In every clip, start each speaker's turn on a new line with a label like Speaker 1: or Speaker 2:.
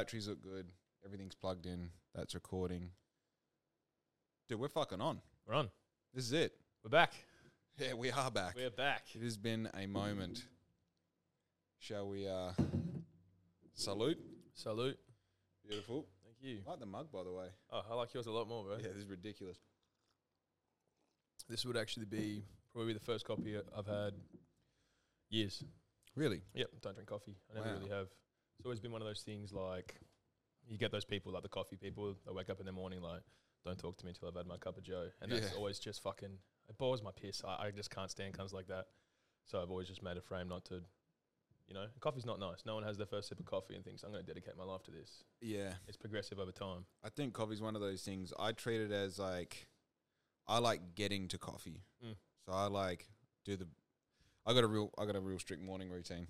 Speaker 1: Batteries look good. Everything's plugged in. That's recording. Dude, we're fucking on.
Speaker 2: We're on.
Speaker 1: This is it.
Speaker 2: We're back.
Speaker 1: Yeah, we are back.
Speaker 2: We're back.
Speaker 1: it has been a moment. Shall we uh salute?
Speaker 2: Salute.
Speaker 1: Beautiful.
Speaker 2: Thank you.
Speaker 1: I like the mug by the way.
Speaker 2: Oh, I like yours a lot more, bro.
Speaker 1: Yeah, this is ridiculous.
Speaker 2: This would actually be probably the first copy I've had years.
Speaker 1: Really?
Speaker 2: Yep, don't drink coffee. I never
Speaker 1: Wow.
Speaker 2: really have. It's always been one of those things like you get those people, like the coffee people, they wake up in the morning like, don't talk to me until I've had my cup of joe. And that's
Speaker 1: Yeah.
Speaker 2: always just fucking, it bores my piss. I, I just can't stand cunts like that. So I've always just made a frame not to, you know, coffee's not nice. No one has their first sip of coffee and thinks, I'm going to dedicate my life to this.
Speaker 1: Yeah.
Speaker 2: It's progressive over time.
Speaker 1: I think coffee's one of those things I treat it as like I like getting to coffee.
Speaker 2: Mm.
Speaker 1: So I like do the I got a real I got a real strict morning routine.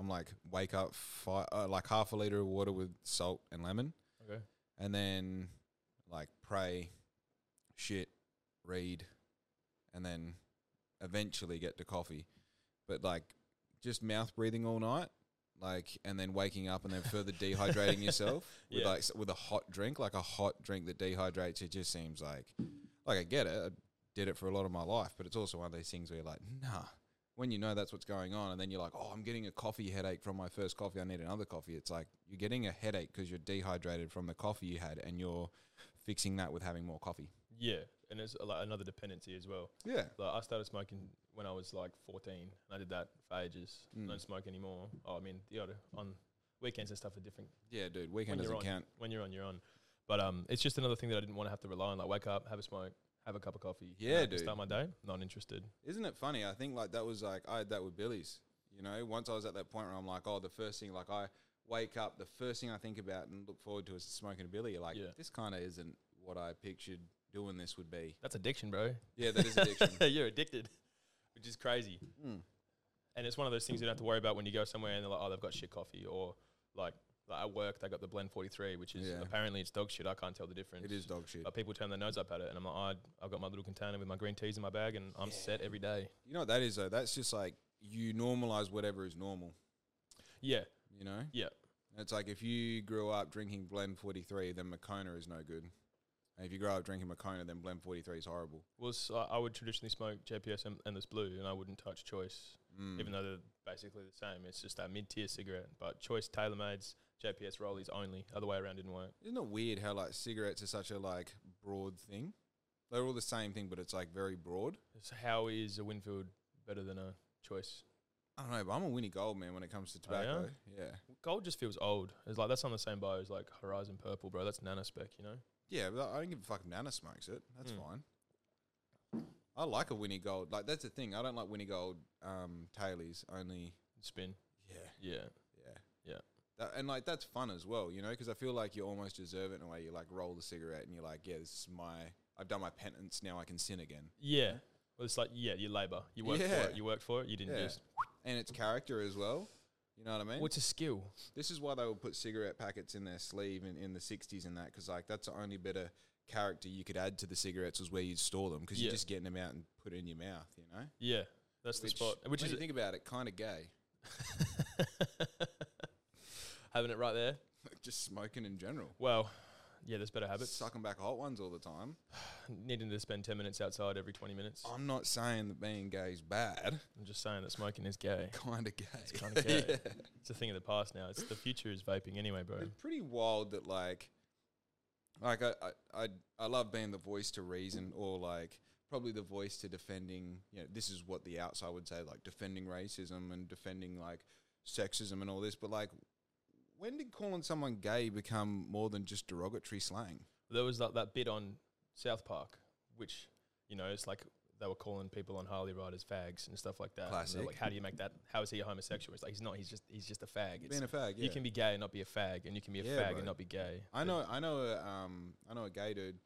Speaker 1: I'm like wake up fi uh, like half a liter of water with salt and lemon
Speaker 2: Okay.
Speaker 1: and then like pray, shit, read and then eventually get to coffee. But like just mouth breathing all night like and then waking up and then further dehydrating yourself with
Speaker 2: Yeah.
Speaker 1: like s- with a hot drink, like a hot drink that dehydrates, it just seems like like I get it. I did it for a lot of my life, but it's also one of those things where you're like, nah. When you know that's what's going on, and then you're like, oh, I'm getting a coffee headache from my first coffee. I need another coffee. It's like you're getting a headache because you're dehydrated from the coffee you had, and you're fixing that with having more coffee.
Speaker 2: Yeah, and it's uh, like another dependency as well.
Speaker 1: Yeah.
Speaker 2: Like I started smoking when I was like 14, and I did that for ages.
Speaker 1: Mm.
Speaker 2: I don't smoke anymore. Oh, I mean, the other on weekends and stuff are different.
Speaker 1: Yeah, dude. Weekend
Speaker 2: when you're
Speaker 1: doesn't
Speaker 2: on,
Speaker 1: count.
Speaker 2: when you're on, you're on. But um, it's just another thing that I didn't want to have to rely on. Like wake up, have a smoke, have a cup of coffee. and
Speaker 1: Yeah,
Speaker 2: I can
Speaker 1: dude.
Speaker 2: Start my day. Not interested.
Speaker 1: Isn't it funny? I think like that was like I had that with Billy's. You know, once I was at that point where I'm like, oh, the first thing like I wake up, the first thing I think about and look forward to is smoking a Billy. Like
Speaker 2: Yeah.
Speaker 1: this kind of isn't what I pictured doing this would be.
Speaker 2: That's addiction, bro.
Speaker 1: Yeah, that is addiction. Hmm,
Speaker 2: you're addicted, which is crazy. And it's one of those things you don't have to worry about when you go somewhere and they're like, oh, they've got shit coffee or like. Like at work, they got the blend forty three, which is
Speaker 1: Yeah.
Speaker 2: apparently it's dog shit. I can't tell the difference.
Speaker 1: it is dog shit.
Speaker 2: But people turn their nose up at it, and I'm like, "Oh, I, I've got my little container with my green teas in my bag, and I'm set every day.
Speaker 1: You know what that is though? That's just like you normalize whatever is normal.
Speaker 2: Yeah,
Speaker 1: You know,
Speaker 2: yeah,
Speaker 1: it's like if you grew up drinking Blend Forty Three, then Makona is no good. And if you grow up drinking Makona, then Blend Forty Three is horrible.
Speaker 2: Well, so I I would traditionally smoke JPS and, and this blue, and I wouldn't touch Choice,
Speaker 1: Hmm.
Speaker 2: even though they're basically the same. It's just that mid tier cigarette. But Choice TaylorMade's JPS Rollies only. Other way around didn't work.
Speaker 1: Isn't it weird how like cigarettes are such a like broad thing? They're all the same thing, but it's like very broad.
Speaker 2: So how is a Winfield better than a Choice?
Speaker 1: I don't know, but I'm a Winnie Gold man when it comes to tobacco. yeah,
Speaker 2: Gold just feels old. It's like that's on the same bio as like Horizon Purple, bro. That's nano spec, you know.
Speaker 1: yeah. But I don't give a fuck. if Nana smokes it. That's fine. I like a Winnie Gold. Like that's the thing. I don't like Winnie Gold um, tailies. Only
Speaker 2: Spin.
Speaker 1: yeah,
Speaker 2: Yeah,
Speaker 1: yeah.
Speaker 2: yeah.
Speaker 1: That, and like that's fun as well, you know, because I feel like you almost deserve it in a way. You like roll the cigarette and you're like, yeah, this is my, I've done my penance. Now I can sin again.
Speaker 2: Yeah. Well, it's like, yeah, you labor. You work
Speaker 1: Yeah.
Speaker 2: for it. You worked for it. You didn't
Speaker 1: Yeah.
Speaker 2: just.
Speaker 1: And it's character as well. You know what I mean?
Speaker 2: What's a skill?
Speaker 1: this is why they would put cigarette packets in their sleeve in, in the 60s and that, because like that's the only bit of character you could add to the cigarettes was where you'd store them because
Speaker 2: Yeah.
Speaker 1: you're just getting them out and put it in your mouth, you know?
Speaker 2: Yeah, that's the spot. Which
Speaker 1: when
Speaker 2: is
Speaker 1: you think about it, kind of gay.
Speaker 2: having it right there.
Speaker 1: just smoking in general.
Speaker 2: Well, yeah, there's better habits.
Speaker 1: Sucking back hot ones all the time.
Speaker 2: Needing to spend 10 minutes outside every 20 minutes.
Speaker 1: I'm not saying that being gay is bad.
Speaker 2: I'm just saying that smoking is gay.
Speaker 1: Kind of gay.
Speaker 2: Kind of gay. It's a thing of the past now. It's the future is vaping anyway, bro.
Speaker 1: It's pretty wild that like, like I, I I I love being the voice to reason, or like probably the voice to defending. You know, this is what the outside would say, like defending racism and defending like sexism and all this. But like, when did calling someone gay become more than just derogatory slang?
Speaker 2: There was that, that bit on South Park, which, you know, it's like they were calling people on Harley riders fags and stuff like that. And they're
Speaker 1: Classic.
Speaker 2: Like, how do you make that? How is he a homosexual? It's like, he's not. He's just, he's just a fag. It's,
Speaker 1: Being a fag, yeah.
Speaker 2: You can be gay and not be a fag, and you can be a
Speaker 1: Yeah,
Speaker 2: fag
Speaker 1: bro.
Speaker 2: and not be gay.
Speaker 1: I know, I know, a, um, I know a gay dude,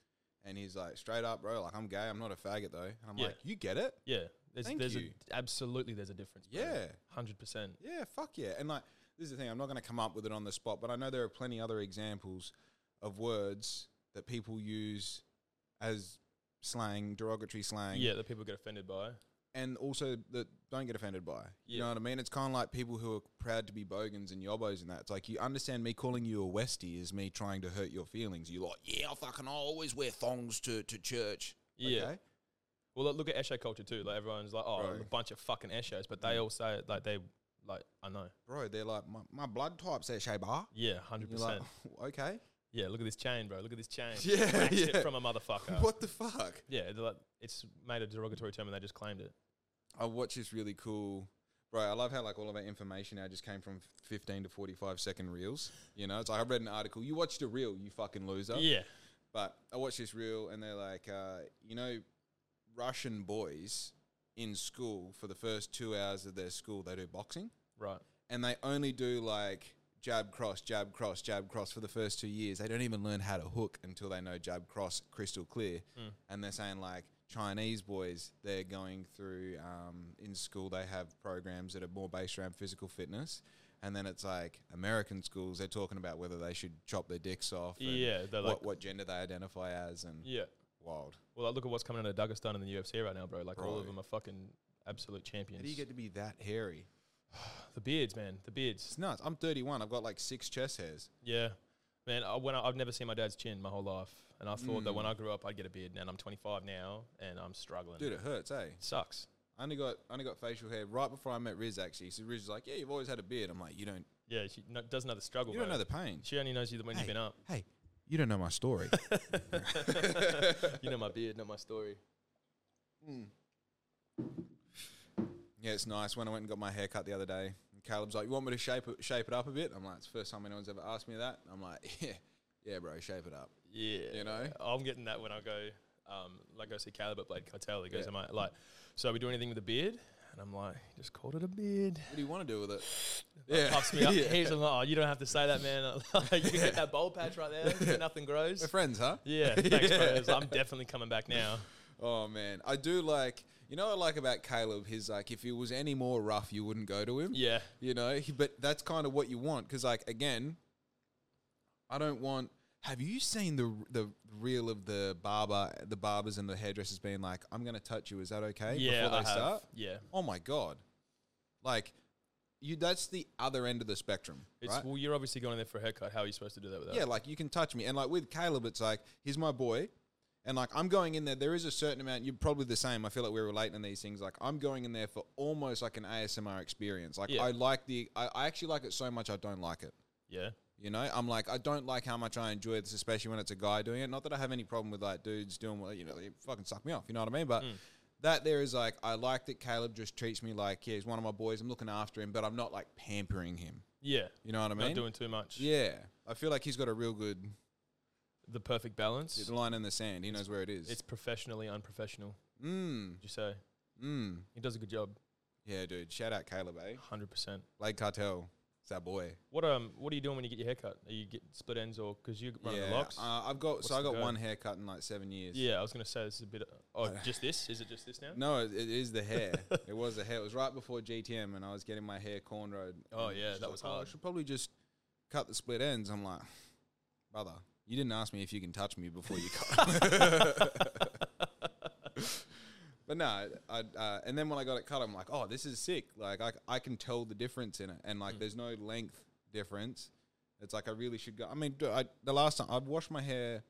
Speaker 1: and he's like straight up, bro. Like I'm gay. I'm not a faggot though. And I'm
Speaker 2: Yeah.
Speaker 1: like, you get it?
Speaker 2: Yeah, there's,
Speaker 1: Thank
Speaker 2: there's
Speaker 1: you.
Speaker 2: A, absolutely there's a difference. bro.
Speaker 1: Yeah.
Speaker 2: hundred percent.
Speaker 1: Yeah, fuck yeah. And like, this is the thing, I'm not going to come up with it on the spot, but I know there are plenty other examples of words that people use as slang, derogatory slang.
Speaker 2: Yeah, that people get offended by.
Speaker 1: and also that don't get offended by. You
Speaker 2: Yeah.
Speaker 1: know what I mean? It's kind of like people who are proud to be bogans and yobos and that. It's like you understand me calling you a Westie is me trying to hurt your feelings. You're like, yeah, I fucking I always wear thongs to, to church.
Speaker 2: Yeah.
Speaker 1: Okay?
Speaker 2: Well, look- look at Esho culture too. Like everyone's like, oh,
Speaker 1: Right.
Speaker 2: a bunch of fucking Eshos, but
Speaker 1: Mm.
Speaker 2: they all say it like they like I know.
Speaker 1: Bro, they're like, my, my blood type's Eshe bar.
Speaker 2: Yeah, hundred
Speaker 1: You're like,
Speaker 2: percent.
Speaker 1: okay.
Speaker 2: Yeah, look at this chain, bro. Look at this chain.
Speaker 1: Yeah,
Speaker 2: Waxed
Speaker 1: yeah.
Speaker 2: it from a motherfucker.
Speaker 1: What the fuck?
Speaker 2: Yeah, they're like, it's made a derogatory term and they just claimed it.
Speaker 1: I watch this really cool. Bro, I love how like all of our information now just came from 15 to 45 second reels. You know, it's like I read an article. You watched a reel, you fucking loser.
Speaker 2: Yeah,
Speaker 1: But I watched this reel and they're like, uh, you know, Russian boys in school for the first two hours of their school, they do boxing
Speaker 2: right.
Speaker 1: and they only do like jab cross, jab cross, jab cross for the first two years. They don't even learn how to hook until they know jab cross crystal clear.
Speaker 2: Mm.
Speaker 1: And they're saying like Chinese boys, they're going through um, in school. They have programs that are more based around physical fitness. And then it's like American schools, they're talking about whether they should chop their dicks off. and
Speaker 2: Yeah, they're
Speaker 1: what,
Speaker 2: like-
Speaker 1: what gender they identify as and
Speaker 2: Yeah.
Speaker 1: wild.
Speaker 2: Well, like, look at what's coming out of Dagestan and the UFC right now, bro. Like all
Speaker 1: Right.
Speaker 2: of them are fucking absolute
Speaker 1: How
Speaker 2: champions.
Speaker 1: do you get to be that hairy?
Speaker 2: the beards, man? The
Speaker 1: It's
Speaker 2: beards.
Speaker 1: nuts. I'm 31. I've got like six chest hairs.
Speaker 2: Yeah, man. I, when I, I've never seen my dad's chin my whole life, and I thought that when
Speaker 1: Mm.
Speaker 2: I grew up I'd get a beard. And I'm 25 now, and I'm struggling.
Speaker 1: Dude, it hurts, eh?
Speaker 2: It sucks.
Speaker 1: I only got I only got facial hair right before I met Riz actually. So Riz was like, "Yeah, you've always had a beard." I'm like, "You don't,
Speaker 2: Yeah, she no, doesn't know the struggle.
Speaker 1: you don't
Speaker 2: bro.
Speaker 1: know the pain."
Speaker 2: She only knows you when you've been up.
Speaker 1: Hey, you don't know my story.
Speaker 2: You know my beard, not my story.
Speaker 1: yeah, it's nice. When I went and got my hair cut the other day, and Caleb's like, "You want me to shape it, shape it up a bit?" I'm like, "It's the first time anyone's ever asked me that." I'm like, "Yeah, yeah, bro, shape it up."
Speaker 2: Yeah.
Speaker 1: You know?
Speaker 2: I'm getting that when I go, um, like I see Caleb at Blade Cartel. He goes,
Speaker 1: Yeah.
Speaker 2: "Am I like, so we do anything with the beard? And I'm like, just called it a beard.
Speaker 1: What do you want to do with it? yeah,
Speaker 2: Puffs me up.
Speaker 1: Yeah.
Speaker 2: He's like, oh, you don't have to say that, man. Like, you can get that bowl patch right there. Nothing grows.
Speaker 1: We're friends, huh?
Speaker 2: Yeah, thanks, bro. It's like, I'm definitely coming back now.
Speaker 1: Oh man, I do like. You know what I like about Caleb? He's like, if he was any more rough, you wouldn't go to him.
Speaker 2: Yeah.
Speaker 1: you know he- but that's kind of what you want because like again i don't want have you seen the the reel of the barber the barbers and the hairdressers being like i'm going to touch you is that okay
Speaker 2: yeah.
Speaker 1: before they
Speaker 2: I have.
Speaker 1: start
Speaker 2: Yeah.
Speaker 1: oh my god like you that's the other end of the spectrum
Speaker 2: It's
Speaker 1: right?
Speaker 2: well, you're obviously going in there for a haircut. How are you supposed to do that with that?
Speaker 1: yeah like you can touch me and like with caleb it's like he's my boy and like i'm going in there there is a certain amount you're probably the same i feel like we're relating in these things like i'm going in there for almost like an asmr experience like
Speaker 2: Yeah.
Speaker 1: i like the I, I actually like it so much i don't like it
Speaker 2: Yeah.
Speaker 1: You know, I'm like, I don't like how much I enjoy this, especially when it's a guy doing it. Not that I have any problem with like dudes doing what, you know, they fucking suck me off. You know what I mean? But
Speaker 2: Mm.
Speaker 1: that there is like, I like that Caleb just treats me like, yeah, he's one of my boys. I'm looking after him, but I'm not like pampering him.
Speaker 2: Yeah.
Speaker 1: You know what I
Speaker 2: Not
Speaker 1: mean?
Speaker 2: doing too much.
Speaker 1: yeah. I feel like he's got a real good
Speaker 2: The perfect balance.
Speaker 1: line in the sand. He knows where it is.
Speaker 2: It's professionally unprofessional.
Speaker 1: mm,
Speaker 2: Would you say
Speaker 1: mm.
Speaker 2: he does a good job?
Speaker 1: Yeah, dude. Shout out Caleb, eh?
Speaker 2: Hundred percent.
Speaker 1: Blade Cartel. It's our boy.
Speaker 2: What um what are you doing when you get your haircut? Are you get split ends or because you run
Speaker 1: yeah.
Speaker 2: the locks?
Speaker 1: Uh, I've got,
Speaker 2: What's
Speaker 1: so I
Speaker 2: the
Speaker 1: got
Speaker 2: go?
Speaker 1: one haircut in like seven years.
Speaker 2: yeah, I was gonna say this is a bit. oh, just this? Is it just this now?
Speaker 1: No, it, it is the hair. it was the hair. It was right before GTM, and I was getting my hair cornrowed.
Speaker 2: Oh,
Speaker 1: and
Speaker 2: yeah,
Speaker 1: she's
Speaker 2: that
Speaker 1: like,
Speaker 2: was
Speaker 1: I
Speaker 2: hard."
Speaker 1: should probably just cut the split ends. I'm like, brother, you didn't ask me if you can touch me before you cut. but no, I, uh, and then when I got it cut, I'm like, oh, this is sick. Like I, I can tell the difference in it, and
Speaker 2: Hmm.
Speaker 1: like there's no length difference. It's like I really should go. I mean, dude, I, the last time I've washed my hair.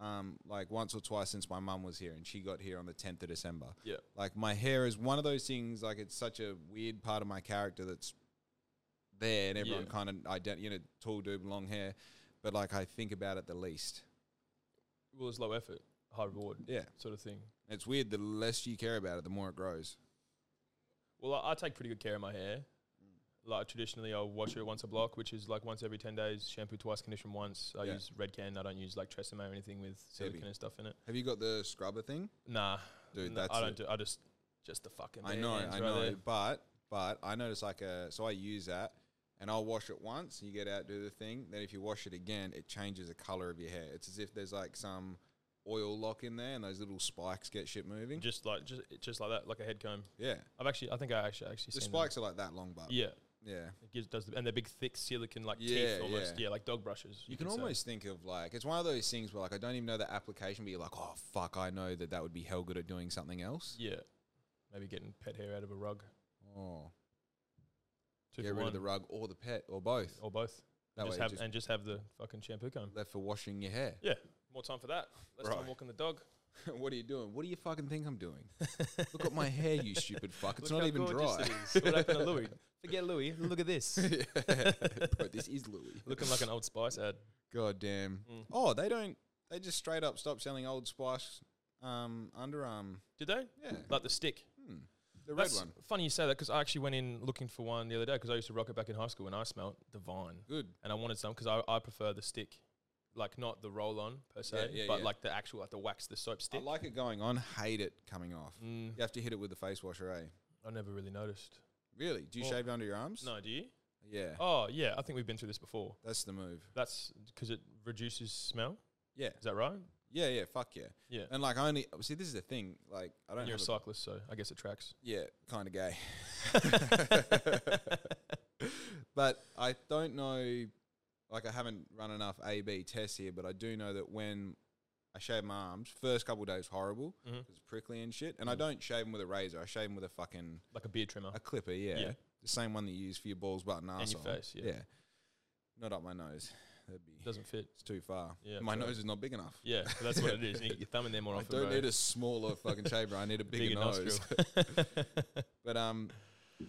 Speaker 1: Um, like once or twice since my mum was here, and she got here on the 10th of December
Speaker 2: Yeah.
Speaker 1: like my hair is one of those things like it's such a weird part of my character that's there and everyone
Speaker 2: Yeah.
Speaker 1: kind of ident- you know tall dude with long hair but like i think about it the least
Speaker 2: Well, it's low effort, high reward.
Speaker 1: Yeah.
Speaker 2: Sort of thing.
Speaker 1: it's weird the less you care about it the more it grows
Speaker 2: Well, I, I take pretty good care of my hair. Like traditionally, I'll wash it once a block, which is like once every ten days. Shampoo twice, condition once. I
Speaker 1: Yeah.
Speaker 2: use red can. I don't use like Tresemme or anything with silicone and stuff in it.
Speaker 1: have you got the scrubber thing
Speaker 2: Nah,
Speaker 1: Dude,
Speaker 2: n-
Speaker 1: that's
Speaker 2: I don't
Speaker 1: it.
Speaker 2: do. I just just the fucking.
Speaker 1: i
Speaker 2: bare
Speaker 1: know i
Speaker 2: hands right
Speaker 1: know
Speaker 2: there.
Speaker 1: but but i notice like a so i use that and I'll wash it once, you get out, do the thing. Then if you wash it again, it changes the color of your hair. It's as if there's like some oil lock in there, and those little spikes get shit moving.
Speaker 2: Just like just just like that, like a head comb.
Speaker 1: Yeah,
Speaker 2: I've actually, I think I actually actually
Speaker 1: the
Speaker 2: seen them.
Speaker 1: spikes are like that long, but
Speaker 2: Yeah,
Speaker 1: yeah.
Speaker 2: it gives does the, and they're big thick silicon like
Speaker 1: Yeah,
Speaker 2: teeth almost.
Speaker 1: yeah.
Speaker 2: Yeah. like dog brushes.
Speaker 1: You can
Speaker 2: could say.
Speaker 1: almost think of like it's one of those things where like I don't even know the application, but you're like, oh fuck, I know that that would be hell good at doing something else.
Speaker 2: Yeah. Maybe getting pet hair out of a rug.
Speaker 1: Oh,
Speaker 2: Two
Speaker 1: get
Speaker 2: for
Speaker 1: rid
Speaker 2: one.
Speaker 1: of the rug or the pet or both.
Speaker 2: or both.
Speaker 1: That
Speaker 2: just
Speaker 1: way,
Speaker 2: have,
Speaker 1: just
Speaker 2: and just have the fucking shampoo comb.
Speaker 1: left for washing your hair.
Speaker 2: Yeah, more time for that. Let's
Speaker 1: Right.
Speaker 2: time walking the dog.
Speaker 1: what are you doing? What do you fucking think I'm doing? Look at my hair, you stupid fuck. It's
Speaker 2: Look
Speaker 1: not
Speaker 2: how
Speaker 1: even
Speaker 2: gorgeous
Speaker 1: dry.
Speaker 2: it is. What happened to Louis? Forget Louis. Look at this.
Speaker 1: Bro, this is Louis.
Speaker 2: Looking like an old spice ad.
Speaker 1: God damn.
Speaker 2: Mm.
Speaker 1: Oh, they don't. They just straight up stop selling Old Spice um, underarm.
Speaker 2: Did they?
Speaker 1: Yeah,
Speaker 2: Like the stick.
Speaker 1: hmm. the
Speaker 2: That's
Speaker 1: red one.
Speaker 2: Funny you say that because I actually went in looking for one the other day because I used to rock it back in high school and I smelt divine.
Speaker 1: Good.
Speaker 2: And I wanted some because I, I prefer the stick. Like not the roll on per se,
Speaker 1: Yeah, yeah,
Speaker 2: but
Speaker 1: yeah.
Speaker 2: like the actual, like the wax, the soap stick.
Speaker 1: I like it going on. Hate it coming off.
Speaker 2: mm,
Speaker 1: You have to hit it with the face washer, eh?
Speaker 2: I never really noticed.
Speaker 1: Really? Do you
Speaker 2: Well,
Speaker 1: shave under your arms?
Speaker 2: No, do you?
Speaker 1: Yeah,
Speaker 2: Oh, yeah. I think we've been through this before.
Speaker 1: that's the move.
Speaker 2: That's because it reduces smell.
Speaker 1: Yeah,
Speaker 2: Is that right?
Speaker 1: yeah, yeah. Fuck yeah.
Speaker 2: Yeah.
Speaker 1: And like, I only see this is the thing. Like, I don't.
Speaker 2: You're a
Speaker 1: have a-
Speaker 2: cyclist, so I guess it tracks.
Speaker 1: yeah, kind of gay. but I don't know. Like, I haven't run enough A/B tests here, but I do know that when I shave my arms, first couple days horrible,
Speaker 2: Mhm.
Speaker 1: it's prickly and shit. And I
Speaker 2: Mm.
Speaker 1: don't shave them with a razor. I shave them with a fucking
Speaker 2: Like a beard trimmer.
Speaker 1: a clipper. Yeah,
Speaker 2: Yeah.
Speaker 1: the same one that you use for your balls, but
Speaker 2: And your face, yeah.
Speaker 1: Not up my nose. That'd be.
Speaker 2: Doesn't fit.
Speaker 1: It's too far.
Speaker 2: Yeah,
Speaker 1: my
Speaker 2: true.
Speaker 1: nose is not big enough.
Speaker 2: Yeah, but that's what it is. You get your thumb in there more
Speaker 1: I
Speaker 2: often.
Speaker 1: don't
Speaker 2: bro.
Speaker 1: need a smaller fucking shaver. I need a bigger,
Speaker 2: Bigger
Speaker 1: nose. but um,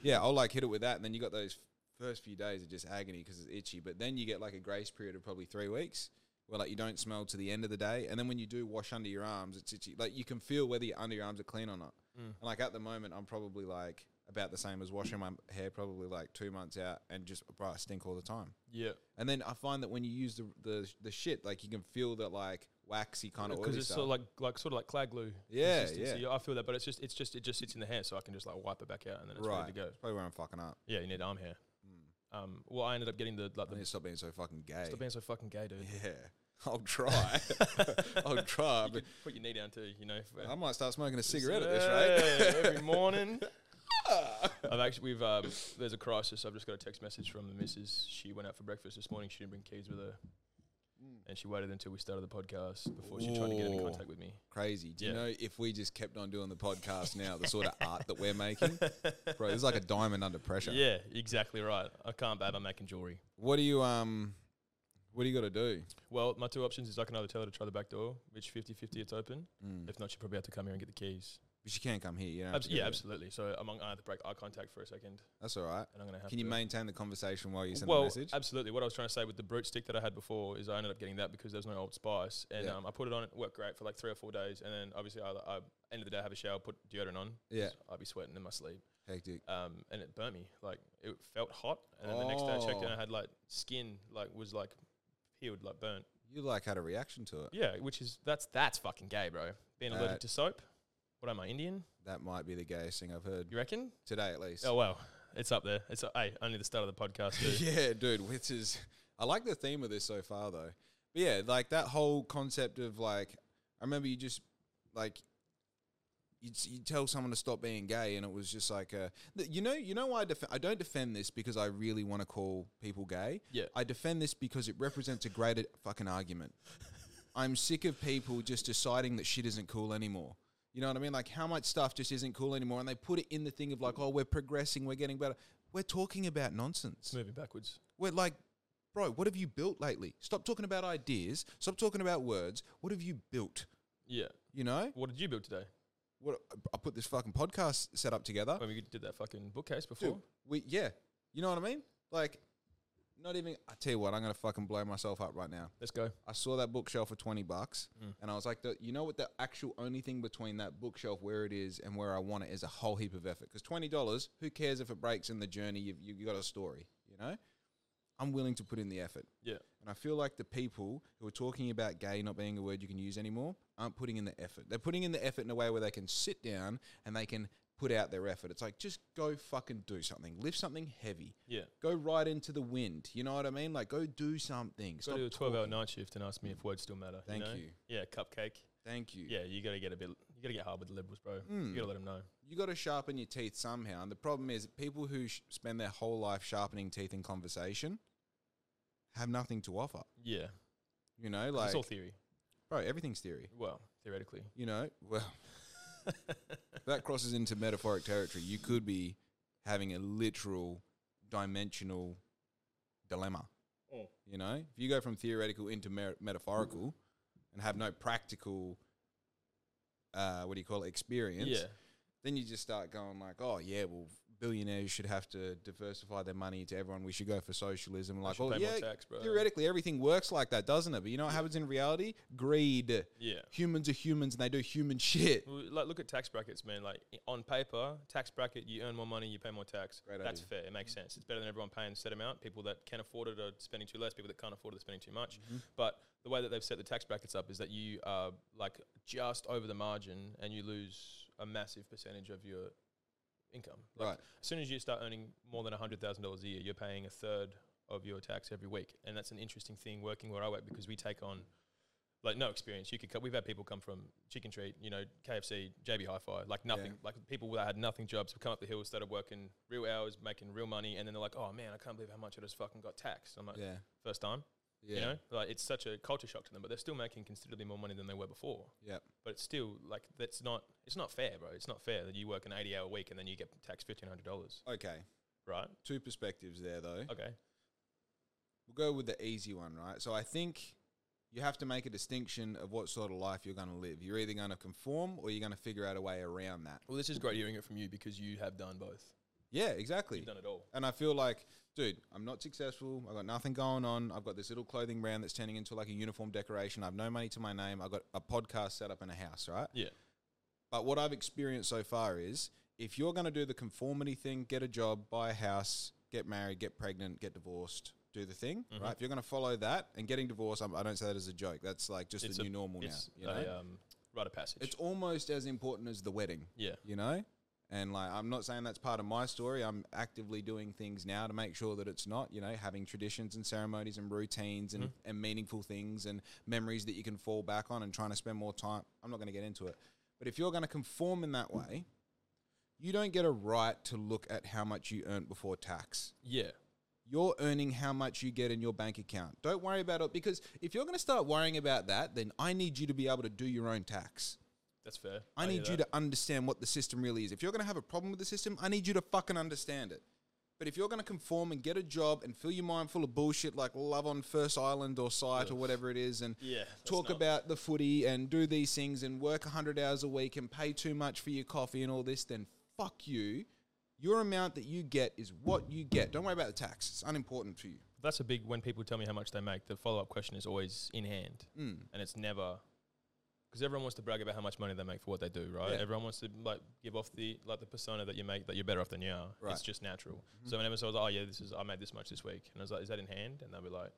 Speaker 1: yeah, I'll like hit it with that, and then you got those first few days of just agony because it's itchy. But then you get like a grace period of probably three weeks where like you don't smell to the end of the day, and then when you do wash under your arms, it's itchy. Like you can feel whether your under your arms are clean or not.
Speaker 2: Mm.
Speaker 1: And like at the moment, I'm probably like about the same as washing my hair, probably like two months out, and just bro, I stink all the time.
Speaker 2: Yeah,
Speaker 1: And then I find that when you use the the, the shit, like you can feel that like waxy kind of
Speaker 2: because
Speaker 1: oily
Speaker 2: it's
Speaker 1: stuff.
Speaker 2: sort of like like sort of like clay glue.
Speaker 1: Yeah,
Speaker 2: consistency. I feel that, but it's just it's just it just sits in the hair, so I can just like wipe it back out and then it's ready
Speaker 1: right,
Speaker 2: to go.
Speaker 1: That's probably where I'm fucking up.
Speaker 2: Yeah, you need arm hair.
Speaker 1: Mm.
Speaker 2: Um, well, I ended up getting the like
Speaker 1: I
Speaker 2: the
Speaker 1: need to stop being so fucking gay.
Speaker 2: stop being so fucking gay, dude.
Speaker 1: yeah, I'll try. I'll try,
Speaker 2: You
Speaker 1: but
Speaker 2: could put your knee down too, you know. for-
Speaker 1: I might start smoking a
Speaker 2: Just-
Speaker 1: cigarette at
Speaker 2: Yeah,
Speaker 1: this rate.
Speaker 2: every morning. I've actually we've um, there's a crisis. I've just got a text message from the missus. She went out for breakfast this morning. She didn't bring keys with her, and she waited until we started the podcast before she tried to get in
Speaker 1: Ooh.
Speaker 2: contact with me.
Speaker 1: Crazy. Do you
Speaker 2: Yeah.
Speaker 1: know if we just kept on doing the podcast now, the sort of art that we're making, bro? It's like a diamond under pressure.
Speaker 2: Yeah, exactly right. I can't, babe. I'm making jewelry.
Speaker 1: What do you um? What do you got to do?
Speaker 2: Well, my two options is I can either tell her to try the back door, which 50-50 it's open.
Speaker 1: Mm.
Speaker 2: If not, she probably have to come here and get the keys.
Speaker 1: But you can't come here. You don't have
Speaker 2: Abs-
Speaker 1: to do
Speaker 2: yeah,
Speaker 1: it.
Speaker 2: absolutely. So among I have to break eye contact for a second,
Speaker 1: That's all right.
Speaker 2: and I'm gonna have.
Speaker 1: Can you
Speaker 2: to
Speaker 1: maintain the conversation while you send
Speaker 2: well,
Speaker 1: the message?
Speaker 2: absolutely. What I was trying to say with the brute stick that I had before is I ended up getting that because there was no Old Spice, and
Speaker 1: Yeah.
Speaker 2: um, I put it on. It worked great for like three or four days, and then obviously I, I end of the day have a shower, put deodorant on.
Speaker 1: Yeah.
Speaker 2: so I'd be sweating in my sleep,
Speaker 1: Hectic.
Speaker 2: um, and it burnt me. Like it felt hot, and then the next day I checked, and
Speaker 1: Oh.
Speaker 2: I had like skin like was like peeled, like burnt.
Speaker 1: You like had a reaction to it.
Speaker 2: Yeah, which is that's that's fucking gay, bro. Being allergic
Speaker 1: That-
Speaker 2: to soap. What am I Indian?
Speaker 1: That might be the gayest thing I've heard
Speaker 2: You reckon?
Speaker 1: today, at least.
Speaker 2: Oh wow, it's up there. It's uh, hey, only the start of the podcast. Dude.
Speaker 1: yeah, dude. Which is, I like the theme of this so far, though. But yeah, like that whole concept of like, I remember you just like, you you tell someone to stop being gay, and it was just like, uh, th- you know, you know why I def- I don't defend this because I really want to call people gay.
Speaker 2: Yeah.
Speaker 1: I defend this because it represents a greater fucking argument. I'm sick of people just deciding that shit isn't cool anymore. You know what I mean? Like how much stuff just isn't cool anymore, and they put it in the thing of like, oh, we're progressing, we're getting better. We're talking about nonsense.
Speaker 2: It's moving backwards.
Speaker 1: We're like, bro, what have you built lately? Stop talking about ideas. Stop talking about words. What have you built?
Speaker 2: Yeah.
Speaker 1: You know,
Speaker 2: What did you build today?
Speaker 1: what I put this fucking podcast set up together.
Speaker 2: When we did that fucking bookcase before.
Speaker 1: Oh. Dude, we yeah, you know what I mean? Like, not even. I tell you what, I'm gonna fucking blow myself up right now.
Speaker 2: Let's go.
Speaker 1: I saw that bookshelf for twenty bucks,
Speaker 2: Mm.
Speaker 1: and I was like, the, you know what? The actual only thing between that bookshelf where it is and where I want it is a whole heap of effort. Because twenty dollars, who cares if it breaks in the journey? You've you, you got a story, you know. I'm willing to put in the effort.
Speaker 2: Yeah.
Speaker 1: And I feel like the people who are talking about gay not being a word you can use anymore aren't putting in the effort. They're putting in the effort in a way where they can sit down and they can put out their effort. It's like just go fucking do something. Lift something heavy.
Speaker 2: Yeah.
Speaker 1: Go right into the wind. You know what I mean? Like go do something.
Speaker 2: Go
Speaker 1: Stop
Speaker 2: to a 12 hour
Speaker 1: talking.
Speaker 2: night shift and ask me if words still matter.
Speaker 1: Thank
Speaker 2: you. know?
Speaker 1: you.
Speaker 2: Yeah, cupcake.
Speaker 1: Thank you.
Speaker 2: Yeah, you got to get a bit, you got to get hard with the liberals, bro.
Speaker 1: Mm.
Speaker 2: You got to let them know.
Speaker 1: You got to sharpen your teeth somehow. And the problem is people who sh- spend their whole life sharpening teeth in conversation have nothing to offer.
Speaker 2: Yeah.
Speaker 1: You know,
Speaker 2: 'cause
Speaker 1: like
Speaker 2: it's all theory.
Speaker 1: bro, everything's theory.
Speaker 2: Well, theoretically.
Speaker 1: You know, well, that crosses into metaphoric territory. You could be having a literal dimensional dilemma.
Speaker 2: Mm.
Speaker 1: You know, if you go from theoretical into mer- metaphorical and have no practical, uh, what do you call it, experience,
Speaker 2: yeah.
Speaker 1: then you just start going like, oh yeah, well, billionaires should have to diversify their money to everyone. We should go for socialism.
Speaker 2: I
Speaker 1: Like,
Speaker 2: should
Speaker 1: oh
Speaker 2: pay
Speaker 1: yeah,
Speaker 2: more tax, bro.
Speaker 1: theoretically everything works like that, doesn't it? But you know what happens in reality? Greed.
Speaker 2: Yeah.
Speaker 1: Humans are humans and they do human shit.
Speaker 2: Well, like look at tax brackets, man. Like i- on paper, tax bracket, you earn more money, you pay more tax.
Speaker 1: Great
Speaker 2: That's
Speaker 1: idea.
Speaker 2: fair. It makes sense. It's better than everyone paying a set amount. People that can afford it are spending too less. People that can't afford it are spending too much.
Speaker 1: Mm-hmm.
Speaker 2: But the way that they've set the tax brackets up is that you are like just over the margin and you lose a massive percentage of your income. Like,
Speaker 1: Right.
Speaker 2: As soon as you start earning more than hundred thousand dollars a year, you're paying a third of your tax every week, and that's an interesting thing working where I work because we take on like no experience. You could co- we've had people come from Chicken Treat, you know, KFC, JB Hi-Fi, like nothing,
Speaker 1: Yeah.
Speaker 2: like people that had nothing jobs would come up the hill, started working real hours, making real money, and then they're like, oh man, I can't believe how much I just fucking got taxed. I'm like,
Speaker 1: Yeah.
Speaker 2: first time,
Speaker 1: Yeah.
Speaker 2: you know, like it's such a culture shock to them, but they're still making considerably more money than they were before.
Speaker 1: Yep.
Speaker 2: But it's still like that's not it's not fair, bro. It's not fair that you work an eighty-hour week and then you get taxed fifteen hundred dollars,
Speaker 1: Okay.
Speaker 2: right?
Speaker 1: Two perspectives there though.
Speaker 2: Okay.
Speaker 1: We'll go with the easy one, right? So I think you have to make a distinction of what sort of life you're going to live. You're either going to conform or you're going to figure out a way around that.
Speaker 2: Well, this is great hearing it from you because you have done both.
Speaker 1: Yeah, exactly.
Speaker 2: You've done it all.
Speaker 1: And I feel like, dude, I'm not successful. I've got nothing going on. I've got this little clothing brand that's turning into like a uniform decoration. I've no money to my name. I've got a podcast set up in a house, right?
Speaker 2: Yeah.
Speaker 1: But what I've experienced so far is if you're going to do the conformity thing, get a job, buy a house, get married, get pregnant, get divorced, do the thing,
Speaker 2: Mm-hmm.
Speaker 1: right? If you're going to follow that and getting divorced, I'm, I don't say that as a joke. That's like just the new normal now.
Speaker 2: it's
Speaker 1: You know?
Speaker 2: a, um, rite of passage.
Speaker 1: it's almost as important as the wedding
Speaker 2: yeah.
Speaker 1: you know and like i'm not saying that's part of my story i'm actively doing things now to make sure that it's not you know having traditions and ceremonies and routines and, and meaningful things and memories that you can fall back on and trying to spend more time i'm not going to get into it but if you're going to conform in that way you don't get a right to look at how much you earned before tax
Speaker 2: Yeah.
Speaker 1: you're earning how much you get in your bank account don't worry about it because if you're going to start worrying about that then i need you to be able to do your own tax
Speaker 2: That's fair.
Speaker 1: I need you to understand what the system really is. If you're going to have a problem with the system, I need you to fucking understand it. But if you're going to conform and get a job and fill your mind full of bullshit like love on first island or sight or whatever it is and
Speaker 2: Yeah, that's
Speaker 1: talk
Speaker 2: not-
Speaker 1: about the footy and do these things and work 100 hours a week and pay too much for your coffee and all this, then fuck you. Your amount that you get is what you get. Don't worry about the tax. It's unimportant to you.
Speaker 2: That's a big. When people tell me how much they make, the follow up question is always in hand,
Speaker 1: Mm.
Speaker 2: and it's never because everyone wants to brag about how much money they make for what they do, right?
Speaker 1: Yeah.
Speaker 2: Everyone wants to like give off the like the persona that you make that you're better off than you are.
Speaker 1: Right. Mm-hmm.
Speaker 2: It's just natural. So whenever someone's like, "Oh yeah, this is I made this much this week," and I was like, "Is that in hand?" and they'll be like,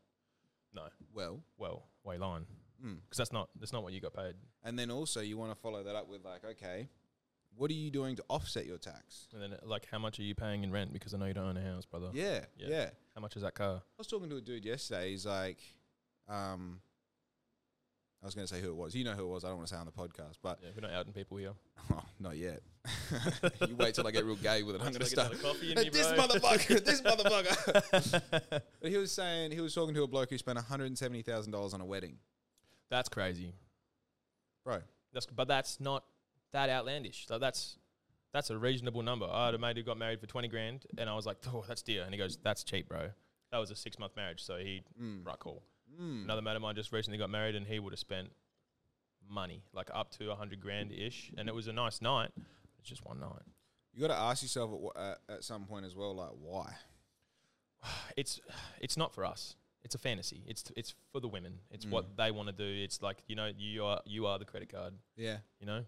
Speaker 2: "No,
Speaker 1: Well,
Speaker 2: well, way line,"
Speaker 1: Mm.
Speaker 2: because that's not that's not what you got paid."
Speaker 1: and then also you want to follow that up with like, okay, what are you doing to offset your tax?
Speaker 2: And then uh, like, how much are you paying in rent? Because I know you don't own a house, brother.
Speaker 1: Yeah,
Speaker 2: Yeah.
Speaker 1: yeah.
Speaker 2: How much is that car?
Speaker 1: I was talking to a dude yesterday. He's like, um, I was going to say who it was. You know who it was. I don't want to say on the podcast, but
Speaker 2: Yeah, we're not outing people here.
Speaker 1: oh, not yet. you wait till I get real gay with it. I'm
Speaker 2: Wait
Speaker 1: going to
Speaker 2: till
Speaker 1: start.
Speaker 2: I get another coffee in me,
Speaker 1: this
Speaker 2: bro."
Speaker 1: motherfucker. This motherfucker. but he was saying he was talking to a bloke who spent 170 thousand dollars on a wedding,
Speaker 2: That's crazy.
Speaker 1: bro.
Speaker 2: That's but that's not that outlandish. Tha- that's that's a reasonable number. I had a mate who got married for twenty grand, and I was like, "Oh, that's dear." And he goes, "That's cheap, bro." That was a six month marriage, so he
Speaker 1: Hmm. Mm.
Speaker 2: right cool. Another mate of mine just recently got married, and he would have spent money like up to a hundred grand ish, and it was a nice night. It's just one night.
Speaker 1: You got to ask yourself at, wh- at, at some point as well, like why?
Speaker 2: it's it's not for us. It's a fantasy. It's it's for the women. It's
Speaker 1: Mm.
Speaker 2: what they want to do. It's like you know you are you are the credit card.
Speaker 1: Yeah.
Speaker 2: You know.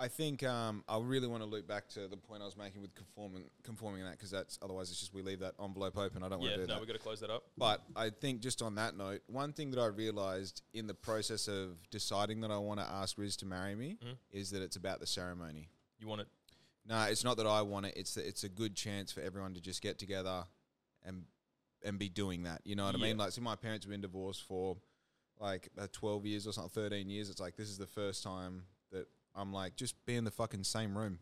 Speaker 1: I think um, I really want to loop back to the point I was making with conforming conforming that because that's otherwise it's just we leave that envelope open. I don't want
Speaker 2: Yeah.
Speaker 1: to do
Speaker 2: No,
Speaker 1: that.
Speaker 2: we got to close that up.
Speaker 1: But I think just on that note, one thing that I realized in the process of deciding that I want to ask Riz to marry me is that it's about the ceremony.
Speaker 2: You want it?
Speaker 1: No, it's not that I want it. It's that it's a good chance for everyone to just get together and and be doing that. You know what I mean?
Speaker 2: Yeah.
Speaker 1: Like, see, my parents have been divorced for like uh, twelve years or something, thirteen years. It's like this is the first time that I'm like just be in the fucking same room.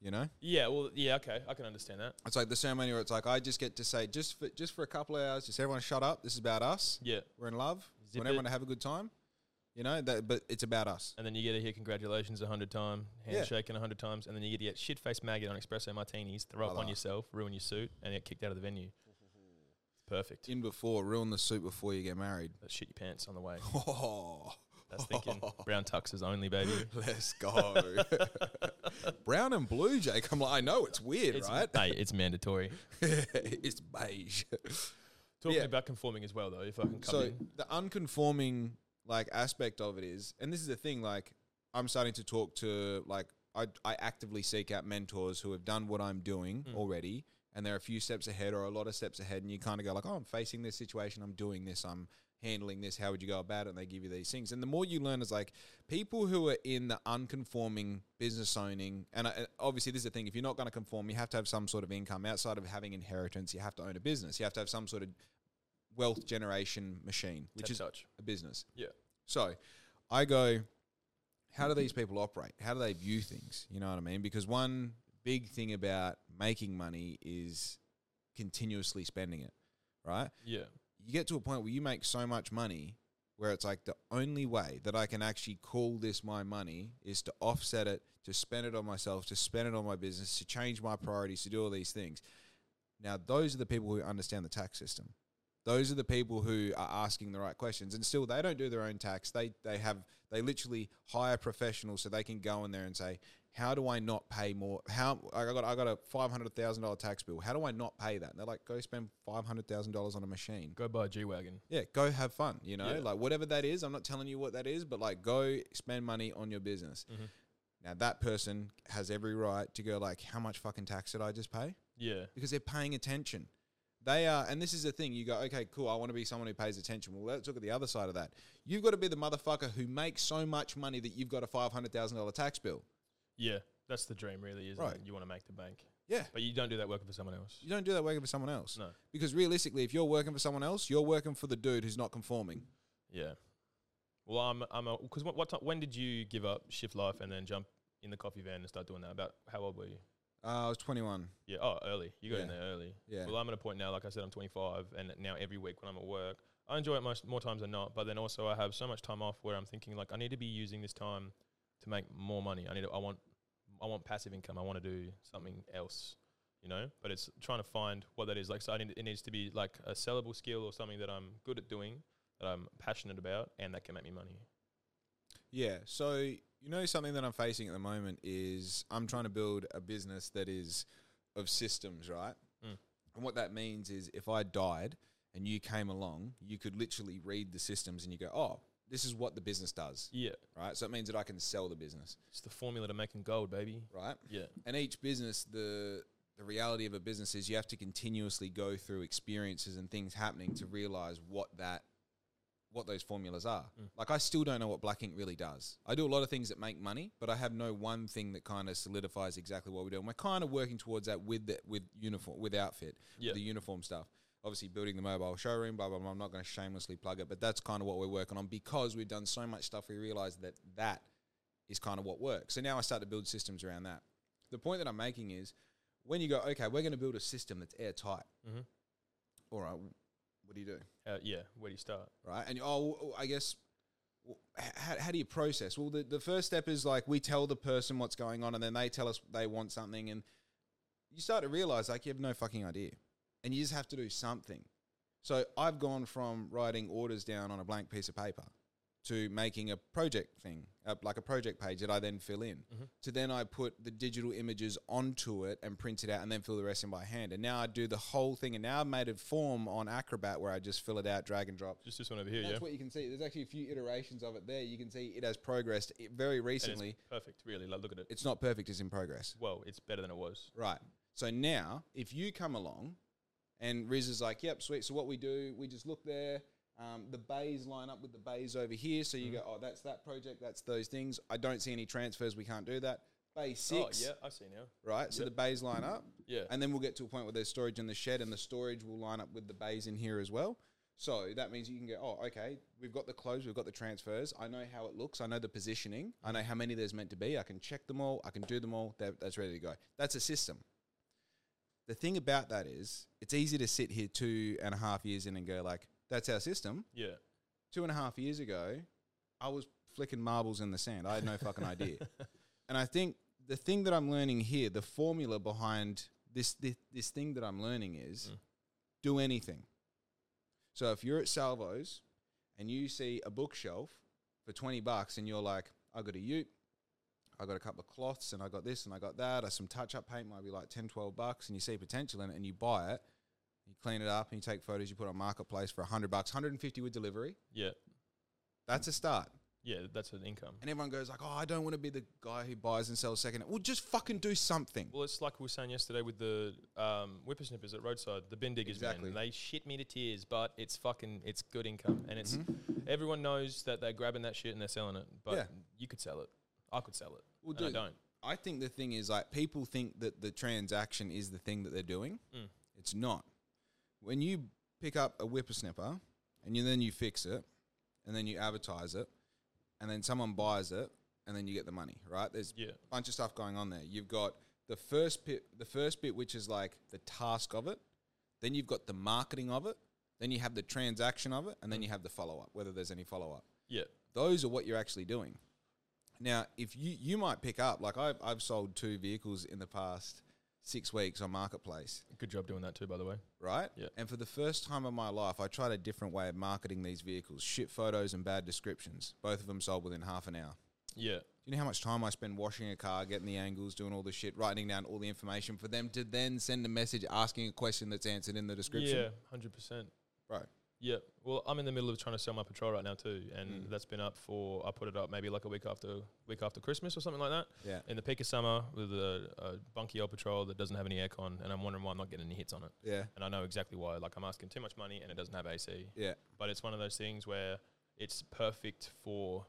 Speaker 1: You know?
Speaker 2: Yeah. Well. Yeah. Okay. I can understand that.
Speaker 1: It's like the ceremony where it's like I just get to say just for just for a couple of hours, just everyone shut up. This is about us.
Speaker 2: Yeah.
Speaker 1: We're in love.
Speaker 2: Zip
Speaker 1: We're everyone
Speaker 2: it.
Speaker 1: to have a good time. You know, that, but it's about us.
Speaker 2: And then you get to hear congratulations a hundred times,
Speaker 1: Yeah.
Speaker 2: handshaking a hundred times, and then you get to get shit faced maggot on espresso martinis, throw up
Speaker 1: Voila.
Speaker 2: on yourself, ruin your suit, and get kicked out of the venue. Perfect.
Speaker 1: In before, ruin the suit before you get married.
Speaker 2: But shit your pants on the way.
Speaker 1: Oh,
Speaker 2: That's thinking brown tuxes only, baby.
Speaker 1: let's go. Brown and blue, Jake. I'm like, I know it's weird,
Speaker 2: It's,
Speaker 1: right?
Speaker 2: Hey, it's mandatory.
Speaker 1: it's beige.
Speaker 2: Talking
Speaker 1: Yeah.
Speaker 2: about conforming as well, though, if I can come
Speaker 1: so
Speaker 2: in.
Speaker 1: the unconforming like aspect of it is, and this is the thing. Like, I'm starting to talk to like I I actively seek out mentors who have done what I'm doing already, and they're a few steps ahead or a lot of steps ahead, and you kind of go like, oh, I'm facing this situation, I'm doing this, I'm handling this. How would you go about it? And they give you these things, and the more you learn is like people who are in the unconforming business owning, and I, obviously this is the thing. If you're not going to conform, you have to have some sort of income outside of having inheritance. You have to own a business. You have to have some sort of wealth generation machine, which
Speaker 2: Tap
Speaker 1: is
Speaker 2: touch.
Speaker 1: a business.
Speaker 2: Yeah.
Speaker 1: So I go, how do these people operate? How do they view things? You know what I mean? Because one big thing about making money is continuously spending it, right?
Speaker 2: Yeah.
Speaker 1: You get to a point where you make so much money where it's like the only way that I can actually call this my money is to offset it, to spend it on myself, to spend it on my business, to change my priorities, to do all these things. Now, those are the people who understand the tax system. Those are the people who are asking the right questions. And still, they don't do their own tax. They, they have they literally hire professionals so they can go in there and say, "How do I not pay more? How I got I got a five hundred thousand dollar tax bill. How do I not pay that?" And they're like, "Go spend five hundred thousand dollars on a machine."
Speaker 2: Go buy a G Wagon.
Speaker 1: yeah, go have fun, you know,
Speaker 2: Yeah.
Speaker 1: like whatever that is. I'm not telling you what that is, but like go spend money on your business.
Speaker 2: Mhm.
Speaker 1: Now that person has every right to go like, how much fucking tax did I just pay?
Speaker 2: Yeah.
Speaker 1: Because they're paying attention. They are, and this is the thing. You go, okay, cool. I want to be someone who pays attention. Well, let's look at the other side of that. You've got to be the motherfucker who makes so much money that you've got a five hundred thousand dollar tax bill.
Speaker 2: Yeah. That's the dream, really, isn't
Speaker 1: Right.
Speaker 2: it? You want to make the bank.
Speaker 1: Yeah.
Speaker 2: But you don't do that working for someone else.
Speaker 1: You don't do that working for someone else.
Speaker 2: No.
Speaker 1: Because realistically, if you're working for someone else, you're working for the dude who's not conforming.
Speaker 2: Yeah. Well, I'm I'm because what, what time, when did you give up shift life and then jump in the coffee van and start doing that? About how old were you?
Speaker 1: Uh, I was 21.
Speaker 2: Yeah. Oh, early. You got in
Speaker 1: Yeah.
Speaker 2: there early.
Speaker 1: Yeah.
Speaker 2: Well, I'm at a point now. Like I said, I'm 25, and now every week when I'm at work, I enjoy it most more times than not. But then also, I have so much time off where I'm thinking like I need to be using this time to make more money. I need. To, I want. I want passive income. I want to do something else. You know. But it's trying to find what that is. Like, so I need, it needs to be like a sellable skill or something that I'm good at doing, that I'm passionate about, and that can make me money.
Speaker 1: Yeah. So, you know, something that I'm facing at the moment is I'm trying to build a business that is of systems, right?
Speaker 2: Mm.
Speaker 1: And what that means is if I died and you came along, you could literally read the systems and you go, oh, this is what the business does,
Speaker 2: Yeah.
Speaker 1: right? So it means that I can sell the business,
Speaker 2: It's the formula to making gold, baby.
Speaker 1: right?
Speaker 2: Yeah.
Speaker 1: and each business the the reality of a business is you have to continuously go through experiences and things happening to realize what that what those formulas are. Like I still don't know what black ink really does. I do a lot of things that make money, but I have no one thing that kind of solidifies exactly what we do. And we're kind of working towards that with the, with uniform with outfit,
Speaker 2: Yeah.
Speaker 1: with the uniform stuff. Obviously building the mobile showroom, blah blah blah. I'm not going to shamelessly plug it, but that's kind of what we're working on because we've done so much stuff we realize that that is kind of what works. So now I start to build systems around that. The point that I'm making is when you go, okay, we're going to build a system that's airtight.
Speaker 2: Mhm.
Speaker 1: All right, what do you do?
Speaker 2: Uh, yeah. Where do you start?
Speaker 1: Right. And oh, well, I guess, well, h- how, how do you process? Well, the, the first step is like we tell the person what's going on and then they tell us they want something. And you start to realize like you have no fucking idea and you just have to do something. So I've gone from writing orders down on a blank piece of paper to making a project thing, uh, like a project page that I then fill in. To then I put the digital images onto it and print it out and then fill the rest in by hand. And now I do the whole thing. And now I've made a form on Acrobat where I just fill it out, drag and drop.
Speaker 2: Just this one over here.
Speaker 1: That's
Speaker 2: yeah.
Speaker 1: what you can see. There's actually a few iterations of it there. You can see it has progressed i- very
Speaker 2: And
Speaker 1: recently.
Speaker 2: it's perfect, really. Like, look at it.
Speaker 1: It's not perfect, it's in progress.
Speaker 2: well, it's better than it was.
Speaker 1: Right. So now, if you come along and Riz is like, yep, sweet. So what we do, we just look there. Um, the bays line up with the bays over here. So
Speaker 2: Mm-hmm.
Speaker 1: you go, oh, that's that project, that's those things. I don't see any transfers. We can't do that. Bay six,
Speaker 2: Oh, yeah, I see now.
Speaker 1: right? So
Speaker 2: Yep.
Speaker 1: the bays line up.
Speaker 2: Yeah.
Speaker 1: And then we'll get to a point where there's storage in the shed, and the storage will line up with the bays in here as well. So that means you can go, oh, okay, we've got the clothes, we've got the transfers. I know how it looks. I know the positioning. I know how many there's meant to be. I can check them all. I can do them all. That, that's ready to go. That's a system. The thing about that is, it's easy to sit here two and a half years in and go, like, that's our system.
Speaker 2: yeah.
Speaker 1: Two and a half years ago, I was flicking marbles in the sand. I had no fucking idea. And I think the thing that I'm learning here, the formula behind this this, this thing that I'm learning is
Speaker 2: Mm.
Speaker 1: do anything. So if you're at Salvo's and you see a bookshelf for 20 bucks and you're like, I got a ute, I got a couple of cloths and I got this and I got that, or some touch up paint might be like 10, 12 bucks and you see potential in it and you buy it, you clean it up and you take photos, you put it on marketplace for 100 bucks, 150 with delivery.
Speaker 2: Yeah,
Speaker 1: That's a start.
Speaker 2: yeah, that's an income.
Speaker 1: And everyone goes like, "Oh, I don't want to be the guy who buys and sells second. Well, just fucking do something.
Speaker 2: Well, it's like we were saying yesterday with the um, whippersnippers at roadside, the bin diggers,
Speaker 1: Exactly.
Speaker 2: man. They shit me to tears, but it's fucking, it's good income, and it's everyone knows that they're grabbing that shit and they're selling it. But
Speaker 1: Mm-hmm. Yeah.
Speaker 2: you could sell it. I could sell it.
Speaker 1: Well,
Speaker 2: and I
Speaker 1: dude,
Speaker 2: don't.
Speaker 1: I think the thing is like people think that the transaction is the thing that they're doing.
Speaker 2: Mm.
Speaker 1: It's not. When you pick up a whippersnapper and you, then you fix it, and then you advertise it, and then someone buys it, and then you get the money. Right? There's
Speaker 2: Yeah.
Speaker 1: a bunch of stuff going on there. You've got the first bit, the first bit which is like the task of it. Then you've got the marketing of it. Then you have the transaction of it, and
Speaker 2: Mm.
Speaker 1: then you have the follow up. Whether there's any follow up.
Speaker 2: Yeah.
Speaker 1: those are what you're actually doing. Now, if you you might pick up like I've I've sold two vehicles in the past six weeks on marketplace,
Speaker 2: Good job doing that too, by the way.
Speaker 1: right?
Speaker 2: Yeah.
Speaker 1: And for the first time in my life, I tried a different way of marketing these vehicles: shit photos and bad descriptions. Both of them sold within half an hour.
Speaker 2: Yeah.
Speaker 1: Do you know how much time I spend washing a car, getting the angles, doing all the shit, writing down all the information for them to then send a message asking a question that's answered in the description?
Speaker 2: Yeah. Hundred percent.
Speaker 1: Right.
Speaker 2: Yeah. Well, I'm in the middle of trying to sell my patrol right now too, and
Speaker 1: Mm.
Speaker 2: that's been up for I put it up maybe like a week after week after Christmas or something like that.
Speaker 1: Yeah.
Speaker 2: In the peak of summer with a, a bunky old patrol that doesn't have any aircon, and I'm wondering why I'm not getting any hits on it.
Speaker 1: Yeah.
Speaker 2: And I know exactly why. Like I'm asking too much money, and it doesn't have AC.
Speaker 1: Yeah.
Speaker 2: But it's one of those things where it's perfect for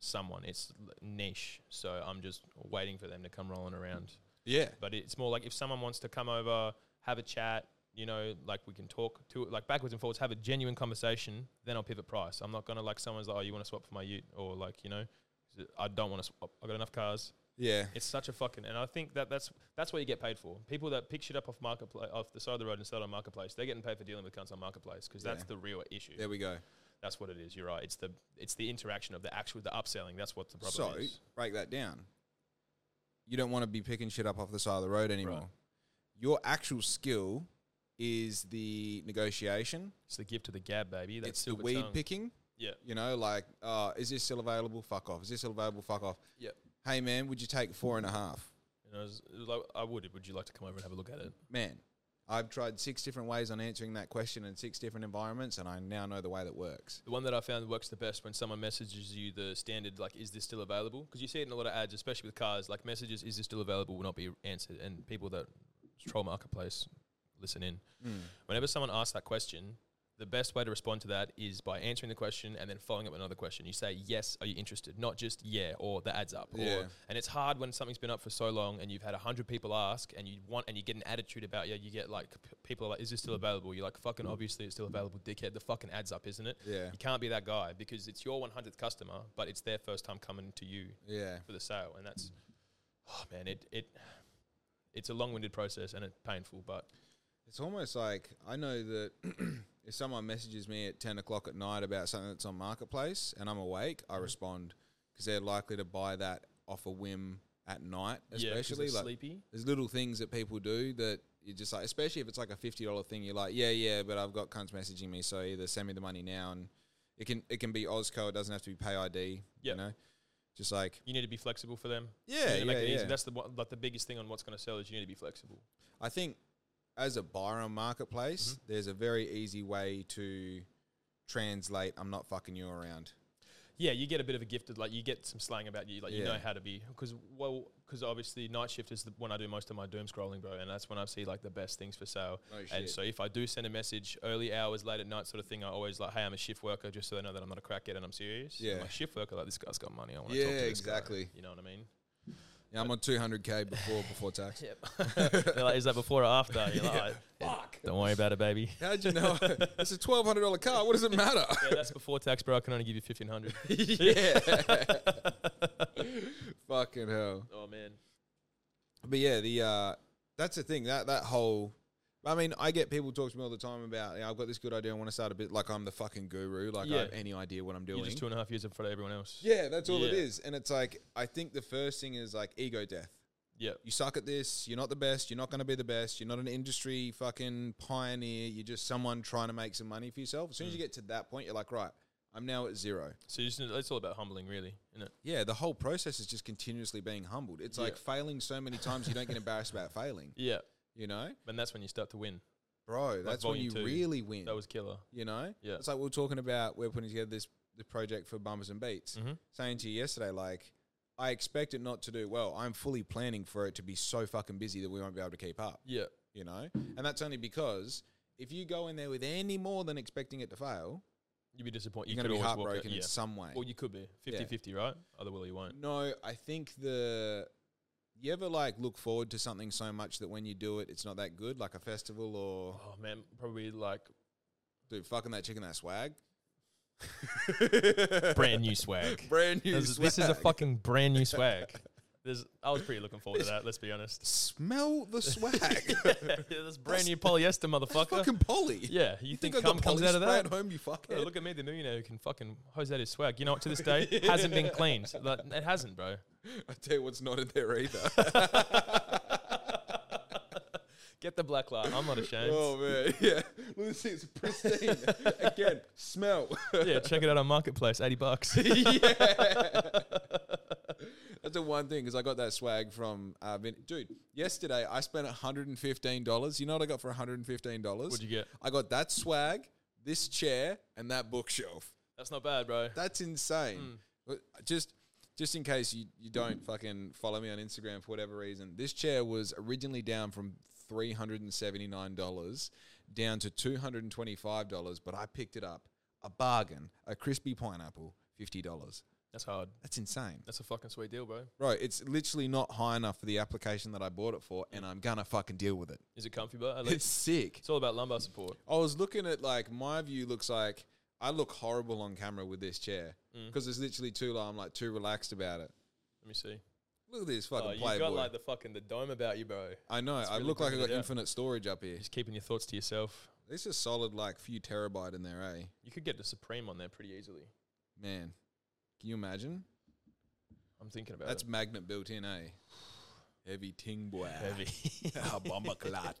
Speaker 2: someone. It's l- niche, so I'm just waiting for them to come rolling around.
Speaker 1: Yeah.
Speaker 2: But it's more like if someone wants to come over, have a chat, you know, like we can talk to it, like backwards and forwards, have a genuine conversation, then I'll pivot price. I'm not going to like someone's like, oh, you want to swap for my ute? Or like, you know, I don't want to swap. I've got enough cars.
Speaker 1: Yeah.
Speaker 2: It's such a fucking, and I think that that's that's what you get paid for. People that pick shit up off marketplace, off the side of the road and sell it on marketplace, they're getting paid for dealing with cunts on marketplace because that's
Speaker 1: Yeah.
Speaker 2: the real issue.
Speaker 1: There we go.
Speaker 2: That's what it is. You're right. It's the it's the interaction of the actual the upselling. That's what the problem
Speaker 1: so
Speaker 2: is.
Speaker 1: break that down. You don't want to be picking shit up off the side of the road anymore.
Speaker 2: Right.
Speaker 1: Your actual skill is the negotiation.
Speaker 2: It's the gift of the gab, baby. That's
Speaker 1: it's the weed
Speaker 2: tongue.
Speaker 1: picking.
Speaker 2: Yeah.
Speaker 1: You know, like, uh, is this still available? Fuck off. Is this still available? Fuck off.
Speaker 2: Yep.
Speaker 1: Hey man, would you take four and a half?
Speaker 2: And I was, it was like, I would. Would you like to come over and have a look at it?
Speaker 1: Man, I've tried six different ways on answering that question in six different environments, and I now know the way that works.
Speaker 2: The one that I found works the best when someone messages you the standard, like, is this still available? Because you see it in a lot of ads, especially with cars, like messages, is this still available, will not be answered. And people that troll marketplace listen in. Whenever someone asks that question, the best way to respond to that is by answering the question and then following up with another question. You say, yes, are you interested? Not just, yeah, or the ad's up. Or,
Speaker 1: Yeah.
Speaker 2: and it's hard when something's been up for so long and you've had 100 people ask and you want, and you get an attitude about, yeah, you get like, p- people are like, is this still available? You're like, fucking obviously it's still available, dickhead. The fucking ad's up, isn't it?
Speaker 1: Yeah.
Speaker 2: You can't be that guy because it's your 100th customer, but it's their first time coming to you
Speaker 1: Yeah.
Speaker 2: for the sale. And that's, oh man, it, it, it's a long-winded process and it's painful, but
Speaker 1: It's almost like I know that if someone messages me at 10 o'clock at night about something that's on Marketplace and I'm awake,
Speaker 2: Mm-hmm.
Speaker 1: I respond because they're likely to buy that off a whim at night,
Speaker 2: yeah, 'cause
Speaker 1: especially.
Speaker 2: they're
Speaker 1: like,
Speaker 2: sleepy.
Speaker 1: there's little things that people do that you just like, especially if it's like a $50 thing, you're like, yeah, yeah, but I've got cunts messaging me, so either send me the money now and it can it can be Osco, it doesn't have to be Pay ID,
Speaker 2: Yep.
Speaker 1: you know? Just like,
Speaker 2: you need to be flexible for them.
Speaker 1: Yeah,
Speaker 2: You need to make
Speaker 1: yeah,
Speaker 2: it easy.
Speaker 1: yeah.
Speaker 2: That's the one- like the biggest thing on what's going to sell is you need to be flexible.
Speaker 1: I think as a buyer on marketplace,
Speaker 2: Mm-hmm.
Speaker 1: there's a very easy way to translate. I'm not fucking you around.
Speaker 2: Yeah, you get a bit of a gifted like you get some slang about you like you
Speaker 1: Yeah.
Speaker 2: know how to be because well because obviously night shift is the, when I do most of my doom scrolling, bro, and that's when I see like the best things for sale.
Speaker 1: No
Speaker 2: and
Speaker 1: shit.
Speaker 2: so if I do send a message early hours, late at night, sort of thing, I always like, hey, I'm a shift worker, just so they know that I'm not a crackhead and I'm serious.
Speaker 1: Yeah.
Speaker 2: I'm a shift worker, like this guy's got money. I want to
Speaker 1: Yeah,
Speaker 2: talk to this guy."
Speaker 1: exactly.
Speaker 2: You know what I mean?
Speaker 1: Yeah, I'm on 200k before before tax.
Speaker 2: Yep. They're like, is that before or after? You're like, "Oh,
Speaker 1: Fuck.
Speaker 2: don't worry about it, baby.
Speaker 1: How'd you know? it's a twelve hundred dollar car. What does it matter?
Speaker 2: yeah, that's before tax, bro. I can only give you fifteen hundred.
Speaker 1: yeah. Fucking hell.
Speaker 2: Oh man.
Speaker 1: But yeah, the uh, that's the thing that that whole I mean, I get people talk to me all the time about "Yeah, I've got this good idea. I want to start a bit like I'm the fucking guru. Like I
Speaker 2: Yeah.
Speaker 1: have any idea what I'm doing.
Speaker 2: You're just two and a half years in front of everyone else.
Speaker 1: yeah, that's all it
Speaker 2: Yeah.
Speaker 1: is. And it's like I think the first thing is like ego death.
Speaker 2: Yeah.
Speaker 1: You suck at this. You're not the best. You're not going to be the best. You're not an industry fucking pioneer. You're just someone trying to make some money for yourself. As soon as
Speaker 2: Mm.
Speaker 1: you get to that point, you're like, right, I'm now at zero.
Speaker 2: So you just, it's all about humbling, really, isn't it?
Speaker 1: Yeah, the whole process is just continuously being humbled. It's like failing so many times you don't get embarrassed about failing.
Speaker 2: Yeah.
Speaker 1: You know,
Speaker 2: And that's when you start to win.
Speaker 1: bro, that's when
Speaker 2: volume
Speaker 1: you
Speaker 2: two.
Speaker 1: really win.
Speaker 2: That was killer.
Speaker 1: You know,
Speaker 2: Yeah.
Speaker 1: It's like we were talking about we're putting together this the project for Bumpers and Beats.
Speaker 2: Mhm.
Speaker 1: Saying to you yesterday, like I expect it not to do well. I'm fully planning for it to be so fucking busy that we won't be able to keep up.
Speaker 2: Yeah.
Speaker 1: You know, and that's only because if you go in there with any more than expecting it to fail,
Speaker 2: You'd be disappointed.
Speaker 1: you're
Speaker 2: You
Speaker 1: going to
Speaker 2: could
Speaker 1: be
Speaker 2: always walk out-
Speaker 1: heartbroken
Speaker 2: Yeah.
Speaker 1: in some way.
Speaker 2: Well, you could be 50 50, right? Other will you won't.
Speaker 1: No, I think the you ever like look forward to something so much that when you do it, it's not that good, like a festival or
Speaker 2: Oh, man. Probably like
Speaker 1: dude, fucking that chicken that swag,
Speaker 2: brand new swag.
Speaker 1: brand new.
Speaker 2: This is- This is a
Speaker 1: swag.
Speaker 2: fucking brand new swag. There's, I was pretty looking forward to that. Let's be honest.
Speaker 1: smell the swag.
Speaker 2: yeah, that's brand new polyester, motherfucker.
Speaker 1: fucking Polly.
Speaker 2: yeah, you, think,
Speaker 1: I
Speaker 2: cum
Speaker 1: got
Speaker 2: comes
Speaker 1: Polly
Speaker 2: out of
Speaker 1: spray
Speaker 2: that?
Speaker 1: at home? You
Speaker 2: Yeah,
Speaker 1: fucking
Speaker 2: look at me, the millionaire who can fucking hose out his swag. You know what? To this day, hasn't been cleaned. Like, it hasn't, bro.
Speaker 1: I tell you what's not in there either.
Speaker 2: Get the black light. I'm not ashamed.
Speaker 1: oh man, yeah. Look at this, it's pristine. Again, smell.
Speaker 2: Yeah, check it out on marketplace. Eighty bucks.
Speaker 1: yeah. That's the one thing because I got that swag from uh, Vin- dude. Yesterday I spent hundred and fifteen dollars. You know what I got for hundred and fifteen dollars?
Speaker 2: What'd you get?
Speaker 1: I got that swag, this chair, and that bookshelf.
Speaker 2: That's not bad, bro.
Speaker 1: That's insane. But Just just in case you, you don't fucking follow me on Instagram for whatever reason, this chair was originally down from three hundred and seventy nine dollars down to two hundred and twenty five dollars, but I picked it up a bargain, a crispy pineapple, fifty dollars.
Speaker 2: That's hard.
Speaker 1: That's insane.
Speaker 2: That's a fucking sweet deal, bro.
Speaker 1: Bro, it's literally not high enough for the application that I bought it for, and I'm gonna fucking deal with it.
Speaker 2: Is it comfy, bro? At
Speaker 1: It's
Speaker 2: least
Speaker 1: sick.
Speaker 2: it's all about lumbar support.
Speaker 1: I was looking at like my view looks like I look horrible on camera with this chair because it's literally too low. I'm like too relaxed about it.
Speaker 2: Let me see.
Speaker 1: Look at this
Speaker 2: Oh,
Speaker 1: fucking
Speaker 2: you
Speaker 1: playboy.
Speaker 2: got like the fucking the dome about you, bro.
Speaker 1: I know. I
Speaker 2: really
Speaker 1: look like I
Speaker 2: bringing
Speaker 1: got
Speaker 2: it out.
Speaker 1: infinite storage up here.
Speaker 2: Just keeping your thoughts to yourself.
Speaker 1: This is solid, like few terabyte in there, eh?
Speaker 2: You could get the Supreme on there pretty easily.
Speaker 1: Man, can you imagine?
Speaker 2: I'm thinking about
Speaker 1: That's
Speaker 2: it.
Speaker 1: magnet built in, eh? Heavy ting boy.
Speaker 2: Heavy.
Speaker 1: Ah, bomber clot.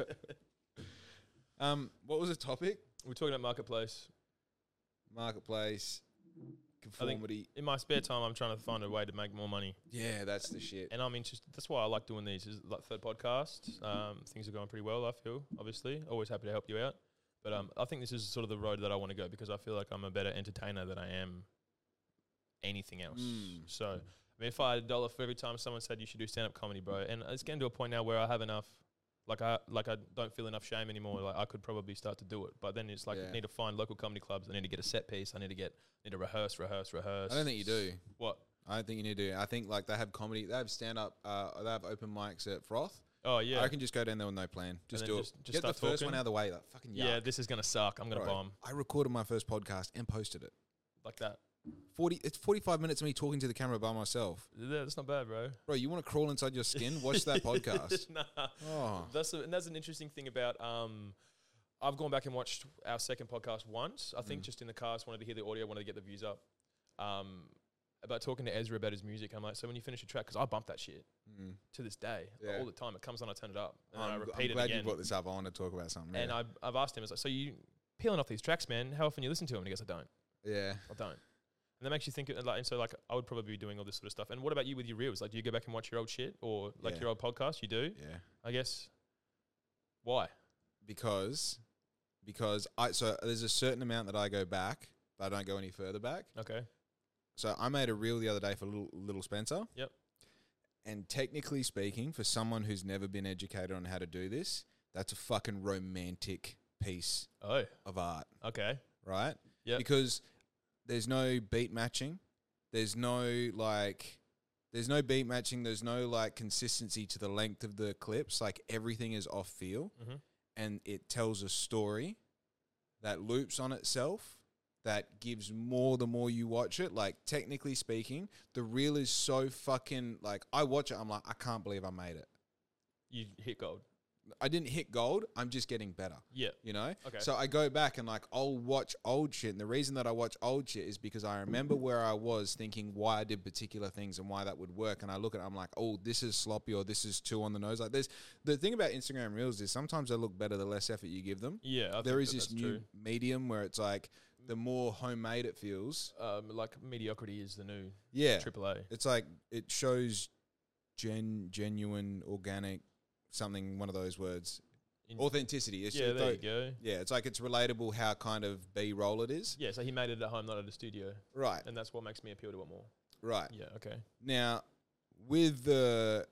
Speaker 1: um, what was the topic?
Speaker 2: We're talking about marketplace.
Speaker 1: marketplace conformity.
Speaker 2: In my spare time, I'm trying to find a way to make more money,
Speaker 1: Yeah, that's the shit.
Speaker 2: and I'm interested. That's why I like doing these. Is like third podcast. Um, things are going pretty well. I feel obviously always happy to help you out, but um, I think this is sort of the road that I want to go because I feel like I'm a better entertainer than I am anything else.
Speaker 1: Mm.
Speaker 2: So, I mean, if I had a dollar for every time someone said you should do stand up comedy, bro, and it's getting to a point now where I have enough. Like I like I don't feel enough shame anymore. Like I could probably start to do it, but then it's like
Speaker 1: Yeah.
Speaker 2: I need to find local comedy clubs. I need to get a set piece. I need to get need to rehearse, rehearse, rehearse.
Speaker 1: I don't think you do.
Speaker 2: What?
Speaker 1: I don't think you need to. do. I think like they have comedy, they have stand up, uh, they have open mics at Froth.
Speaker 2: Oh
Speaker 1: Yeah.
Speaker 2: yeah,
Speaker 1: I can just go down there with no plan. Just
Speaker 2: then
Speaker 1: do
Speaker 2: just-
Speaker 1: it.
Speaker 2: just
Speaker 1: Get the
Speaker 2: start
Speaker 1: first one
Speaker 2: talking.
Speaker 1: out of the way. Like fucking
Speaker 2: yeah.
Speaker 1: yuck.
Speaker 2: This is gonna suck. I'm gonna
Speaker 1: Bro,
Speaker 2: bomb
Speaker 1: I recorded my first podcast and posted it.
Speaker 2: like that.
Speaker 1: Forty. It's forty five minutes of me talking to the camera by myself.
Speaker 2: Yeah, That's not bad, bro.
Speaker 1: Bro, you want to crawl inside your skin? Watch that podcast.
Speaker 2: nah,
Speaker 1: Oh,
Speaker 2: that's a, and that's an interesting thing about um. I've gone back and watched our second podcast once. I
Speaker 1: Mm.
Speaker 2: think just in the cars, wanted to hear the audio, wanted to get the views up. Um, about talking to Ezra about his music, I'm like, so when you finish a track, because I bump that shit
Speaker 1: mm.
Speaker 2: to this day
Speaker 1: Yeah.
Speaker 2: all the time. It comes on, I turn it up, and then I
Speaker 1: I'm, I'm
Speaker 2: repeat it
Speaker 1: glad
Speaker 2: again.
Speaker 1: you brought this up. I want to talk about something.
Speaker 2: And
Speaker 1: yeah.
Speaker 2: I, I've asked him, I was like, so you peeling off these tracks, man? How often you listen to them? And he goes, I don't.
Speaker 1: yeah.
Speaker 2: I don't. And that makes you think, uh, like, and so like, I would probably be doing all this sort of stuff. And what about you with your reels? Like, do you go back and watch your old shit or like
Speaker 1: Yeah.
Speaker 2: your old podcast? You do,
Speaker 1: Yeah.
Speaker 2: I guess. Why?
Speaker 1: because because I so there's a certain amount that I go back, but I don't go any further back.
Speaker 2: Okay.
Speaker 1: So I made a reel the other day for little, little Spencer.
Speaker 2: Yep.
Speaker 1: And technically speaking, for someone who's never been educated on how to do this, that's a fucking romantic piece
Speaker 2: Oh,
Speaker 1: of art,
Speaker 2: okay.
Speaker 1: right?
Speaker 2: Yep.
Speaker 1: Because there's no beat matching. There's no like there's no beat matching, there's no like consistency to the length of the clips. Like everything is off feel
Speaker 2: Mhm.
Speaker 1: and it tells a story that loops on itself that gives more the more you watch it. Like technically speaking, the reel is so fucking like I watch it, I'm like, I can't believe I made it.
Speaker 2: You hit gold.
Speaker 1: I didn't hit gold. I'm just getting better.
Speaker 2: Yeah.
Speaker 1: You know?
Speaker 2: Okay.
Speaker 1: So I go back and like I'll watch old shit. And the reason that I watch old shit is because I remember where I was thinking why I did particular things and why that would work. And I look at it, I'm like, oh, this is sloppy or this is too on the nose. Like there's the thing about Instagram reels is sometimes they look better the less effort you give them.
Speaker 2: Yeah. I think
Speaker 1: there is
Speaker 2: that
Speaker 1: this
Speaker 2: that's
Speaker 1: new
Speaker 2: true.
Speaker 1: medium where it's like the more homemade it feels.
Speaker 2: Um, like mediocrity is the new
Speaker 1: Yeah.
Speaker 2: triple A.
Speaker 1: It's like it shows gen genuine organic something one of those words
Speaker 2: In-
Speaker 1: authenticity it's
Speaker 2: Yeah,
Speaker 1: it
Speaker 2: there you
Speaker 1: tho-
Speaker 2: go.
Speaker 1: yeah it's like it's relatable how kind of b-roll it is
Speaker 2: Yeah, so he made it at home, not at a studio,
Speaker 1: right
Speaker 2: and that's what makes me appeal to it more.
Speaker 1: right
Speaker 2: Yeah, okay.
Speaker 1: now with the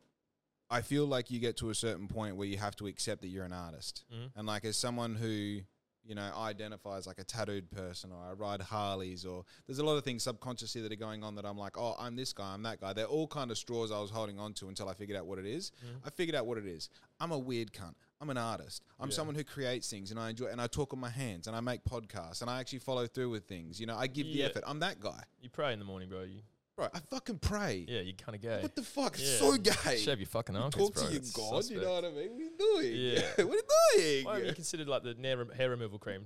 Speaker 1: i feel like you get to a certain point where you have to accept that you're an artist
Speaker 2: Mhm.
Speaker 1: and like as someone who you know identifies like a tattooed person or i ride harleys or there's a lot of things subconsciously that are going on that i'm like oh i'm this guy i'm that guy they're all kind of straws i was holding on to until i figured out what it is.
Speaker 2: Mm-hmm.
Speaker 1: i figured out what it is i'm a weird cunt i'm an artist i'm
Speaker 2: Yeah.
Speaker 1: someone who creates things and i enjoy and i talk on my hands and i make podcasts and i actually follow through with things you know i give
Speaker 2: Yeah.
Speaker 1: the effort i'm that guy
Speaker 2: You pray in the morning, bro. You,
Speaker 1: right i fucking pray
Speaker 2: yeah, you're kind of gay.
Speaker 1: what the fuck
Speaker 2: Yeah.
Speaker 1: so gay
Speaker 2: Shave your fucking armpits,
Speaker 1: talk
Speaker 2: bro.
Speaker 1: to your
Speaker 2: It's
Speaker 1: God. You know
Speaker 2: suspect.
Speaker 1: what I mean? What are you doing? what are
Speaker 2: Yeah.
Speaker 1: you
Speaker 2: Why haven't you
Speaker 1: doing?
Speaker 2: considered like the nair- hair removal cream?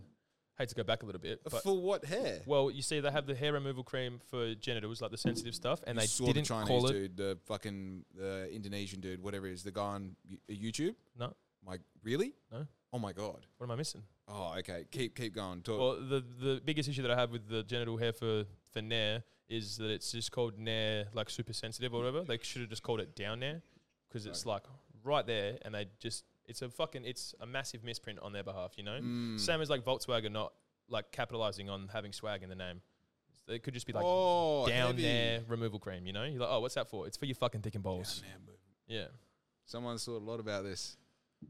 Speaker 2: Hate to go back a little bit, but
Speaker 1: For what hair?
Speaker 2: well, you see, they have the hair removal cream for genitals, like the sensitive stuff, and
Speaker 1: You
Speaker 2: they
Speaker 1: saw
Speaker 2: didn't
Speaker 1: the Chinese
Speaker 2: call it.
Speaker 1: dude, the fucking the Indonesian dude, whatever it is, the guy on Y- uh, YouTube.
Speaker 2: No,
Speaker 1: Like, really?
Speaker 2: No.
Speaker 1: Oh my god.
Speaker 2: what am I missing?
Speaker 1: Oh, okay. Keep keep going. Talk.
Speaker 2: Well, the the biggest issue that I have with the genital hair for for Nair is that it's just called Nair, like super sensitive or whatever. They should have just called it down Nair because it's like right there, and they just it's a fucking it's a massive misprint on their behalf, you know.
Speaker 1: Mm.
Speaker 2: Same as like Volkswagen not like capitalizing on having swag in the name. It could just be like
Speaker 1: oh,
Speaker 2: down
Speaker 1: heavy.
Speaker 2: there removal cream, you know. You're like, oh, what's that for? It's for your fucking dick and
Speaker 1: Down
Speaker 2: balls.
Speaker 1: there, bro.
Speaker 2: Yeah.
Speaker 1: Someone thought a lot about this.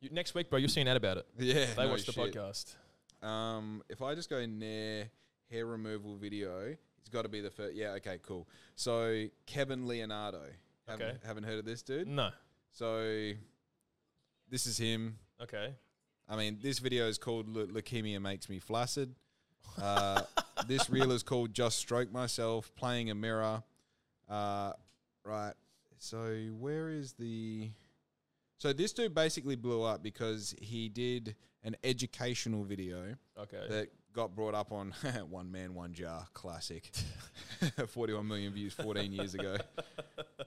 Speaker 2: You, next week, bro, you'll see an ad about it.
Speaker 1: Yeah.
Speaker 2: They
Speaker 1: no
Speaker 2: watch the
Speaker 1: shit.
Speaker 2: podcast.
Speaker 1: Um, if I just go in there, hair removal video, it's got to be the first. Yeah. Okay. Cool. So Kevin Leonardo. Haven't,
Speaker 2: Okay. Mm.
Speaker 1: Haven't heard of this dude.
Speaker 2: No.
Speaker 1: So this is him.
Speaker 2: Okay.
Speaker 1: I mean, this video is called Le- Leukemia Makes Me Flaccid. Uh, this reel is called Just Stroke Myself, Playing a Mirror. Uh, right. So, where is the. So, this dude basically blew up because he did an educational video
Speaker 2: Okay.
Speaker 1: that got brought up on One Man, One Jar, classic. 41 million views 14 years ago.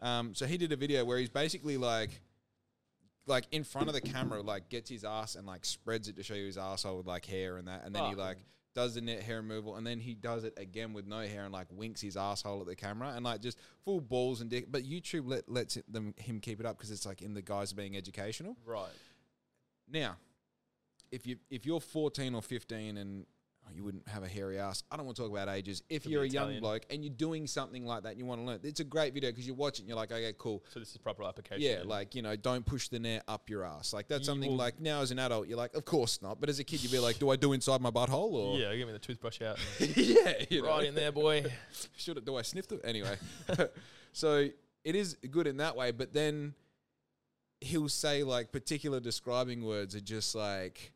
Speaker 1: Um, so he did a video where he's basically like, like in front of the camera, like gets his ass and like spreads it to show you his asshole with like hair and that, and then he
Speaker 2: Fuck.
Speaker 1: like does the net hair removal, and then he does it again with no hair and like winks his asshole at the camera and like just full balls and dick. But YouTube let lets it- them him keep it up because it's like in the guise of being educational.
Speaker 2: right.
Speaker 1: Now, if you if you're 14 or 15 and oh, you wouldn't have a hairy ass, I don't want to talk about ages. If
Speaker 2: Could be
Speaker 1: you're a young
Speaker 2: Italian.
Speaker 1: bloke and you're doing something like that, and you want to learn. It's a great video because you watch it and you're like, okay, cool.
Speaker 2: So this is proper application.
Speaker 1: Yeah,
Speaker 2: then.
Speaker 1: like you know, don't push the net up your ass. Like that's
Speaker 2: You
Speaker 1: something
Speaker 2: will-
Speaker 1: like now as an adult, you're like, of course not. But as a kid, you'd be like, do I do inside my butthole or
Speaker 2: yeah, give me the toothbrush out.
Speaker 1: yeah, you know?
Speaker 2: right in there, boy.
Speaker 1: should it, do I sniff it anyway? so it is good in that way, but then he'll say like particular describing words are just like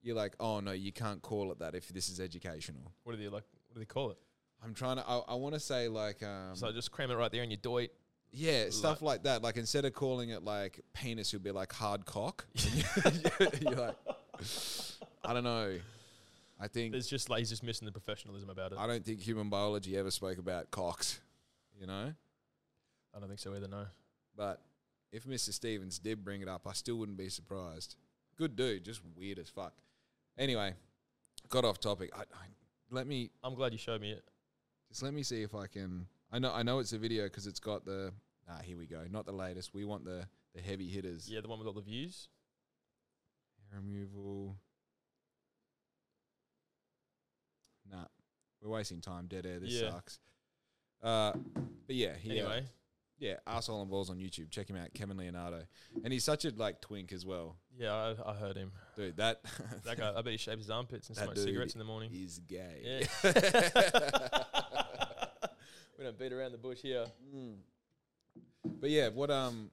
Speaker 1: you're like, oh no, you can't call it that if this is educational.
Speaker 2: What do they like? What do they call it?
Speaker 1: I'm trying to. I, I want to say like, um,
Speaker 2: so just cram it right there in your doit.
Speaker 1: yeah, stuff like that. Like instead of calling it like penis, you'll be like hard cock. you're like, I don't know. I think
Speaker 2: It's just like he's just missing the professionalism about it. I,
Speaker 1: I don't think human biology ever spoke about cocks. You know.
Speaker 2: don't think so either. No.
Speaker 1: But if Mr. Stevens did bring it up, I still wouldn't be surprised. Good dude, just weird as fuck. Anyway, got off topic. I, I, let me
Speaker 2: I'm glad you showed me it.
Speaker 1: just let me see if I can. I know I know it's a video because it's got the. Ah, here we go. Not the latest. We want the the heavy hitters.
Speaker 2: Yeah, the one with all the views.
Speaker 1: Hair removal. Nah, we're wasting time. Dead air. This
Speaker 2: Yeah.
Speaker 1: sucks. Uh, but yeah, here you go.
Speaker 2: Anyway,
Speaker 1: yeah, asshole and balls on YouTube. Check him out, Kevin Leonardo, and he's such a like twink as well.
Speaker 2: yeah, I, I heard him.
Speaker 1: Dude, that
Speaker 2: That guy, I bet he shaves his armpits and
Speaker 1: That
Speaker 2: smokes
Speaker 1: dude
Speaker 2: cigarettes in the morning.
Speaker 1: is gay.
Speaker 2: Yeah. we don't beat around the bush here.
Speaker 1: Mm. But yeah, what um,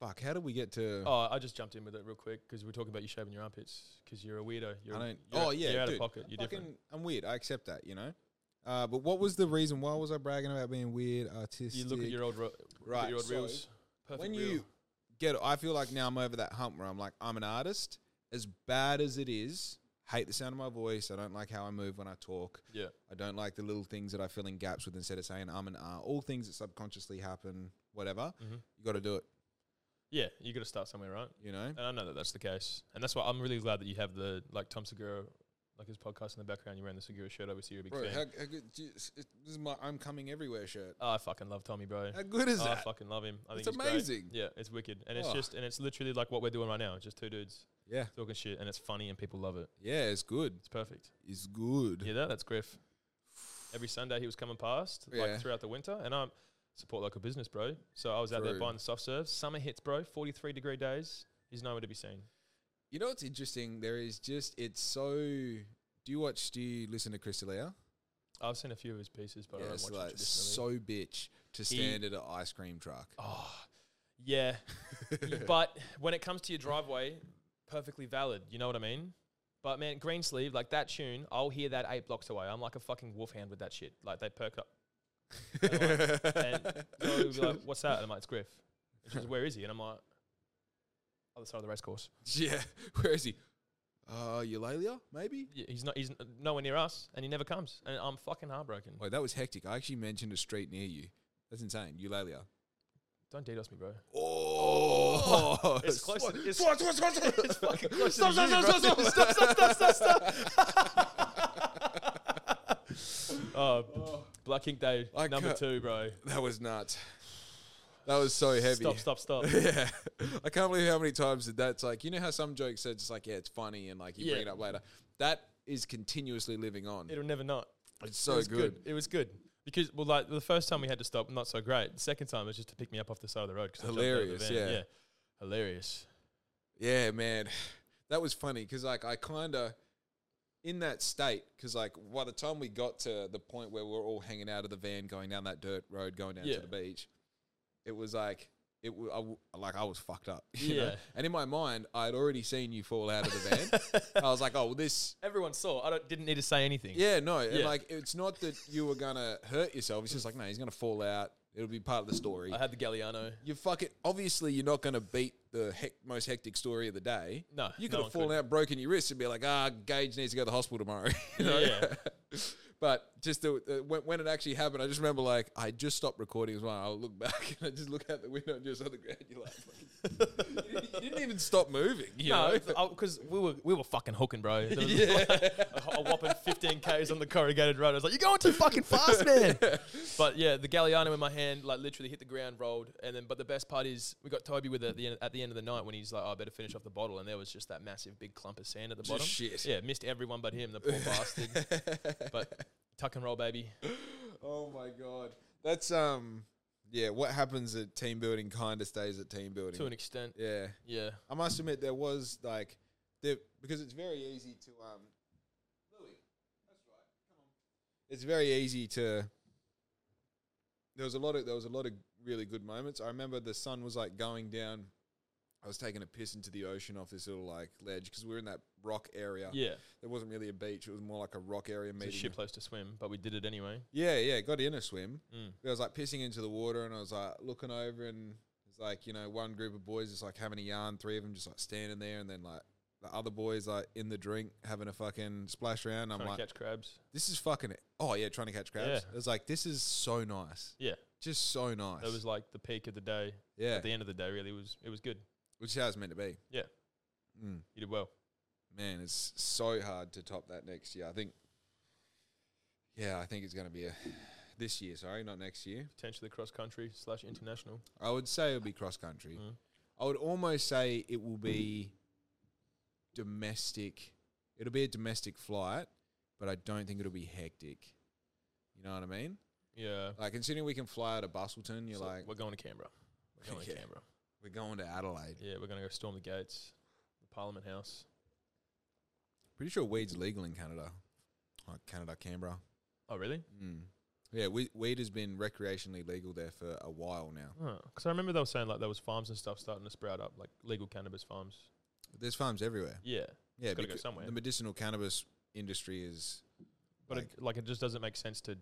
Speaker 1: fuck, how did we get to?
Speaker 2: Oh, I just jumped in with it real quick because we're talking about you shaving your armpits because you're a weirdo. You're,
Speaker 1: I don't.
Speaker 2: you're
Speaker 1: oh
Speaker 2: out-
Speaker 1: yeah,
Speaker 2: you're out
Speaker 1: dude,
Speaker 2: of pocket. You're
Speaker 1: I'm
Speaker 2: different.
Speaker 1: fucking- I'm weird. I accept that, you know. Uh, but what was the reason? Why was I bragging about being weird, artistic?
Speaker 2: You look at your old, ro- look at
Speaker 1: Right,
Speaker 2: your old
Speaker 1: so
Speaker 2: reels. Perfect
Speaker 1: when
Speaker 2: reel.
Speaker 1: you get. I feel like now I'm over that hump where I'm like, I'm an artist. As bad as it is, hate the sound of my voice. I don't like how I move when I talk.
Speaker 2: Yeah.
Speaker 1: I don't like the little things that I fill in gaps with instead of saying I'm an R. All things that subconsciously happen, whatever.
Speaker 2: Mhm.
Speaker 1: You got to do it.
Speaker 2: Yeah, you got to start somewhere, right?
Speaker 1: You know.
Speaker 2: And I know that that's the case, and that's why I'm really glad that you have the like Tom Segura, like his podcast in the background. You're wearing the Segura shirt, obviously you're a big
Speaker 1: Bro,
Speaker 2: fan.
Speaker 1: how, how good, do you- s- it- this is my I'm coming everywhere shirt.
Speaker 2: Oh, I fucking love Tommy, bro.
Speaker 1: How good is
Speaker 2: Oh, I
Speaker 1: that?
Speaker 2: fucking love him. I think
Speaker 1: It's
Speaker 2: he's great.
Speaker 1: amazing.
Speaker 2: Yeah, it's wicked, and it's
Speaker 1: Oh.
Speaker 2: just and it's literally like what we're doing right now. It's just two dudes
Speaker 1: Yeah,
Speaker 2: talking shit, and it's funny, and people love it.
Speaker 1: yeah, it's good.
Speaker 2: It's perfect.
Speaker 1: It's good.
Speaker 2: Yeah, that that's Griff. Every Sunday he was coming past,
Speaker 1: Yeah.
Speaker 2: like throughout the winter, and I support local business, bro. So I was out
Speaker 1: True.
Speaker 2: there buying the soft serves. Summer hits, bro. Forty three degree days. He's nowhere to be seen.
Speaker 1: You know what's interesting? There is just it's so. Do you watch? Do you listen to Chris D'Elia?
Speaker 2: I've seen a few of his pieces, but I
Speaker 1: Yeah,
Speaker 2: don't
Speaker 1: it's
Speaker 2: watch
Speaker 1: like
Speaker 2: it traditionally.
Speaker 1: so bitch to stand at an ice cream truck.
Speaker 2: Oh, yeah. Y- but when it comes to your driveway, perfectly valid. You know what I mean? But man, Green Sleeve, like that tune, I'll hear that eight blocks away. I'm like a fucking wolf hound with that shit. Like they perk up. And Zoe would be like, what's that? And I'm like, it's Griff. And she's like, where is he? And I'm like, other side of the race course.
Speaker 1: yeah, where is he? Uh, Eulalia, maybe.
Speaker 2: Yeah, He's not. He's n- nowhere near us, and he never comes. And I'm fucking heartbroken.
Speaker 1: Wait, that was hectic. I actually mentioned a street near you. That's insane, Eulalia.
Speaker 2: Don't DDoS me, bro.
Speaker 1: Oh,
Speaker 2: It's close to- it's-
Speaker 1: Swat, swat, swat, swat.
Speaker 2: It's fucking close
Speaker 1: Stop,
Speaker 2: to
Speaker 1: stop,
Speaker 2: you, bro.
Speaker 1: stop, stop, stop, stop, stop, stop, stop.
Speaker 2: Oh, Black Ink Day
Speaker 1: I
Speaker 2: number
Speaker 1: can't-
Speaker 2: two, bro.
Speaker 1: That was nuts. That was so heavy.
Speaker 2: Stop, stop, stop.
Speaker 1: Yeah, I can't believe how many times that that's like you know how some jokes are just like yeah it's funny and like you bring it
Speaker 2: Yeah.
Speaker 1: up later. That is continuously living on.
Speaker 2: It'll never not.
Speaker 1: it's so
Speaker 2: it was
Speaker 1: good.
Speaker 2: It was good because well, like the first time we had to stop, not so great. The second time was just to pick me up off the side of the road. 'cause I jumped out of the
Speaker 1: Hilarious,
Speaker 2: van.
Speaker 1: yeah.
Speaker 2: hilarious.
Speaker 1: Yeah, man, that was funny because like I kind of in that state because like by the time we got to the point where we we're all hanging out of the van going down that dirt road going down
Speaker 2: Yeah.
Speaker 1: to the beach, it was like. It w- I w- like I was fucked up, you know?
Speaker 2: Yeah.
Speaker 1: And in my mind, I'd already seen you fall out of the van. I was like, "Oh, well, this
Speaker 2: Everyone saw. I don't, didn't need to say anything.
Speaker 1: Yeah, no, and
Speaker 2: Yeah.
Speaker 1: like it's not that you were gonna hurt yourself. It's just like no, he's gonna fall out. It'll be part of the story.
Speaker 2: I had the Galliano.
Speaker 1: You fuck it. Obviously, you're not gonna beat the hec- most hectic story of the day.
Speaker 2: No,
Speaker 1: you
Speaker 2: no
Speaker 1: could
Speaker 2: one
Speaker 1: have fallen
Speaker 2: could.
Speaker 1: out, broken your wrist, and be like, ah, Gage needs to go to the hospital tomorrow. you know?
Speaker 2: Yeah.
Speaker 1: But just the, uh, when, when it actually happened, I just remember like I just stopped recording as well. I look back and I just look out the window and just on the ground. You're like, fucking- you, didn't, you didn't even stop moving. You
Speaker 2: No,
Speaker 1: know?
Speaker 2: because we were we were fucking hooking, bro. There was
Speaker 1: Yeah.
Speaker 2: like a, a whopping 15 k's on the corrugated road. I was like, "You're going too fucking fast, man." but yeah, the Galliano in my hand, like literally hit the ground, rolled, and then. But the best part is we got Toby with it at the end, at the end of the night when he's like, oh, "I better finish off the bottle," and there was just that massive big clump of sand at the
Speaker 1: Just
Speaker 2: bottom.
Speaker 1: shit.
Speaker 2: Yeah, missed everyone but him, the poor bastard. But tuck and roll, baby.
Speaker 1: Oh my god, that's um, yeah. What happens at team building kind of stays at team building.
Speaker 2: To an extent,
Speaker 1: yeah,
Speaker 2: yeah.
Speaker 1: I must admit there was like, there because it's very easy to um, Louis, that's right. Come on. It's very easy to. There was a lot of there was a lot of really good moments. I remember the sun was like going down. I was taking a piss into the ocean off this little like ledge because we were in that rock area.
Speaker 2: Yeah,
Speaker 1: There wasn't really a beach; it was more like a rock area
Speaker 2: it's a
Speaker 1: meeting.
Speaker 2: shit place to swim, but we did it anyway.
Speaker 1: Yeah, yeah, got in a swim.
Speaker 2: Mm.
Speaker 1: I was like pissing into the water, and I was like looking over, and it's like you know one group of boys just like having a yarn, three of them just like standing there, and then like the other boys like in the drink having a fucking splash around. I'm
Speaker 2: Trying
Speaker 1: like,
Speaker 2: to catch crabs.
Speaker 1: this is fucking oh yeah, trying to catch crabs.
Speaker 2: Yeah.
Speaker 1: It was like this is so nice,
Speaker 2: Yeah,
Speaker 1: just so nice.
Speaker 2: that was like the peak of the day.
Speaker 1: yeah,
Speaker 2: At the end of the day, really, it was it was good.
Speaker 1: which is how it's meant to be.
Speaker 2: Yeah.
Speaker 1: Mm.
Speaker 2: You did well.
Speaker 1: man, it's so hard to top that next year. I think. Yeah, I think it's going to be a this year. Sorry, not next year.
Speaker 2: Potentially cross country slash international.
Speaker 1: I would say it'll be cross country.
Speaker 2: Mm.
Speaker 1: I would almost say it will be domestic. It'll be a domestic flight, but I don't think it'll be hectic. You know what I mean?
Speaker 2: Yeah.
Speaker 1: Like considering we can fly out of Bustleton, you're
Speaker 2: So
Speaker 1: like,
Speaker 2: we're going to Canberra. We're going
Speaker 1: Yeah.
Speaker 2: to Canberra.
Speaker 1: we're going to Adelaide.
Speaker 2: Yeah, we're going to go storm the gates, the Parliament House.
Speaker 1: Pretty sure weed's legal in Canada, like Canada, Canberra.
Speaker 2: Oh, really?
Speaker 1: Mm. Yeah, we, weed has been recreationally legal there for a while now.
Speaker 2: Because I remember they were saying like there was farms and stuff starting to sprout up, like legal cannabis farms.
Speaker 1: There's farms everywhere.
Speaker 2: Yeah,
Speaker 1: Yeah,
Speaker 2: gotta go
Speaker 1: becau-
Speaker 2: somewhere.
Speaker 1: the medicinal cannabis industry is
Speaker 2: but
Speaker 1: Like-
Speaker 2: it, like it just doesn't make sense to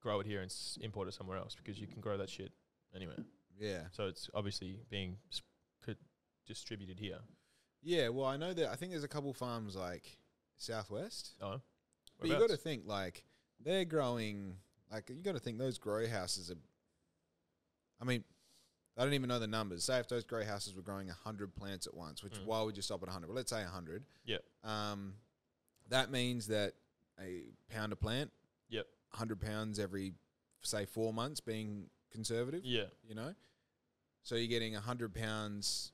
Speaker 2: grow it here and s- import it somewhere else because you can grow that shit anywhere.
Speaker 1: yeah.
Speaker 2: So it's obviously being s- c- distributed here.
Speaker 1: Yeah, well, I know that. I think there's a couple farms like Southwest,
Speaker 2: Oh,
Speaker 1: but you got to think like they're growing. Like you got to think those grow houses are. I mean, I don't even know the numbers. Say if those grow houses were growing hundred plants at once, which
Speaker 2: Mm.
Speaker 1: why would you stop at hundred? Well, let's say hundred.
Speaker 2: Yeah.
Speaker 1: Um, that means that a pound a plant.
Speaker 2: Yep.
Speaker 1: Hundred pounds every, say, four months, being conservative.
Speaker 2: yeah,
Speaker 1: you know. So you're getting hundred pounds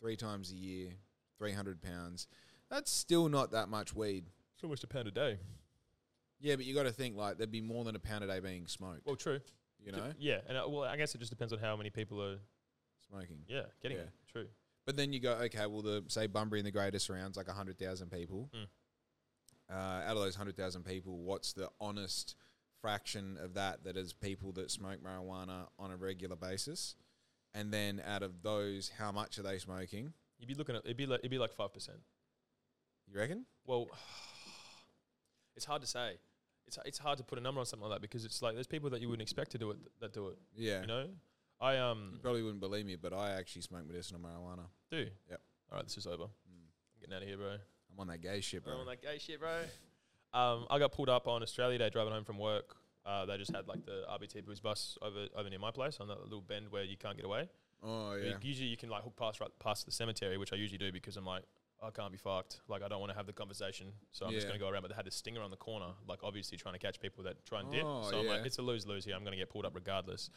Speaker 1: three times a year, three hundred pounds. That's still not that much weed.
Speaker 2: it's almost a pound a day.
Speaker 1: Yeah, but you got to think like there'd be more than a pound a day being smoked.
Speaker 2: Well, true.
Speaker 1: you know,
Speaker 2: Yeah, and uh, well, I guess it just depends on how many people are.
Speaker 1: smoking.
Speaker 2: Yeah, getting
Speaker 1: Yeah.
Speaker 2: it. True.
Speaker 1: But then you go, okay, well, the say Bunbury and the Greater surrounds like hundred thousand people.
Speaker 2: Mm.
Speaker 1: Uh,
Speaker 2: Hmm.
Speaker 1: out of those hundred thousand people, what's the honest fraction of that that is people that smoke marijuana on a regular basis? And then out of those, how much are they smoking?
Speaker 2: You'd be looking at it'd be like it'd be like five percent.
Speaker 1: You reckon?
Speaker 2: Well, it's hard to say. It's it's hard to put a number on something like that because it's like there's people that you wouldn't expect to do it that do it.
Speaker 1: Yeah.
Speaker 2: You know, I
Speaker 1: You
Speaker 2: um
Speaker 1: probably wouldn't believe me, but I actually smoke medicinal marijuana.
Speaker 2: do.
Speaker 1: Yep.
Speaker 2: All right, this is over. I'm getting out of here, bro.
Speaker 1: I'm on that gay shit, Mm. bro.
Speaker 2: I'm on Oh, that gay shit, bro. Um, I got pulled up on Australia Day driving home from work. Uh, they just had like the RBT boost bus over over near my place on that little bend where you can't get away.
Speaker 1: oh
Speaker 2: But
Speaker 1: yeah,
Speaker 2: Usually you can like hook past right past the cemetery, which I usually do because I'm like, I can't be fucked. Like I don't want to have the conversation, so I'm just
Speaker 1: Yeah.
Speaker 2: gonna go around. But they had this stinger on the corner, like obviously trying to catch people that try and dip.
Speaker 1: Oh,
Speaker 2: So I'm
Speaker 1: yeah.
Speaker 2: like, it's a lose lose here. I'm gonna get pulled up regardless.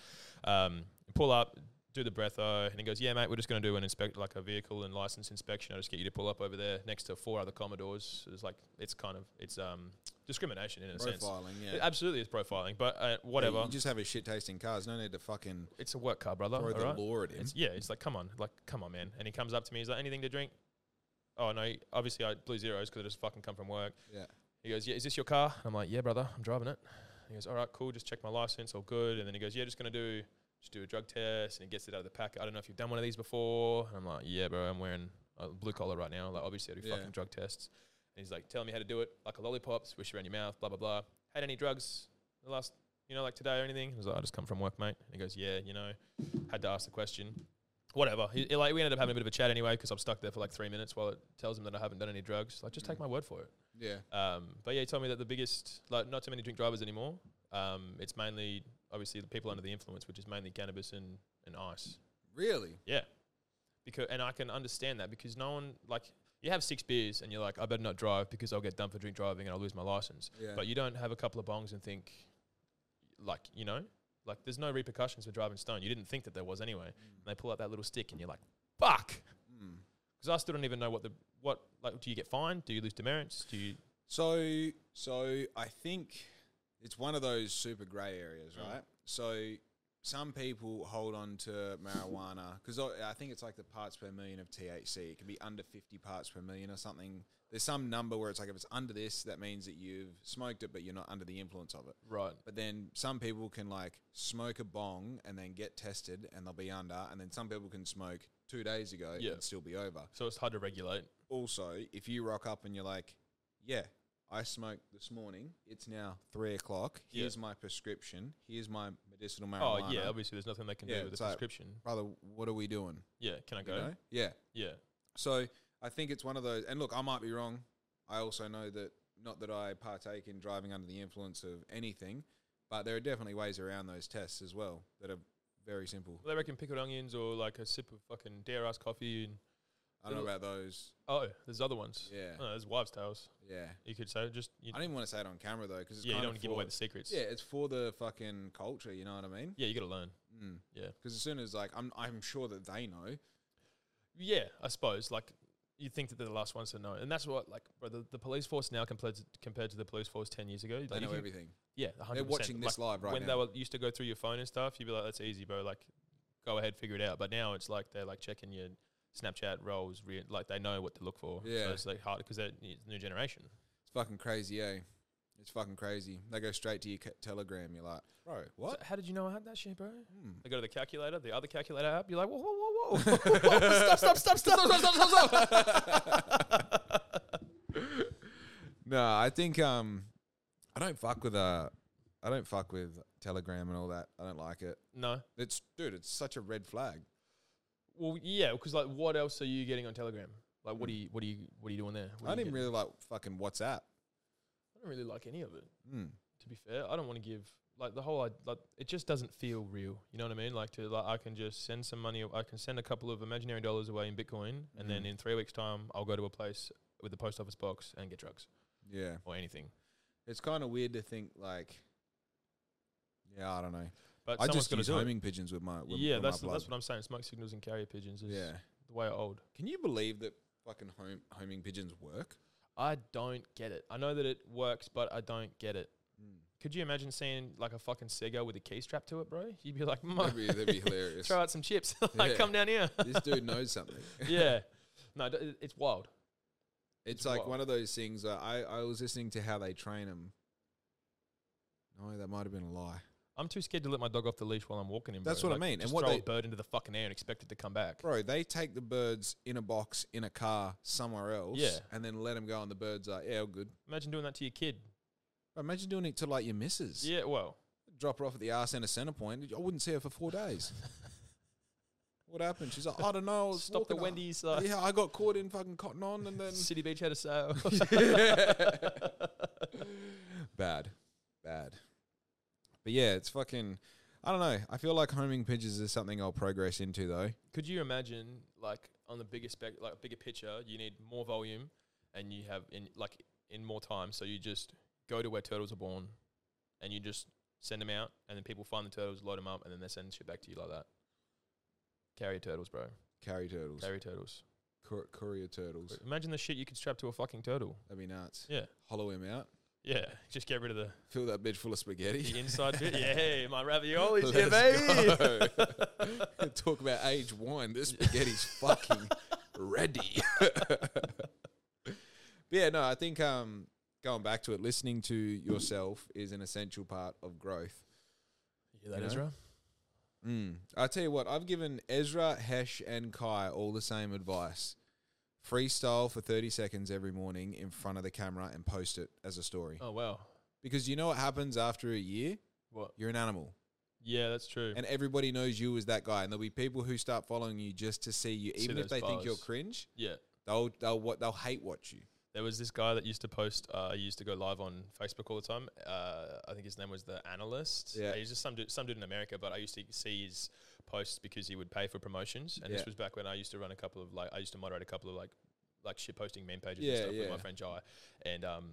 Speaker 2: Um, pull up, do the breatho, and he goes, yeah, mate, we're just gonna do an inspect like a vehicle and license inspection. I'll just get you to pull up over there next to four other Commodores. It's like it's kind of it's um discrimination in a sense.
Speaker 1: profiling. Yeah,
Speaker 2: It absolutely is profiling, but uh,
Speaker 1: Yeah,
Speaker 2: whatever.
Speaker 1: You just have a shit tasting cars. No need to fucking
Speaker 2: it's a work car, brother.
Speaker 1: throw the
Speaker 2: alright?
Speaker 1: law at him.
Speaker 2: It's, yeah, it's like, come on, like, come on, man. And he comes up to me, he's like, anything to drink? Oh, no, obviously I blew zeros because I just fucking come from work.
Speaker 1: yeah,
Speaker 2: He goes, yeah, is this your car? I'm like, yeah, brother, I'm driving it. He goes, all right, cool, just check my license, all good. And then he goes, yeah, just going to do, just do a drug test. And he gets it out of the packet. I don't know if you've done one of these before. And I'm like, yeah, bro, I'm wearing a blue collar right now. Like, obviously I do
Speaker 1: Yeah.
Speaker 2: fucking drug tests. And he's like, telling me how to do it, like a lollipop, swish around your mouth, blah, blah, blah. Had any drugs the last, you know, like today or anything? I was like, I just come from work, mate. And he goes, yeah, you know, had to ask the question whatever. He, he, like we ended up having a bit of a chat anyway because I'm stuck there for like three minutes while it tells him that I haven't done any drugs. Like just take
Speaker 1: Mm.
Speaker 2: my word for it.
Speaker 1: yeah.
Speaker 2: Um, but yeah, he told me that the biggest like not too many drink drivers anymore. Um, it's mainly obviously the people under the influence, which is mainly cannabis and, and ice.
Speaker 1: Really?
Speaker 2: Yeah, because and I can understand that because no one like you have six beers and you're like I better not drive because I'll get done for drink driving and I'll lose my license.
Speaker 1: Yeah.
Speaker 2: But you don't have a couple of bongs and think like you know like there's no repercussions for driving stone. You didn't think that there was anyway. And they pull out that little stick and you're like fuck.
Speaker 1: Mm.
Speaker 2: Because I still don't even know what the what like. Do you get fined? Do you lose demerits? Do you?
Speaker 1: So, so I think it's one of those super grey areas,
Speaker 2: Mm.
Speaker 1: right? So, some people hold on to marijuana because I I think it's like the parts per million of THC. It can be under fifty parts per million or something. There's some number where it's like if it's under this, that means that you've smoked it, but you're not under the influence of it.
Speaker 2: Right.
Speaker 1: But then some people can like smoke a bong and then get tested and they'll be under. And then some people can smoke two days ago
Speaker 2: Yeah.
Speaker 1: and still be over.
Speaker 2: So it's hard to regulate.
Speaker 1: Also, if you rock up and you're like, yeah, I smoked this morning. It's now three o'clock.
Speaker 2: Yeah.
Speaker 1: Here's my prescription. Here's my medicinal marijuana.
Speaker 2: Oh yeah, obviously there's nothing they can
Speaker 1: eh? Yeah,
Speaker 2: do with a
Speaker 1: it's like-
Speaker 2: prescription.
Speaker 1: Brother, what are we doing?
Speaker 2: Yeah, can I
Speaker 1: You
Speaker 2: go?
Speaker 1: know? Yeah.
Speaker 2: Yeah,
Speaker 1: So I think it's one of those. And look, I might be wrong. I also know that not that I partake in driving under the influence of anything, but there are definitely ways around those tests as well that are very simple.
Speaker 2: well, they reckon pickled onions or like a sip of fucking dare ass coffee and
Speaker 1: I don't know about those.
Speaker 2: oh, there's other ones.
Speaker 1: Yeah,
Speaker 2: Oh, there's wives' tales.
Speaker 1: yeah.
Speaker 2: You could say just you,
Speaker 1: I didn't want to say it on camera though, because
Speaker 2: yeah, you don't want to give away the secrets.
Speaker 1: Yeah, it's for the fucking culture. You know what I mean?
Speaker 2: yeah, you got to learn. Yeah.
Speaker 1: Mm. Because as soon as like I'm, I'm sure that they know.
Speaker 2: Yeah, I suppose. Like, you think that they're the last ones to know, and that's what like bro, the, the police force now compared to, compared to the police force ten years ago.
Speaker 1: They
Speaker 2: like, you
Speaker 1: know
Speaker 2: can-
Speaker 1: everything.
Speaker 2: Yeah, 100%.
Speaker 1: They're watching
Speaker 2: Like,
Speaker 1: this live right
Speaker 2: when
Speaker 1: now.
Speaker 2: they were used to go through your phone and stuff, you'd be like, "That's easy, bro. Like, go ahead, figure it out." But now it's like they're like checking your Snapchat roles, re- like they know what to look for.
Speaker 1: Yeah.
Speaker 2: so it's like hard because they're it's new generation.
Speaker 1: it's fucking crazy, eh? It's fucking crazy. They go straight to your ca- Telegram. You're like, bro, what?
Speaker 2: So how did you know I had that shit, bro?
Speaker 1: Hmm.
Speaker 2: They go to the calculator, the other calculator app. You're like, "Whoa, whoa, whoa, whoa! stop, stop, stop, stop, stop, stop, stop, stop!"
Speaker 1: No, I think um, I don't fuck with uh, I don't fuck with Telegram and all that. I don't like it.
Speaker 2: No,
Speaker 1: It's dude, it's such a red flag.
Speaker 2: Well, yeah, because like, what else are you getting on Telegram? Like, what do you, what do you, what are you doing there? What
Speaker 1: I
Speaker 2: are you
Speaker 1: didn't
Speaker 2: getting?
Speaker 1: really like fucking WhatsApp.
Speaker 2: I don't really like any of it.
Speaker 1: Mm.
Speaker 2: To be fair, I don't want to give like the whole. id- Like, it just doesn't feel real. You know what I mean? Like to like, I can just send some money. I can send a couple of imaginary dollars away in Bitcoin, and then
Speaker 1: Mhm.
Speaker 2: in three weeks' time, I'll go to a place with a post office box and get drugs
Speaker 1: Yeah.
Speaker 2: or anything.
Speaker 1: It's kind of weird to think like, yeah, I don't know.
Speaker 2: But
Speaker 1: I
Speaker 2: someone's
Speaker 1: just
Speaker 2: got to
Speaker 1: use
Speaker 2: do it.
Speaker 1: homing pigeons with my with
Speaker 2: Yeah,
Speaker 1: with
Speaker 2: that's
Speaker 1: my
Speaker 2: that's
Speaker 1: blood.
Speaker 2: what I'm saying. Smoke signals and carrier pigeons is
Speaker 1: yeah.
Speaker 2: the way I old.
Speaker 1: Can you believe that fucking home homing pigeons work?
Speaker 2: I don't get it. I know that it works, but I don't get it. Could you imagine seeing like a fucking Sega with a key strap to it, bro? You'd be like, "Mate,
Speaker 1: That'd be, that'd be hilarious.
Speaker 2: throw out some chips. like,
Speaker 1: Yeah.
Speaker 2: come down here.
Speaker 1: this dude knows something.
Speaker 2: yeah. No, d- it- it's wild.
Speaker 1: It's like
Speaker 2: wild.
Speaker 1: one of those things. Uh, I I was listening to how they train them. No, that might have been a lie.
Speaker 2: I'm too scared to let my dog off the leash while I'm walking him.
Speaker 1: That's
Speaker 2: bro.
Speaker 1: what I
Speaker 2: Like,
Speaker 1: mean. And
Speaker 2: Just
Speaker 1: what
Speaker 2: throw
Speaker 1: they-
Speaker 2: a bird into the fucking air and expect it to come back.
Speaker 1: Bro, they take the birds in a box in a car somewhere else,
Speaker 2: Yeah.
Speaker 1: and then let them go, and the birds are yeah, all good.
Speaker 2: Imagine doing that to your kid.
Speaker 1: Bro, imagine doing it to like your missus.
Speaker 2: Yeah, well,
Speaker 1: drop her off at the arse and a centre point. I wouldn't see her for four days. what happened? She's like, I don't know. I was
Speaker 2: stop the
Speaker 1: walking up-
Speaker 2: Wendy's. Uh,
Speaker 1: Yeah, I got caught in fucking cotton on and then
Speaker 2: City Beach had a sale.
Speaker 1: bad, bad. But yeah, it's fucking. I don't know. I feel like homing pigeons is something I'll progress into though.
Speaker 2: Could you imagine, like, on the bigger spec, like bigger picture, you need more volume, and you have in like in more time. So you just go to where turtles are born, and you just send them out, and then people find the turtles, load them up, and then they send shit back to you like that. Carrier turtles, bro.
Speaker 1: Carry turtles,
Speaker 2: Carrier turtles.
Speaker 1: Cour- courier turtles.
Speaker 2: Imagine the shit you could strap to a fucking turtle.
Speaker 1: That'd be nuts.
Speaker 2: Yeah,
Speaker 1: Hollow him out.
Speaker 2: yeah. Just get rid of the,
Speaker 1: Fill that bitch full of spaghetti.
Speaker 2: the inside bit. Yeah, hey, my ravioli's here, baby.
Speaker 1: Let's go. Talk about age wine. This spaghetti's fucking ready. but yeah, no, I think um, going back to it, listening to yourself is an essential part of growth.
Speaker 2: You hear that,
Speaker 1: You know?
Speaker 2: Ezra?
Speaker 1: Mm. I tell you what, I've given Ezra, Hesh, and Kai all the same advice: freestyle for thirty seconds every morning in front of the camera and post it as a story.
Speaker 2: Oh wow.
Speaker 1: Because you know what happens after a year?
Speaker 2: What?
Speaker 1: You're an animal.
Speaker 2: Yeah, that's true.
Speaker 1: and everybody knows you as that guy. And there'll be people who start following you just to see you,
Speaker 2: See
Speaker 1: even if
Speaker 2: those
Speaker 1: they think you're
Speaker 2: bars.
Speaker 1: cringe.
Speaker 2: yeah.
Speaker 1: They'll they'll what they'll hate watch you.
Speaker 2: There was this guy that used to post. Uh, he used to go live on Facebook all the time. Uh, I think his name was the analyst.
Speaker 1: Yeah.
Speaker 2: he was just some dude, some dude in America. But I used to see his posts because he would pay for promotions. And
Speaker 1: Yeah.
Speaker 2: this was back when I used to run a couple of like I used to moderate a couple of like like shit posting meme pages
Speaker 1: Yeah,
Speaker 2: and stuff with
Speaker 1: yeah.
Speaker 2: my friend Jai. And um,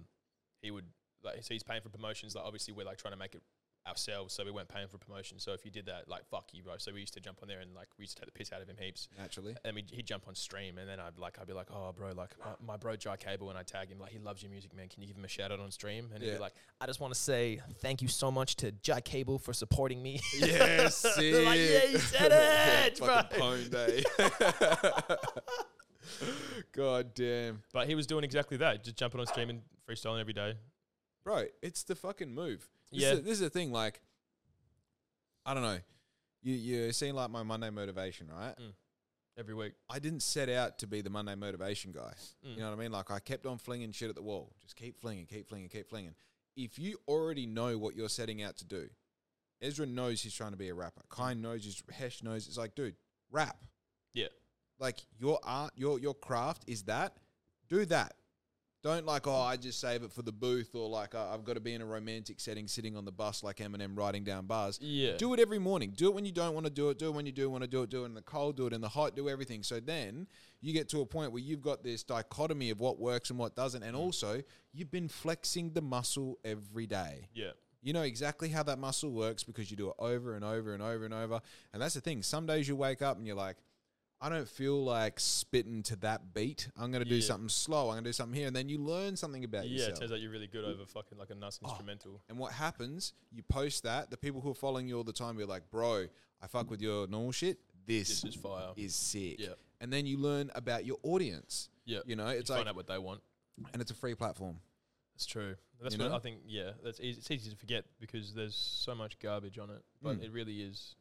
Speaker 2: he would like so he's paying for promotions. Like obviously we're like trying to make it ourselves, so we weren't paying for promotions. So if you did that, like fuck you, bro. So we used to jump on there and like we used to take the piss out of him heaps
Speaker 1: Naturally,
Speaker 2: and we, he'd jump on stream, and then I'd like I'd be like, "Oh, bro, like my, my bro Jai Cable," and I tag him like, "He loves your music, man. Can you give him a shout out on stream?" And he'd
Speaker 1: Yeah.
Speaker 2: be like, "I just want to say thank you so much to Jai Cable for supporting me."
Speaker 1: yes,
Speaker 2: Like, yeah, you said it, bro.
Speaker 1: fucking pwn day. God damn,
Speaker 2: But he was doing exactly that, just jumping on stream and freestyling every day.
Speaker 1: bro, it's the fucking move. This
Speaker 2: Yeah.
Speaker 1: is, this is the thing. Like, I don't know. You you seen like my Monday motivation, right?
Speaker 2: Every week,
Speaker 1: I didn't set out to be the Monday motivation guy.
Speaker 2: Mm.
Speaker 1: You know what I mean? Like I kept on flinging shit at the wall. Just keep flinging, keep flinging, keep flinging. If you already know what you're setting out to do, Ezra knows he's trying to be a rapper. Kai knows, he's, Hesh knows. It's like, dude, rap.
Speaker 2: Yeah.
Speaker 1: Like your art, your your craft is that. Do that. Don't like, oh, I just save it for the booth, or like I I've got to be in a romantic setting, sitting on the bus like Eminem, writing down bars.
Speaker 2: yeah,
Speaker 1: Do it every morning. Do it when you don't want to do it. Do it when you do want to do it. Do it in the cold. Do it in the hot. Do everything. So then you get to a point where you've got this dichotomy of what works and what doesn't.
Speaker 2: Mm.
Speaker 1: And also, you've been flexing the muscle every day.
Speaker 2: yeah,
Speaker 1: You know exactly how that muscle works because you do it over and over and over and over. And that's the thing. Some days you wake up and you're like, I don't feel like spitting to that beat. I'm going to do
Speaker 2: Yeah.
Speaker 1: something slow. I'm going to do something here. And then you learn something about
Speaker 2: yeah. It
Speaker 1: yourself.
Speaker 2: turns out you're really good over fucking like a nice instrumental.
Speaker 1: And what happens, you post that, the people who are following you all the time be like, bro, I fuck with your normal shit. This,
Speaker 2: This is fire.
Speaker 1: is sick.
Speaker 2: Yep.
Speaker 1: And then you learn about your audience.
Speaker 2: Yeah,
Speaker 1: You know, it's
Speaker 2: find
Speaker 1: like,
Speaker 2: out what they want.
Speaker 1: and it's a free platform.
Speaker 2: That's true. That's
Speaker 1: You
Speaker 2: what
Speaker 1: know?
Speaker 2: I think. Yeah, that's easy. It's easy to forget because there's so much garbage on it, but
Speaker 1: Mm.
Speaker 2: it really is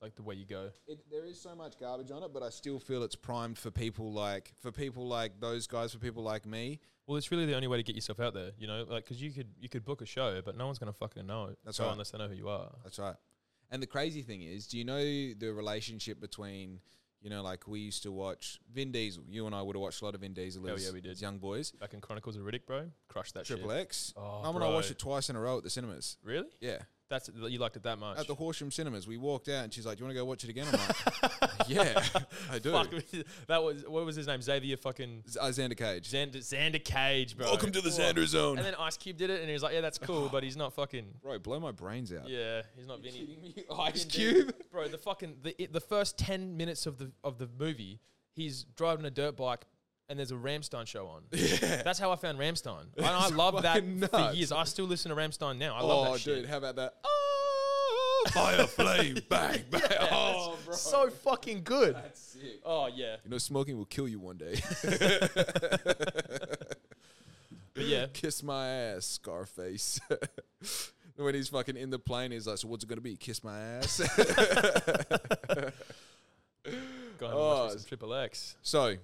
Speaker 2: like the way you go.
Speaker 1: It, there is so much garbage on it, but I still feel it's primed for people like, for people like those guys, for people like me.
Speaker 2: Well, it's really the only way to get yourself out there, you know, like 'cause you could you could book a show, but no one's gonna fucking know it.
Speaker 1: That's
Speaker 2: so
Speaker 1: right.
Speaker 2: unless they know who you are.
Speaker 1: That's right. And the crazy thing is, do you know the relationship between, You know, like we used to watch Vin Diesel. You and I would have watched a lot of Vin Diesel
Speaker 2: Hell
Speaker 1: as,
Speaker 2: yeah, we did.
Speaker 1: as young boys.
Speaker 2: Back in Chronicles of Riddick, bro. Crush that
Speaker 1: Triple
Speaker 2: shit.
Speaker 1: X.
Speaker 2: Oh,
Speaker 1: I and I
Speaker 2: bro.
Speaker 1: watched it twice in a row at the cinemas.
Speaker 2: Really?
Speaker 1: Yeah.
Speaker 2: That's you liked it that much.
Speaker 1: At the Horsham cinemas, we walked out and she's like, Do you want to go watch it again? I'm like, Yeah, I do.
Speaker 2: Fuck, that was what was his name? Xavier fucking
Speaker 1: Z- uh, Xander Cage.
Speaker 2: Xander, Xander Cage, bro. Whoa.
Speaker 1: Zone.
Speaker 2: And then Ice Cube did it, and he was like, "Yeah, that's cool," but he's not fucking.
Speaker 1: Bro, blow my brains out.
Speaker 2: Yeah, he's not Vinny.
Speaker 1: Ice
Speaker 2: Vin
Speaker 1: Cube.
Speaker 2: Diesel. bro. The fucking the it, the first ten minutes of the of the movie, he's driving a dirt bike, and there's a Ramstein show on.
Speaker 1: Yeah.
Speaker 2: That's how I found Ramstein, and I love that
Speaker 1: fucking
Speaker 2: for
Speaker 1: nuts.
Speaker 2: years. I still listen to Ramstein now. I love
Speaker 1: oh,
Speaker 2: that shit.
Speaker 1: dude, how about that? Oh, fire, flame, bang, bang. Oh, bro.
Speaker 2: So fucking good.
Speaker 1: sick.
Speaker 2: Oh yeah,
Speaker 1: You know, smoking will kill you one day.
Speaker 2: but yeah,
Speaker 1: Kiss my ass, Scarface. when he's fucking in the plane, he's like, "So what's it gonna be? Kiss my ass."
Speaker 2: go ahead and watch
Speaker 1: Oh,
Speaker 2: me some Triple X.
Speaker 1: so,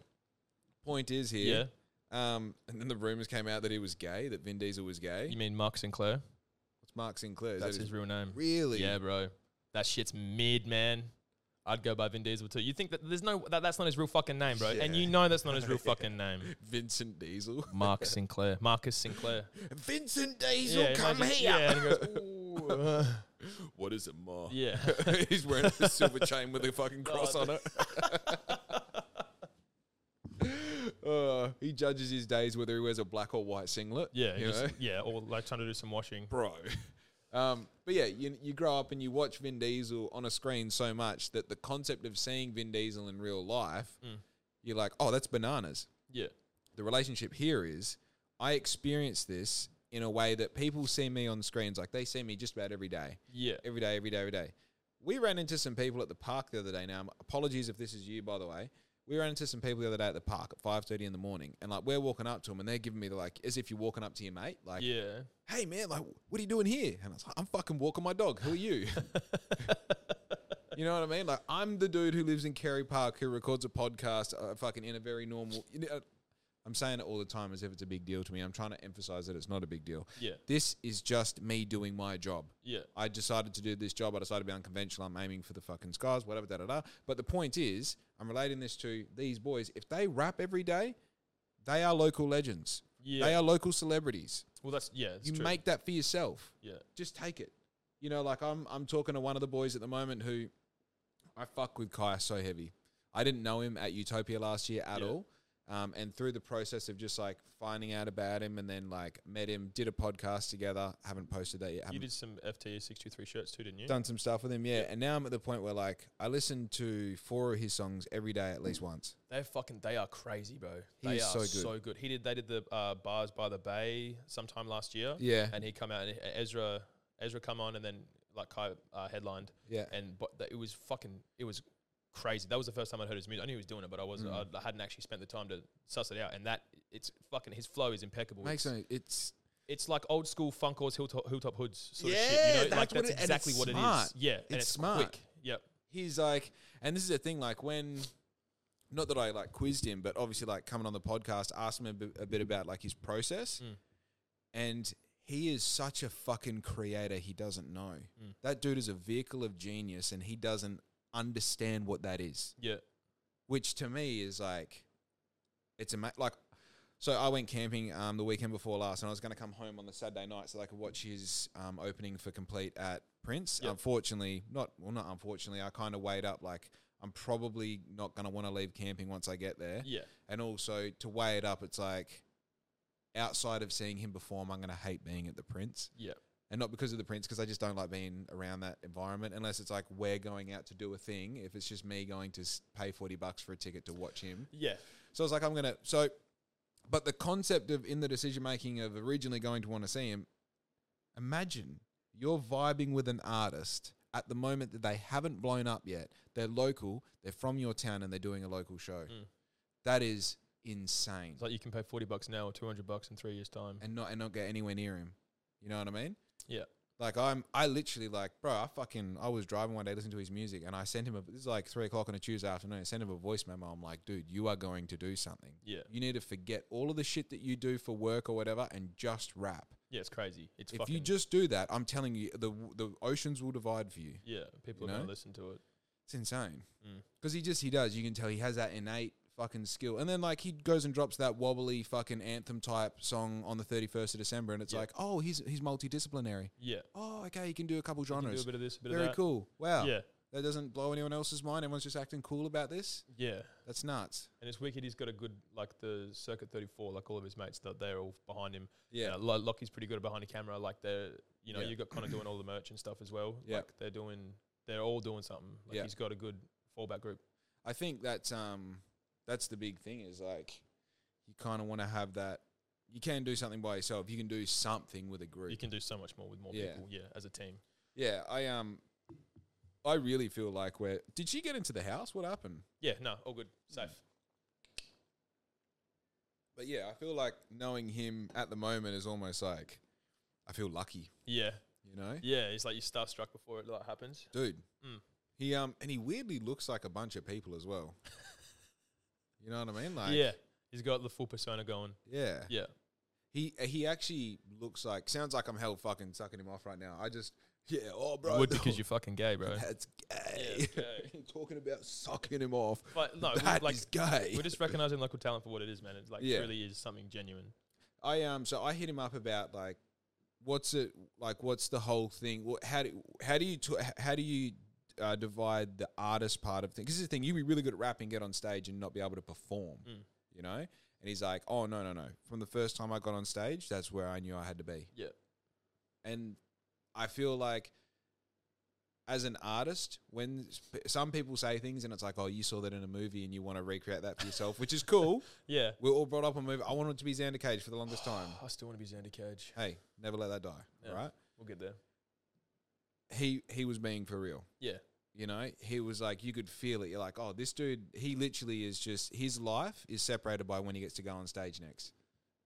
Speaker 1: point is here.
Speaker 2: Yeah,
Speaker 1: Um, and then the rumors came out that he was gay, that Vin Diesel was gay.
Speaker 2: you mean Mark Sinclair?
Speaker 1: It's Mark Sinclair. Is
Speaker 2: That's
Speaker 1: that
Speaker 2: his real name.
Speaker 1: really?
Speaker 2: Yeah, bro. That shit's mid, man. I'd go by Vin Diesel too. You think that there's no that, that's not his real fucking name, bro, and
Speaker 1: Yeah.
Speaker 2: you know that's not his real fucking name.
Speaker 1: Vincent Diesel.
Speaker 2: Mark Sinclair, Marcus Sinclair.
Speaker 1: Vincent Diesel, come
Speaker 2: imagine-
Speaker 1: here.
Speaker 2: Yeah, and he goes, Ooh, uh,
Speaker 1: What is it, Mark?
Speaker 2: yeah.
Speaker 1: he's wearing a silver chain with a fucking cross
Speaker 2: Oh,
Speaker 1: on it. uh, he judges his days whether he wears a black or white singlet.
Speaker 2: yeah,
Speaker 1: you
Speaker 2: just-
Speaker 1: know?
Speaker 2: yeah, or like trying to do some washing.
Speaker 1: bro. Um, but yeah, you, you grow up and you watch Vin Diesel on a screen so much that the concept of seeing Vin Diesel in real life,
Speaker 2: Mm.
Speaker 1: you're like, oh, that's bananas.
Speaker 2: Yeah,
Speaker 1: The relationship here is I experience this in a way that people see me on screens, like they see me just about every day
Speaker 2: yeah,
Speaker 1: every day, every day, every day. We ran into some people at the park the other day. Now, apologies if this is you, by the way. We ran into some people the other day at the park at five thirty in the morning, and like we're walking up to them, and they're giving me the like as if you're walking up to your mate, like,
Speaker 2: yeah.
Speaker 1: "Hey man, like, what are you doing here?" And I was like, "I'm fucking walking my dog. Who are you?" you know what I mean? Like, I'm the dude who lives in Kerry Park who records a podcast, uh, fucking in a very normal. you know, I'm saying it all the time as if it's a big deal to me. I'm trying to emphasize that it's not a big deal.
Speaker 2: Yeah.
Speaker 1: This is just me doing my job.
Speaker 2: Yeah.
Speaker 1: I decided to do this job. I decided to be unconventional. I'm aiming for the fucking skies, whatever, da da da. But the point is, I'm relating this to these boys. If they rap every day, they are local legends.
Speaker 2: Yeah.
Speaker 1: They are local celebrities.
Speaker 2: Well, that's yeah. It's
Speaker 1: you
Speaker 2: true.
Speaker 1: make that for yourself.
Speaker 2: yeah,
Speaker 1: Just take it. You know, like I'm I'm talking to one of the boys at the moment who I fuck with Kai so heavy. I didn't know him at Utopia last year at
Speaker 2: Yeah.
Speaker 1: all. Um, and through the process of just like finding out about him and then like met him, did a podcast together. Haven't posted that yet.
Speaker 2: you
Speaker 1: haven't
Speaker 2: did some FTE six two three shirts too, didn't you?
Speaker 1: done some stuff with him, yeah. And now I'm at the point where like I listen to four of his songs every day at least once.
Speaker 2: They fucking they are crazy, bro.
Speaker 1: He
Speaker 2: they
Speaker 1: is
Speaker 2: are
Speaker 1: so
Speaker 2: so
Speaker 1: good.
Speaker 2: good. He did they did the uh, bars by the bay sometime last year.
Speaker 1: Yeah.
Speaker 2: and he come out and Ezra Ezra come on and then like Kai uh, headlined.
Speaker 1: Yeah.
Speaker 2: and but th- it was fucking it was crazy. That was the first time I would heard his music. I knew he was doing it, but I was
Speaker 1: Mm.
Speaker 2: not I hadn't actually spent the time to suss it out. And that it's fucking his flow is impeccable.
Speaker 1: Makes
Speaker 2: it's,
Speaker 1: sense. It's
Speaker 2: it's like old school Funkos Hilltop, Hilltop Hoods sort of
Speaker 1: Yeah,
Speaker 2: shit. You know,
Speaker 1: that's
Speaker 2: like
Speaker 1: what
Speaker 2: that's
Speaker 1: it- and
Speaker 2: exactly
Speaker 1: it's
Speaker 2: what
Speaker 1: smart.
Speaker 2: it is. Yeah, and
Speaker 1: It's
Speaker 2: it's,
Speaker 1: smart.
Speaker 2: quick. Yep.
Speaker 1: he's like, and this is the thing, like when, not that I like quizzed him, but obviously like coming on the podcast, asked him a bit, a bit about like his process, and he is such a fucking creator. He doesn't know that dude is a vehicle of genius, and he doesn't understand what that is.
Speaker 2: Yeah.
Speaker 1: which to me is like it's a like so I went camping um, the weekend before last, and I was going to come home on the Saturday night so that I could watch his um, opening for Complete at Prince.
Speaker 2: Yep.
Speaker 1: Unfortunately, not well, not unfortunately, I kind of weighed up like I'm probably not going to want to leave camping once I get there,
Speaker 2: Yeah.
Speaker 1: and also to weigh it up, it's like outside of seeing him perform, I'm going to hate being at the Prince
Speaker 2: Yeah.
Speaker 1: and not because of the prints because i just don't like being around that environment unless it's like we're going out to do a thing if it's just me going to s- pay 40 bucks for a ticket to watch him
Speaker 2: Yeah.
Speaker 1: so i was like i'm gonna so but the concept of in the decision making of originally going to want to see him imagine you're vibing with an artist at the moment that they haven't blown up yet they're local they're from your town and they're doing a local show that is insane
Speaker 2: It's like you can pay forty bucks now or two hundred bucks in three years time.
Speaker 1: and not and not get anywhere near him you know what i mean
Speaker 2: Yeah.
Speaker 1: Like I'm, I literally like, bro. I fucking, I was driving one day listening to his music, and I sent him a. This is like three o'clock on a Tuesday afternoon. I sent him a voice memo. I'm like, dude, you are going to do something.
Speaker 2: Yeah.
Speaker 1: You need to forget all of the shit that you do for work or whatever, and just rap.
Speaker 2: Yeah, it's crazy. It's
Speaker 1: If
Speaker 2: fucking
Speaker 1: you just do that, I'm telling you, the the oceans will divide for you.
Speaker 2: yeah. People
Speaker 1: you know?
Speaker 2: are gonna listen to it.
Speaker 1: It's insane
Speaker 2: Mm.
Speaker 1: because he just he does. You can tell he has that innate fucking skill. And then like he goes and drops that wobbly fucking anthem type song on the thirty first of December, and it's
Speaker 2: Yeah.
Speaker 1: like, oh, he's he's multidisciplinary.
Speaker 2: Yeah.
Speaker 1: Oh, okay, he can do a couple
Speaker 2: You can do a
Speaker 1: genres.
Speaker 2: bit of this, a bit
Speaker 1: Very
Speaker 2: of that.
Speaker 1: cool. Wow,
Speaker 2: Yeah.
Speaker 1: that doesn't blow anyone else's mind. Everyone's just acting cool about this.
Speaker 2: Yeah.
Speaker 1: That's nuts.
Speaker 2: And it's wicked. He's got a good, like the Circuit 34, like all of his mates, that they're all behind him.
Speaker 1: Yeah,
Speaker 2: Uh, Lo- Lockie's pretty good at behind the camera. Like they're, you know,
Speaker 1: Yeah.
Speaker 2: you got Connor doing all the merch and stuff as well.
Speaker 1: Yeah.
Speaker 2: Like they're doing, they're all doing something. Like
Speaker 1: Yeah.
Speaker 2: he's got a good fallback group.
Speaker 1: I think that's um that's the big thing is like you kind of want to have that. You can do something by yourself. You can do something with a group.
Speaker 2: You can do so much more with more
Speaker 1: Yeah.
Speaker 2: people. Yeah. As a team.
Speaker 1: Yeah, I um, I really feel like we're. Did she get into the house? What happened?
Speaker 2: Yeah. No. All good.
Speaker 1: Mm.
Speaker 2: Safe.
Speaker 1: But yeah, I feel like knowing him at the moment is almost like I feel lucky.
Speaker 2: Yeah.
Speaker 1: You know,
Speaker 2: Yeah. It's like you're starstruck before it like happens.
Speaker 1: dude.
Speaker 2: Mm.
Speaker 1: He um, and he weirdly looks like a bunch of people as well. you know what I mean? Like
Speaker 2: yeah. He's got the full persona going.
Speaker 1: yeah.
Speaker 2: Yeah.
Speaker 1: He he actually looks like. Sounds like I'm hell fucking sucking him off right now. I just yeah. Oh, bro.
Speaker 2: Would because you're fucking gay, bro.
Speaker 1: That's
Speaker 2: Yeah,
Speaker 1: gay.
Speaker 2: it's gay.
Speaker 1: Talking about sucking him off.
Speaker 2: But no, we-
Speaker 1: That
Speaker 2: like
Speaker 1: is gay.
Speaker 2: we're just recognizing local talent for what it is, man. It like
Speaker 1: Yeah.
Speaker 2: really is something genuine.
Speaker 1: I um so I hit him up about like what's it like what's the whole thing what how do how do you t- how do you uh, divide the artist part of things because the thing you'd be really good at rapping get on stage and not be able to perform
Speaker 2: Mm.
Speaker 1: you know and he's like oh no no no from the first time I got on stage that's where I knew I had to be
Speaker 2: Yeah.
Speaker 1: and I feel like as an artist, when sp- some people say things and it's like, oh, you saw that in a movie and you want to recreate that for yourself, which is cool.
Speaker 2: Yeah.
Speaker 1: We're all brought up on movie. I wanted to be Xander Cage for the longest time
Speaker 2: I still want to be Xander Cage.
Speaker 1: hey, never let that die.
Speaker 2: Yeah.
Speaker 1: Right?
Speaker 2: We'll get there.
Speaker 1: He he was being for real.
Speaker 2: Yeah.
Speaker 1: You know, he was like you could feel it. You're like, oh, this dude, he literally is just his life is separated by when he gets to go on stage next.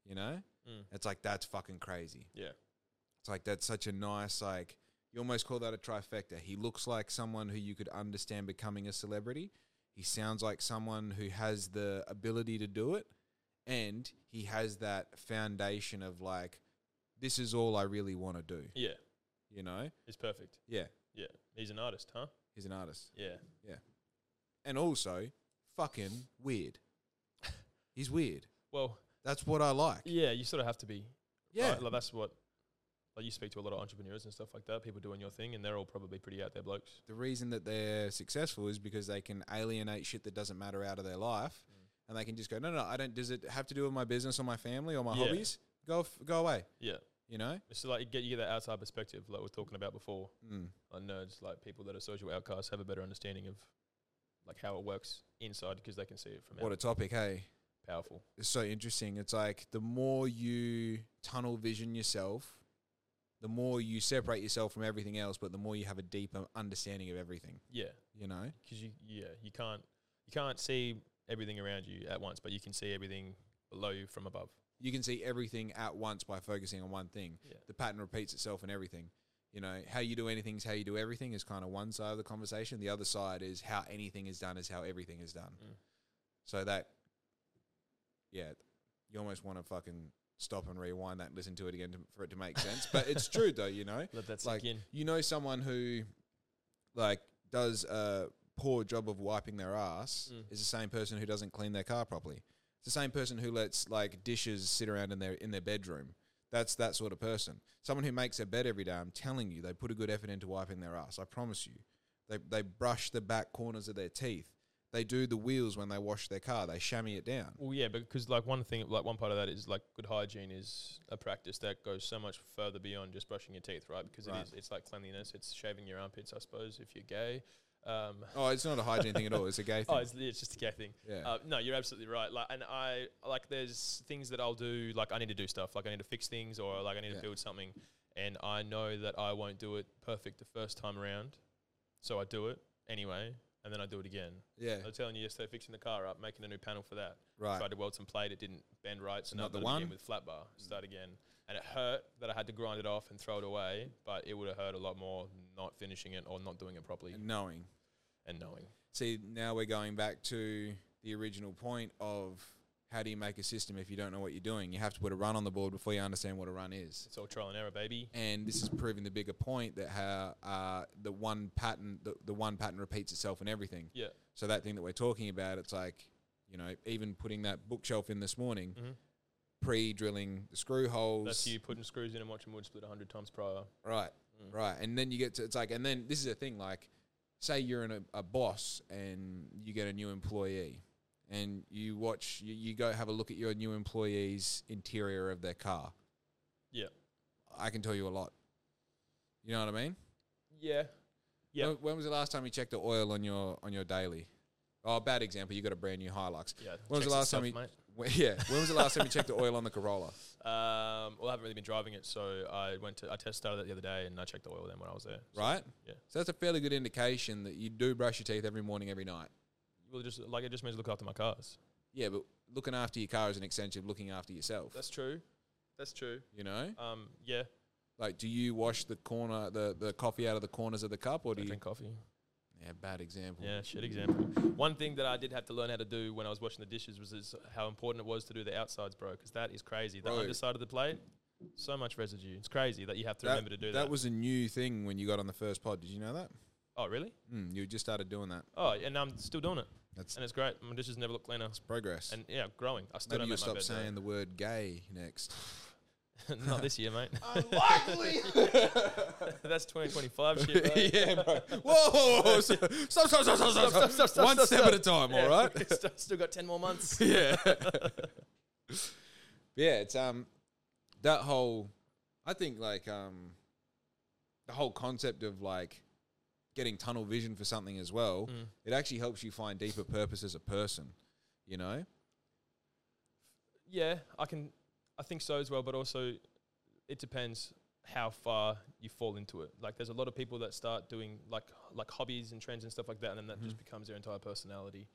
Speaker 1: You know,
Speaker 2: Mm.
Speaker 1: it's like that's fucking crazy.
Speaker 2: Yeah.
Speaker 1: It's like that's such a nice like you almost call that a trifecta. He looks like someone who you could understand becoming a celebrity. He sounds like someone who has the ability to do it and he has that foundation of like this is all I really want to do,
Speaker 2: Yeah.
Speaker 1: you know?
Speaker 2: It's perfect.
Speaker 1: Yeah.
Speaker 2: Yeah. He's an artist, huh?
Speaker 1: He's an artist.
Speaker 2: Yeah.
Speaker 1: And also, fucking weird. He's weird.
Speaker 2: Well,
Speaker 1: That's what I like.
Speaker 2: yeah, you sort of have to be.
Speaker 1: Yeah.
Speaker 2: right? Like that's what like you speak to a lot of entrepreneurs and stuff like that, people doing your thing and they're all probably pretty out there blokes.
Speaker 1: The reason that they're successful is because they can alienate shit that doesn't matter out of their life
Speaker 2: Mm.
Speaker 1: and they can just go, no, no, I don't, does it have to do with my business or my family or my
Speaker 2: Yeah.
Speaker 1: hobbies? Go, f- go away,
Speaker 2: Yeah.
Speaker 1: you know?
Speaker 2: So like you get you get that outside perspective like we we're talking about before.
Speaker 1: Mm.
Speaker 2: Like nerds, like people that are social outcasts have a better understanding of like how it works inside because they can see it from
Speaker 1: What
Speaker 2: out.
Speaker 1: a topic, hey?
Speaker 2: Powerful.
Speaker 1: It's so interesting. It's like the more you tunnel vision yourself, the more you separate yourself from everything else, but the more you have a deeper understanding of everything,
Speaker 2: Yeah.
Speaker 1: you know?
Speaker 2: because you yeah you can't you can't see everything around you at once, but you can see everything below you from above.
Speaker 1: you can see everything at once by focusing on one thing.
Speaker 2: Yeah.
Speaker 1: The pattern repeats itself in everything. You know, how you do anything is how you do everything is kind of one side of the conversation. The other side is how anything is done is how everything is done.
Speaker 2: Mm.
Speaker 1: So that, yeah, you almost want to fucking stop and rewind that and listen to it again to, for it to make sense. but it's true though, you know?
Speaker 2: Let that
Speaker 1: Like,
Speaker 2: sink in.
Speaker 1: You know, someone who, like, does a poor job of wiping their ass
Speaker 2: Mm.
Speaker 1: is the same person who doesn't clean their car properly. It's the same person who lets like dishes sit around in their in their bedroom. That's that sort of person. Someone who makes their bed every day. I'm telling you, they put a good effort into wiping their ass. I promise you. They they brush the back corners of their teeth. They do the wheels when they wash their car. They chamois it down.
Speaker 2: Well, yeah, because like one thing, like one part of that is like good hygiene is a practice that goes so much further beyond just brushing your teeth, right? Because
Speaker 1: Right.
Speaker 2: it is, it's like cleanliness. It's shaving your armpits, I suppose, if you're gay. Um,
Speaker 1: Oh, it's not a hygiene thing at all. It's a gay thing.
Speaker 2: oh, it's, it's just a gay thing.
Speaker 1: yeah.
Speaker 2: Uh, no, you're absolutely right. Like, and I like there's things that I'll do. Like, I need to do stuff. Like, I need to fix things, or like I need
Speaker 1: Yeah.
Speaker 2: to build something. And I know that I won't do it perfect the first time around, so I do it anyway, and then I do it again.
Speaker 1: yeah.
Speaker 2: I was telling you yesterday, fixing the car up, making a new panel for that.
Speaker 1: Right.
Speaker 2: Tried to weld some plate, it didn't bend right, so
Speaker 1: Not
Speaker 2: now I've
Speaker 1: the
Speaker 2: done it
Speaker 1: one?
Speaker 2: again with flat bar. Start again, and it hurt that I had to grind it off and throw it away. But it would have hurt a lot more not finishing it or not doing it properly
Speaker 1: And knowing.
Speaker 2: and knowing.
Speaker 1: See, now we're going back to the original point of how do you make a system if you don't know what you're doing? You have to put a run on the board before you understand what a run is.
Speaker 2: It's all trial and error, baby.
Speaker 1: And this is proving the bigger point that how uh, the one pattern, the, the one pattern repeats itself in everything.
Speaker 2: Yeah.
Speaker 1: So that thing that we're talking about, it's like, you know, even putting that bookshelf in this morning,
Speaker 2: Mhm.
Speaker 1: pre-drilling the screw holes.
Speaker 2: That's you putting screws in and watching wood split 100 times prior.
Speaker 1: Right,
Speaker 2: Mm.
Speaker 1: right. And then you get to, it's like, and then this is the thing, like, say you're in a, a boss and you get a new employee and you watch, you, you go have a look at your new employee's interior of their car.
Speaker 2: Yeah.
Speaker 1: I can tell you a lot. You know what I mean?
Speaker 2: Yeah. Yeah.
Speaker 1: When, when was the last time you checked the oil on your on your daily? Oh, bad example. You got a brand new Hilux.
Speaker 2: Yeah.
Speaker 1: When was the
Speaker 2: checks
Speaker 1: last time
Speaker 2: itself,
Speaker 1: you- When- yeah. When was the last time you checked the oil on the Corolla?
Speaker 2: mate. Um, well, I haven't really been driving it, so I went to I test started it the other day and I checked the oil then when I was there. So,
Speaker 1: Right.
Speaker 2: Yeah.
Speaker 1: So that's a fairly good indication that you do brush your teeth every morning, every night.
Speaker 2: Well, just like it just means look after my cars.
Speaker 1: Yeah, but looking after your car is an extension of looking after yourself.
Speaker 2: That's true. That's true.
Speaker 1: you know,
Speaker 2: Um, yeah.
Speaker 1: like do you wash the corner the, the coffee out of the corners of the cup, or do
Speaker 2: I
Speaker 1: you?
Speaker 2: drink coffee.
Speaker 1: Yeah, bad example.
Speaker 2: Yeah, shit example. One thing that I did have to learn how to do when I was washing the dishes was is how important it was to do the outsides, bro, because that is crazy. The
Speaker 1: Bro.
Speaker 2: underside of the plate, so much residue. It's crazy that you have to remember to do that.
Speaker 1: that was a new thing when you got on the first pod. Did you know that?
Speaker 2: oh, really?
Speaker 1: Mm, you just started doing that.
Speaker 2: Oh, and I'm still doing it.
Speaker 1: That's-
Speaker 2: and it's great. My dishes never look cleaner.
Speaker 1: Progress.
Speaker 2: And yeah, growing. I still
Speaker 1: Maybe you
Speaker 2: don't make
Speaker 1: stop
Speaker 2: my
Speaker 1: saying
Speaker 2: bed.
Speaker 1: the word "gay" next.
Speaker 2: though. Not this year, mate.
Speaker 1: Unlikely.
Speaker 2: That's 2025 shit, bro.
Speaker 1: yeah, bro. Whoa! Stop! Stop! Stop! Stop! Stop! stop,
Speaker 2: stop, stop, stop,
Speaker 1: One
Speaker 2: stop,
Speaker 1: step
Speaker 2: stop.
Speaker 1: at a time.
Speaker 2: Yeah,
Speaker 1: All right.
Speaker 2: st- still got 10 more months.
Speaker 1: yeah. yeah, it's um that whole I think like um the whole concept of like getting tunnel vision for something as well,
Speaker 2: Mm.
Speaker 1: it actually helps you find deeper purpose as a person, you know?
Speaker 2: Yeah, I can. I think so as well, but also it depends how far you fall into it. Like, there's a lot of people that start doing like like hobbies and trends and stuff like that, and then that just becomes their entire personality,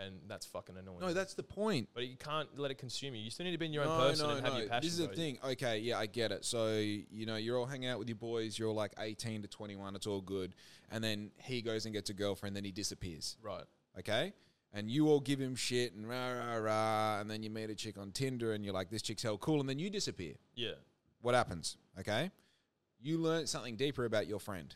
Speaker 2: and that's fucking annoying.
Speaker 1: Mm-hmm. No, that's the point.
Speaker 2: but you can't let it consume you. You still need to be in your own
Speaker 1: no,
Speaker 2: person
Speaker 1: no,
Speaker 2: and have
Speaker 1: no.
Speaker 2: your passion.
Speaker 1: This is the
Speaker 2: bro.
Speaker 1: thing. Okay, yeah, I get it. So, you know, you're all hanging out with your boys, you're all like 18 to 21, it's all good. And then he goes and gets a girlfriend, then he disappears.
Speaker 2: right?
Speaker 1: okay? And you all give him shit and rah rah rah, and then you meet a chick on Tinder and you're like, this chick's hell cool, and then you disappear.
Speaker 2: Yeah,
Speaker 1: What happens? Okay, you learn something deeper about your friend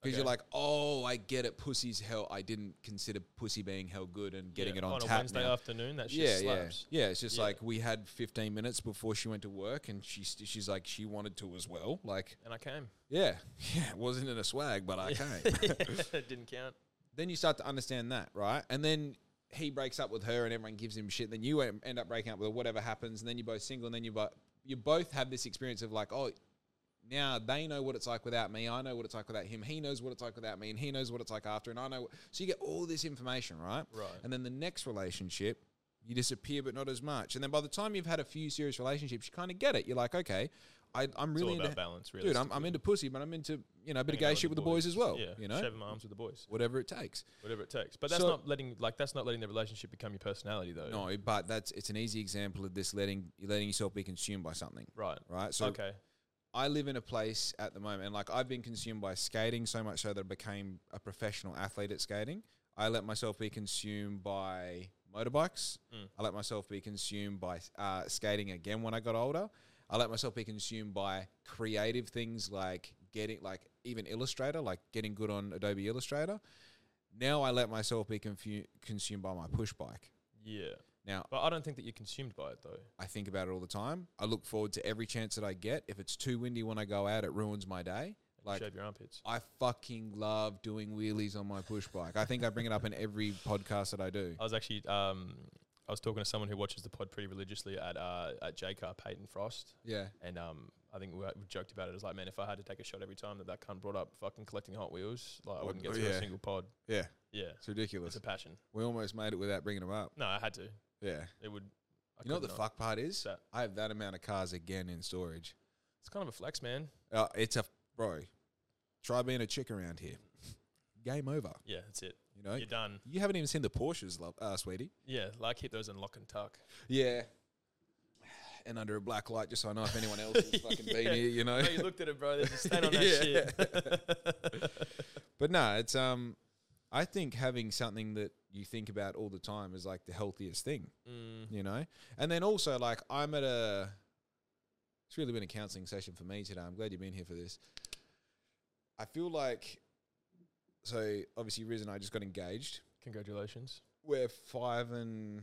Speaker 1: because you're
Speaker 2: Okay.
Speaker 1: like, oh, I get it, pussy's hell. I didn't consider pussy being hell good and getting
Speaker 2: Yeah,
Speaker 1: it on,
Speaker 2: a
Speaker 1: tap
Speaker 2: Wednesday
Speaker 1: now.
Speaker 2: afternoon. That shit
Speaker 1: Yeah, yeah,
Speaker 2: slaps.
Speaker 1: yeah. It's just
Speaker 2: Yeah.
Speaker 1: like we had 15 minutes before she went to work, and she st- she's like she wanted to as well. Like,
Speaker 2: And I came.
Speaker 1: yeah, yeah, it wasn't in a swag, but I came.
Speaker 2: it didn't count.
Speaker 1: then you start to understand that, right? And then he breaks up with her, and everyone gives him shit. Then you em- end up breaking up with her, whatever happens, and then you're both single, and then you both you both have this experience of like, oh, now they know what it's like without me. I know what it's like without him. He knows what it's like without me, and he knows what it's like after, and I know. So you get all this information, right?
Speaker 2: Right.
Speaker 1: And then the next relationship, you disappear, but not as much. And then by the time you've had a few serious relationships, you kind of get it. You're like, okay, I, I'm
Speaker 2: It's
Speaker 1: really
Speaker 2: all
Speaker 1: into,
Speaker 2: about balance, really.
Speaker 1: dude. I'm, I'm into pussy, but I'm into you know a bit of gay shit with the boys, as well.
Speaker 2: Yeah,
Speaker 1: You know,
Speaker 2: shaving my arms with the boys.
Speaker 1: whatever it takes.
Speaker 2: whatever it takes. But that's
Speaker 1: So-
Speaker 2: not letting like that's not letting the relationship become your personality though.
Speaker 1: No, but that's it's an easy example of this letting letting yourself be consumed by something,
Speaker 2: Right.
Speaker 1: right? So
Speaker 2: okay.
Speaker 1: I live in a place at the moment, and like I've been consumed by skating so much so that I became a professional athlete at skating. I let myself be consumed by motorbikes.
Speaker 2: Mm.
Speaker 1: I let myself be consumed by uh, skating again when I got older. I let myself be consumed by creative things like getting like even Illustrator, like getting good on Adobe Illustrator. Now I let myself be confu- consumed by my push bike.
Speaker 2: Yeah.
Speaker 1: Now
Speaker 2: But I don't think that you're consumed by it though.
Speaker 1: I think about it all the time. I look forward to every chance that I get. If it's too windy when I go out, it ruins my day. Like
Speaker 2: Shave your armpits.
Speaker 1: I fucking love doing wheelies on my push bike. I think I bring it up in every podcast that I do.
Speaker 2: I was actually um I was talking to someone who watches the pod pretty religiously at uh at JCar Peyton Frost
Speaker 1: Yeah.
Speaker 2: and um I think we, we joked about it. It's like, man, if I had to take a shot every time that that cunt brought up fucking collecting Hot Wheels, like I wouldn't get
Speaker 1: oh,
Speaker 2: through
Speaker 1: yeah.
Speaker 2: a single pod.
Speaker 1: Yeah.
Speaker 2: Yeah,
Speaker 1: It's
Speaker 2: it's
Speaker 1: ridiculous.
Speaker 2: a passion.
Speaker 1: We almost made it without bringing them up.
Speaker 2: No, I had to.
Speaker 1: Yeah.
Speaker 2: It would. I
Speaker 1: You know what
Speaker 2: could
Speaker 1: the
Speaker 2: not.
Speaker 1: fuck part is?
Speaker 2: So-
Speaker 1: I have that amount of cars again in storage.
Speaker 2: It's kind of a flex, man.
Speaker 1: Uh, it's a bro. Try being a chick around here. Game over.
Speaker 2: Yeah, that's it.
Speaker 1: You know.
Speaker 2: You're done.
Speaker 1: You haven't even seen the Porsches, love, uh, sweetie.
Speaker 2: Yeah, like hit those in lock and tuck.
Speaker 1: Yeah. And under a black light, just so I know if anyone else is fucking
Speaker 2: Yeah.
Speaker 1: beanie, you know.
Speaker 2: No, you looked at it, bro. There's a stain on that
Speaker 1: Yeah.
Speaker 2: shit.
Speaker 1: but no, it's um, I think having something that you think about all the time as like the healthiest thing,
Speaker 2: Mm.
Speaker 1: you know? And then also, like, I'm at a, it's really been a counseling session for me today. I'm glad you've been here for this. I feel like, so obviously, Riz and I just got engaged.
Speaker 2: Congratulations.
Speaker 1: We're five and,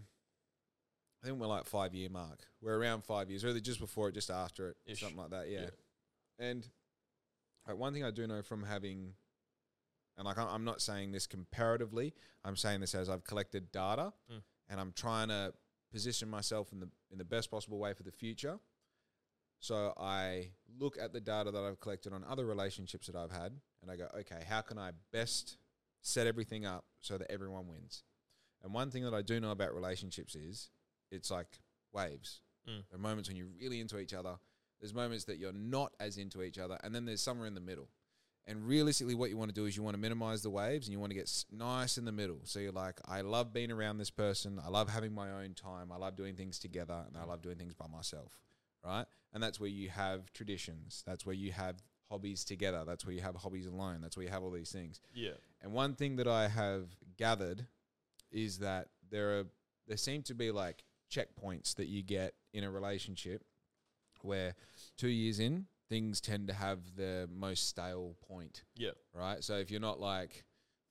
Speaker 1: I think we're like five year mark. We're around five years, either just before it, just after it,
Speaker 2: Ish.
Speaker 1: something like that. Yeah.
Speaker 2: Yeah.
Speaker 1: And like, one thing I do know from having, and like I- I'm not saying this comparatively, I'm saying this as I've collected data
Speaker 2: Mm.
Speaker 1: and I'm trying to position myself in the in the best possible way for the future. So I look at the data that I've collected on other relationships that I've had and I go, okay, how can I best set everything up so that everyone wins? And one thing that I do know about relationships is it's like waves.
Speaker 2: Mm.
Speaker 1: There are moments when you're really into each other. There's moments that you're not as into each other, and then there's somewhere in the middle. And realistically, what you want to do is you want to minimize the waves and you want to get s- nice in the middle. So you're like, I love being around this person. I love having my own time. I love doing things together, and I love doing things by myself, right? And that's where you have traditions. That's where you have hobbies together. That's where you have hobbies alone. That's where you have all these things.
Speaker 2: Yeah.
Speaker 1: And one thing that I have gathered is that there are there seem to be like checkpoints that you get in a relationship where two years in things tend to have the most stale point,
Speaker 2: Yeah.
Speaker 1: right? So if you're not like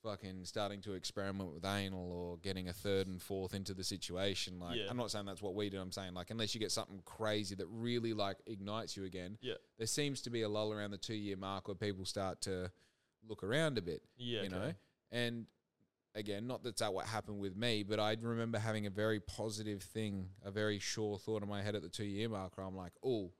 Speaker 1: fucking starting to experiment with anal or getting a third and fourth into the situation, like
Speaker 2: Yeah.
Speaker 1: I'm not saying that's what we do. I'm saying like unless you get something crazy that really like ignites you again,
Speaker 2: Yeah.
Speaker 1: there seems to be a lull around the two year mark where people start to look around a bit
Speaker 2: Yeah.
Speaker 1: you know and again not that that what happened with me but i remember having a very positive thing a very sure thought in my head at the two year mark where i'm like oh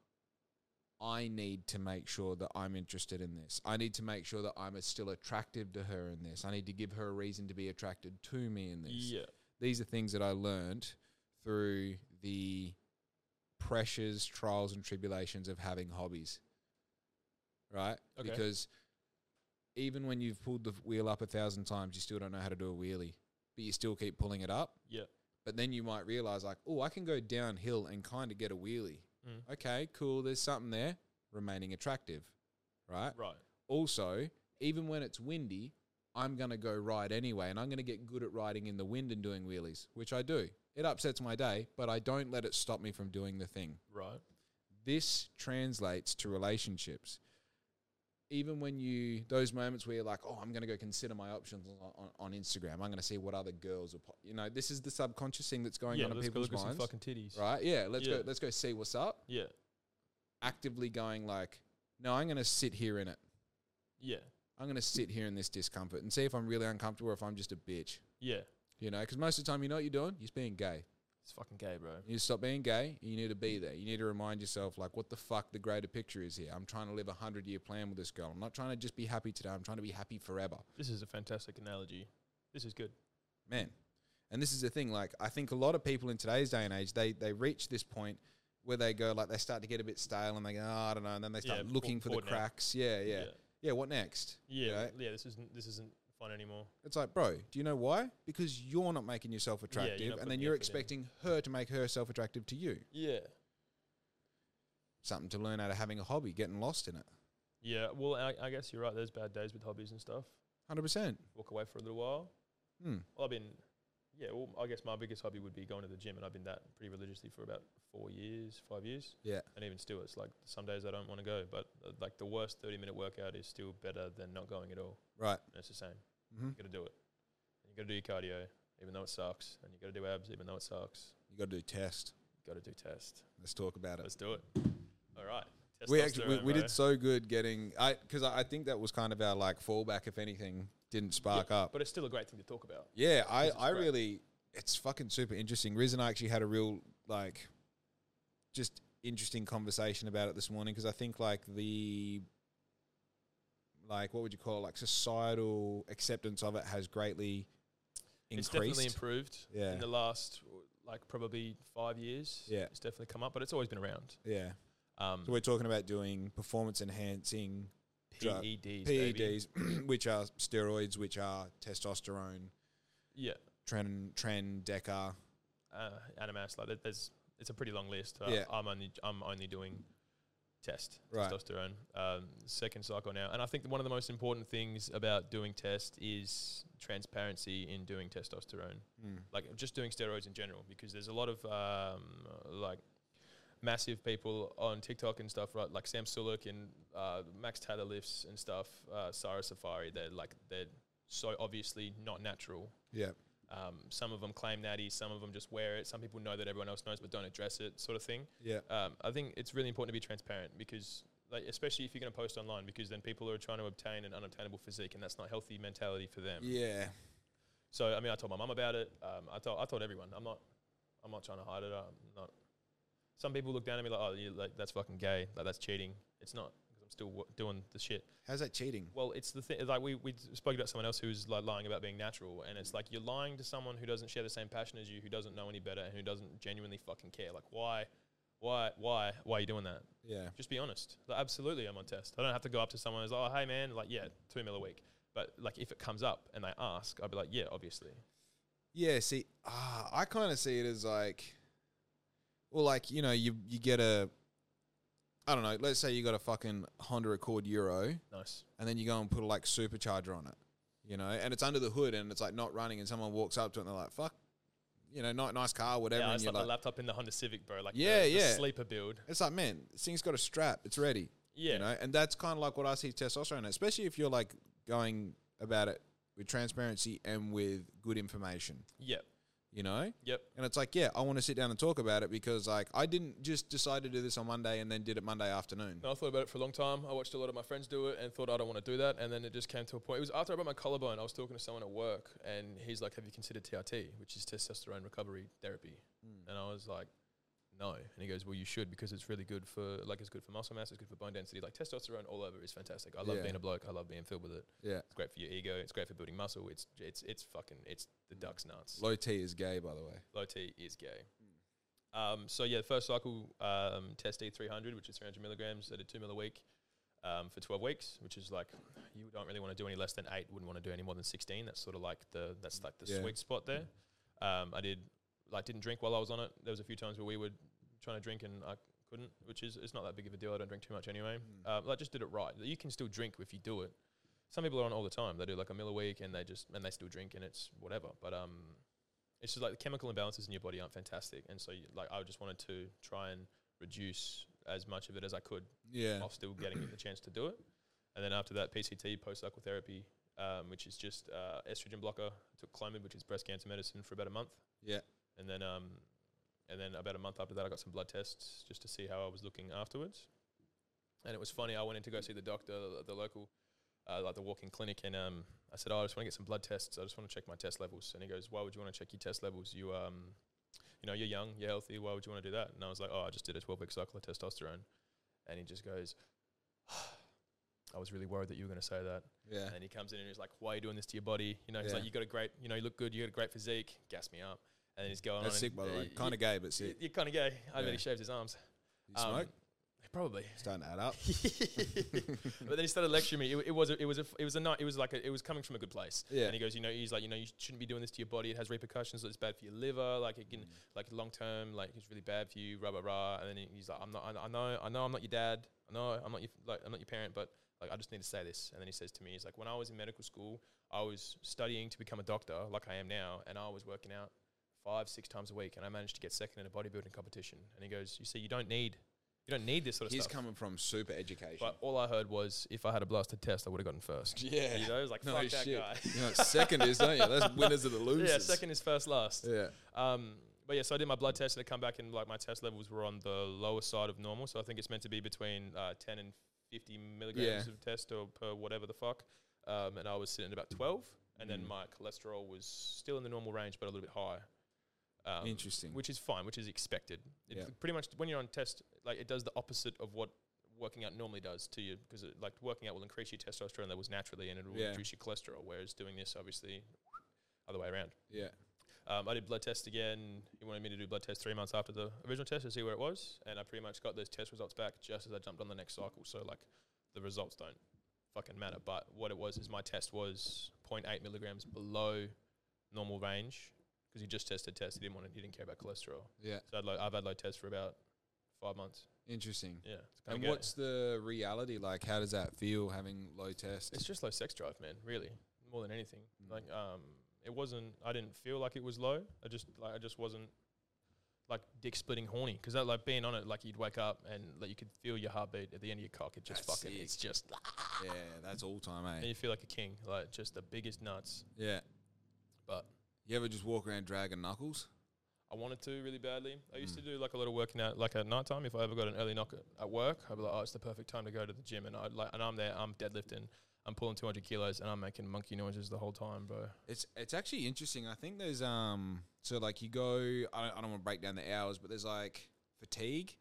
Speaker 1: i need to make sure that i'm interested in this i need to make sure that i'm still attractive to her in this i need to give her a reason to be attracted to me in this
Speaker 2: Yeah.
Speaker 1: these are things that i learned through the pressures trials and tribulations of having hobbies right
Speaker 2: Okay.
Speaker 1: because even when you've pulled the wheel up a thousand times, you still don't know how to do a wheelie, but you still keep pulling it up.
Speaker 2: Yeah.
Speaker 1: But then you might realize, like, oh, I can go downhill and kind of get a wheelie.
Speaker 2: Mm.
Speaker 1: Okay, cool. There's something there. Remaining attractive, right?
Speaker 2: Right.
Speaker 1: Also, even when it's windy, I'm going to go ride anyway, and I'm going to get good at riding in the wind and doing wheelies, which I do. It upsets my day, but I don't let it stop me from doing the thing
Speaker 2: Right.
Speaker 1: this translates to relationships. Even when you those moments where you're like, oh, I'm going to go consider my options on, on, on Instagram. I'm going to see what other girls are. Po-. You know, this is the subconscious thing that's going
Speaker 2: yeah.
Speaker 1: on in
Speaker 2: Let's go
Speaker 1: people's
Speaker 2: look at some
Speaker 1: minds,
Speaker 2: fucking titties.
Speaker 1: right? Yeah, let's
Speaker 2: Yeah.
Speaker 1: go. Let's go see what's up.
Speaker 2: Yeah.
Speaker 1: Actively going like, no, I'm going to sit here in it.
Speaker 2: Yeah.
Speaker 1: I'm going to sit here in this discomfort and see if I'm really uncomfortable or if I'm just a bitch.
Speaker 2: Yeah.
Speaker 1: You know, because most of the time, you know what you're doing. You're just being gay.
Speaker 2: It's fucking gay, bro.
Speaker 1: You need to stop being gay. You need to be there. You need to remind yourself, like, what the fuck the greater picture is here. I'm trying to live a hundred year plan with this girl. I'm not trying to just be happy today. I'm trying to be happy forever,
Speaker 2: This is a fantastic analogy. This is good.
Speaker 1: man. And this is the thing. Like, I think a lot of people in today's day and age, they they reach this point where they go like they start to get a bit stale and they go, oh, I don't know, and then they start
Speaker 2: Yeah,
Speaker 1: looking
Speaker 2: for-
Speaker 1: for the
Speaker 2: forward now.
Speaker 1: cracks. Yeah, yeah, yeah, What next?
Speaker 2: Yeah. Yeah.
Speaker 1: Right?
Speaker 2: yeah this isn't. This isn't fun anymore.
Speaker 1: It's like, bro, do you know why? Because you're not making yourself
Speaker 2: you're not
Speaker 1: attractive,
Speaker 2: putting
Speaker 1: and then
Speaker 2: the
Speaker 1: you're
Speaker 2: effort in.
Speaker 1: expecting her to make herself attractive to you.
Speaker 2: Yeah.
Speaker 1: Something to learn out of having a hobby, getting lost in it.
Speaker 2: Yeah. Well, I, I guess you're right. There's bad days with hobbies and stuff.
Speaker 1: Hundred percent.
Speaker 2: Walk away for a little while.
Speaker 1: Hmm.
Speaker 2: Well, I've been, yeah. Well, I guess my biggest hobby would be going to the gym, and I've been that pretty religiously for about four years, five years,
Speaker 1: Yeah.
Speaker 2: and even still, it's like some days I don't want to go, but uh, like the worst thirty-minute workout is still better than not going at all.
Speaker 1: Right.
Speaker 2: And it's the same.
Speaker 1: Mm-hmm.
Speaker 2: You got to do it. And you got to do your cardio, even though it sucks, and you got to do abs, even though it sucks.
Speaker 1: You got to do test.
Speaker 2: Got to do test.
Speaker 1: Let's talk about it.
Speaker 2: Let's do it. All right.
Speaker 1: We actually we,
Speaker 2: Testosterone,
Speaker 1: we
Speaker 2: bro.
Speaker 1: did so good getting I because I, I think that was kind of our like fallback if anything didn't spark
Speaker 2: Yeah,
Speaker 1: up.
Speaker 2: but it's still a great thing to talk about.
Speaker 1: Yeah, I
Speaker 2: This is
Speaker 1: I
Speaker 2: great.
Speaker 1: really it's fucking super interesting. Riz and I actually had a real like just interesting conversation about it this morning because I think like the like what would you call it like societal acceptance of it has greatly
Speaker 2: It's
Speaker 1: increased.
Speaker 2: definitely improved
Speaker 1: Yeah.
Speaker 2: in the last like probably five years.
Speaker 1: Yeah.
Speaker 2: it's definitely come up, but it's always been around.
Speaker 1: yeah.
Speaker 2: Um,
Speaker 1: So we're talking about doing performance enhancing drug-
Speaker 2: PEDs, baby.
Speaker 1: PEDs, which are steroids, which are testosterone,
Speaker 2: yeah,
Speaker 1: tren, trendeca.
Speaker 2: uh, animas. Like there- there's, it's a pretty long list. Uh,
Speaker 1: Yeah.
Speaker 2: I'm only, I'm only doing test
Speaker 1: Right.
Speaker 2: testosterone. Um, second cycle now, and I think one of the most important things about doing test is transparency in doing testosterone,
Speaker 1: Mm.
Speaker 2: like just doing steroids in general, because there's a lot of um, like massive people on TikTok and stuff, right? Like Sam Sulek and uh, Max Tatalifts and stuff, uh, Sarah Safari. They're like they're so obviously not natural.
Speaker 1: Yeah.
Speaker 2: Um, some of them claim natty, some of them just wear it. Some people know that everyone else knows but don't address it, sort of thing.
Speaker 1: Yeah.
Speaker 2: Um, I think it's really important to be transparent because, like, especially if you're going to post online, because then people are trying to obtain an unobtainable physique, and that's not healthy mentality for them.
Speaker 1: Yeah.
Speaker 2: So, I mean, I told my mum about it. Um, I told I told everyone. I'm not I'm not trying to hide it. I'm not. Some people look down at me like, oh, you like that's fucking gay. Like that's cheating. It's not. Cause I'm still w- doing the shit.
Speaker 1: How's that cheating?
Speaker 2: Well, it's the thing. Like we we spoke about someone else who's like lying about being natural, and it's like you're lying to someone who doesn't share the same passion as you, who doesn't know any better, and who doesn't genuinely fucking care. Like why, why, why, why are you doing that?
Speaker 1: Yeah.
Speaker 2: Just be honest. Like, absolutely, I'm on test. I don't have to go up to someone and like, oh hey man, like yeah, two mil a week. But like if it comes up and they ask, I'd be like, yeah, obviously.
Speaker 1: Yeah, see, ah, I kind of see it as like, well, like you know, you you get a, I don't know, let's say you got a fucking Honda Accord Euro, and
Speaker 2: Nice.
Speaker 1: then you go and put a like supercharger on it, you know, and it's under the hood and it's like not running, and someone walks up to it and they're like, "Fuck," you know, not nice car, whatever,
Speaker 2: Yeah,
Speaker 1: and
Speaker 2: it's
Speaker 1: you're
Speaker 2: like,
Speaker 1: like,
Speaker 2: a laptop in the Honda Civic, bro. Like
Speaker 1: Yeah,
Speaker 2: the, the
Speaker 1: yeah.
Speaker 2: sleeper build.
Speaker 1: it's like, man, this thing's got a strap, it's ready,
Speaker 2: Yeah,
Speaker 1: you know, and that's kind of like what I see testosterone, especially if you're like going about it with transparency and with good information,
Speaker 2: yep,
Speaker 1: you know.
Speaker 2: yep.
Speaker 1: And it's like, yeah, I want to sit down and talk about it because like I didn't just decide to do this on Monday and then did it Monday afternoon.
Speaker 2: No, I thought about it for a long time. I watched a lot of my friends do it and thought I don't want to do that. And then it just came to a point. It was after I broke my collarbone. I was talking to someone at work, and he's like, "Have you considered TRT, which is testosterone recovery therapy?" And I was like, "No." And he goes, "Well, you should because it's really good for like it's good for muscle mass, it's good for bone density. Like testosterone all over is fantastic. I love
Speaker 1: Yeah.
Speaker 2: being a bloke. I love being filled with it.
Speaker 1: Yeah.
Speaker 2: It's great for your ego. It's great for building muscle. It's it's it's fucking it's the duck's nuts.
Speaker 1: Low T is gay, by the way.
Speaker 2: low T is gay. Um, so yeah, first cycle um, test E300, which is 300 milligrams at a two mil a week um, for 12 weeks, which is like you don't really want to do any less than eight. Wouldn't want to do any more than 16. That's sort of like the that's like the
Speaker 1: Yeah.
Speaker 2: sweet spot there. Um, I did like didn't drink while I was on it. There was a few times where we were trying to drink and I couldn't, which is it's not that big of a deal. I don't drink too much anyway. Um, I just did it right. You can still drink if you do it. Some people are on all the time. They do like a meal a week and they just and they still drink and it's whatever. But um, it's just like the chemical imbalances in your body aren't fantastic, and so you, like I just wanted to try and reduce as much of it as I could
Speaker 1: Yeah.
Speaker 2: while still getting the chance to do it. And then after that, PCT post cycle therapy, um, which is just uh, estrogen blocker. I took Clomid, which is breast cancer medicine, for about a month,
Speaker 1: Yeah.
Speaker 2: and then um, and then about a month after that, I got some blood tests just to see how I was looking afterwards. And it was funny. I went in to go see the doctor, the, the local, uh, like the walk-in clinic, and um, I said, "Oh, I just want to get some blood tests. I just want to check my test levels." And he goes, "Why would you want to check your test levels? You um, you know, you're young, you're healthy. Why would you want to do that?" And I was like, "Oh, I just did a 12-week cycle of testosterone." And he just goes, "I was really worried that you were going to say that."
Speaker 1: Yeah.
Speaker 2: And then he comes in and he's like, "Why are you doing this to your body? You know, he's
Speaker 1: Yeah.
Speaker 2: like, you got a great, you know, you look good, you got a great physique. Gas me up." And then he's going
Speaker 1: That's
Speaker 2: on.
Speaker 1: sick, by the way. Kind of gay, but sick.
Speaker 2: You're kind of gay. I bet
Speaker 1: Yeah.
Speaker 2: he shaves his arms.
Speaker 1: You smoke? Oh.
Speaker 2: Um, Probably.
Speaker 1: Starting to add up.
Speaker 2: but then he started lecturing me. It, it was a, it was a f- it was a night. It was like a, it was coming from a good place.
Speaker 1: Yeah.
Speaker 2: And he goes, you know, he's like, you know, you shouldn't be doing this to your body. It has repercussions. It's bad for your liver. Like it can, like long term, like it's really bad for you. Rah rah rah. And then he- he's like, I'm not. I- I know. I know. I'm not your dad. I know. I'm not your like. I'm not your parent. But like, I just need to say this. And then he says to me, he's like, when I was in medical school, I was studying to become a doctor, like I am now, and I was working out five, six times a week, and I managed to get second in a bodybuilding competition. And he goes, you see, you don't need. You don't need this sort of
Speaker 1: He's
Speaker 2: stuff.
Speaker 1: coming from super education.
Speaker 2: But all I heard was if I had a blasted test, I would have gotten first.
Speaker 1: yeah.
Speaker 2: You know, it was like,
Speaker 1: no
Speaker 2: fuck that
Speaker 1: shit.
Speaker 2: guy.
Speaker 1: you know, what second is, don't you? That's winners of the losers.
Speaker 2: yeah, second is first, last.
Speaker 1: Yeah.
Speaker 2: Um, but yeah, so I did my blood test and it come back and like my test levels were on the lower side of normal. So I think it's meant to be between uh, 10 and 50 milligrams
Speaker 1: Yeah.
Speaker 2: of test or per whatever the fuck. Um, and I was sitting at about 12. And then
Speaker 1: Mm.
Speaker 2: my cholesterol was still in the normal range, but a little bit higher. Um,
Speaker 1: Interesting.
Speaker 2: Which is fine, which is expected. It
Speaker 1: Yeah.
Speaker 2: Pretty much when you're on test, like it does the opposite of what working out normally does to you because like working out will increase your testosterone levels naturally and it will
Speaker 1: Yeah.
Speaker 2: reduce your cholesterol, whereas doing this obviously other way around.
Speaker 1: yeah.
Speaker 2: Um, I did blood tests again. He wanted me to do blood tests three months after the original test to see where it was, and I pretty much got those test results back just as I jumped on the next cycle. So like, the results don't fucking matter. But what it was is my test was 0.8 milligrams below normal range because he just tested tests. He didn't want to, he didn't care about cholesterol.
Speaker 1: Yeah.
Speaker 2: So I'd low, I've had low tests for about five months.
Speaker 1: Interesting.
Speaker 2: Yeah. it's kinda
Speaker 1: And
Speaker 2: gay.
Speaker 1: what's the reality like? How does that feel having low test?
Speaker 2: It's just low sex drive, man. Really, more than anything.
Speaker 1: Mm.
Speaker 2: Like, um, it wasn't. I didn't feel like it was low. I just like I just wasn't like dick splitting horny because that like being on it, like you'd wake up and like you could feel your heartbeat at the end of your cock. It just
Speaker 1: That's
Speaker 2: fucking.
Speaker 1: sick.
Speaker 2: It's just.
Speaker 1: yeah, that's all time,
Speaker 2: And
Speaker 1: eh?
Speaker 2: you feel like a king, like just the biggest nuts.
Speaker 1: Yeah.
Speaker 2: But
Speaker 1: You ever just walk around dragging knuckles?
Speaker 2: I wanted to really badly. I used to
Speaker 1: Mm.
Speaker 2: do like a lot of working out, like at night time. If I ever got an early knock at- at work, I'd be like, oh, it's the perfect time to go to the gym. And I'd like, and I'm there, I'm deadlifting, I'm pulling 200 kilos, and I'm making monkey noises the whole time, bro.
Speaker 1: It's it's actually interesting. I think there's um so like you go. I don't, I don't want to break down the hours, but there's like fatigue,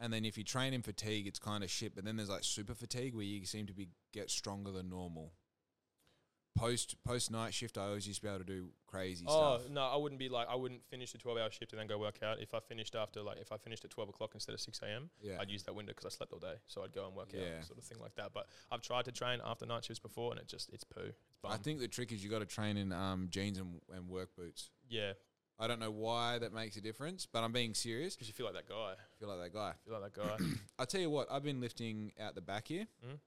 Speaker 1: and then if you train in fatigue, it's kind of shit. But then there's like super fatigue where you seem to be get stronger than normal. Post post night shift, I always used to be able to do crazy
Speaker 2: Oh
Speaker 1: stuff.
Speaker 2: no, I wouldn't be like I wouldn't finish the twelve hour shift and then go work out. If I finished after like if I finished at twelve o'clock instead of six a.m.,
Speaker 1: Yeah,
Speaker 2: I'd use that window because I slept all day, so I'd go and work
Speaker 1: Yeah.
Speaker 2: out, sort of thing like that. But I've tried to train after night shifts before, and it just it's poo. It's bum.
Speaker 1: I think the trick is you got to train in um jeans and, and work boots.
Speaker 2: yeah,
Speaker 1: I don't know why that makes a difference, but I'm being serious.
Speaker 2: because you feel like that guy.
Speaker 1: I feel like that guy.
Speaker 2: You feel like that guy.
Speaker 1: I tell you what, I've been lifting out the back here,
Speaker 2: Mm.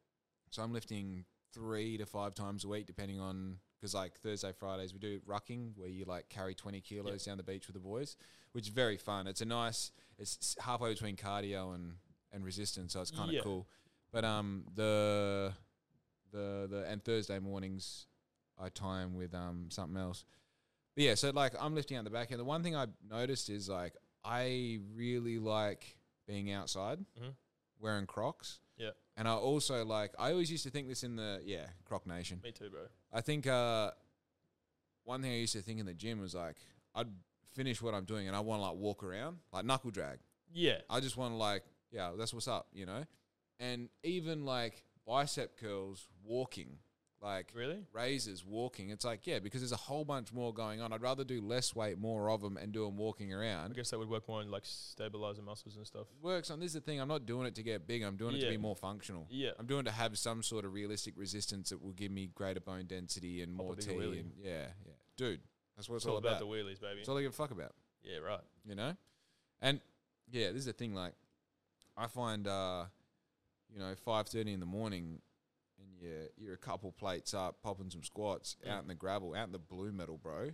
Speaker 1: so I'm lifting three to five times a week, depending on because like Thursday, Fridays we do rucking where you like carry 20 kilos down the beach with the boys, which is very fun. It's a nice, it's s- halfway between cardio and and resistance, so it's kind of
Speaker 2: Yeah.
Speaker 1: cool. But um the the the and Thursday mornings I time with um something else. But yeah, so like I'm lifting out the back end. The one thing I noticed is like I really like being outside,
Speaker 2: Mhm.
Speaker 1: wearing Crocs.
Speaker 2: Yeah.
Speaker 1: And I also like I always used to think this in the yeah Croc Nation.
Speaker 2: Me too, bro.
Speaker 1: I think uh one thing I used to think in the gym was like I'd finish what I'm doing and I want to like walk around like knuckle drag.
Speaker 2: Yeah,
Speaker 1: I just want to like, yeah, that's what's up, you know. And even like bicep curls, walking, like
Speaker 2: really.
Speaker 1: raises, walking. It's like yeah, because there's a whole bunch more going on. I'd rather do less weight, more of them, and do them walking
Speaker 2: I
Speaker 1: around.
Speaker 2: guess that would work more on like stabilizing muscles and stuff.
Speaker 1: Works on this is the thing. I'm not doing it to get big. I'm doing it
Speaker 2: Yeah.
Speaker 1: to be more functional.
Speaker 2: Yeah,
Speaker 1: I'm doing it to have some sort of realistic resistance that will give me greater bone density and
Speaker 2: Hop a
Speaker 1: more T.
Speaker 2: bigger wheelie.
Speaker 1: And yeah, yeah, dude, that's what it's,
Speaker 2: it's all
Speaker 1: about
Speaker 2: about the wheelies, baby.
Speaker 1: it's all I give a fuck about.
Speaker 2: Yeah, right.
Speaker 1: you know and yeah this is the thing like i find uh you know 5.30 in the morning and you're, you're a couple plates up popping some squats
Speaker 2: Yeah.
Speaker 1: out in the gravel out in the blue metal bro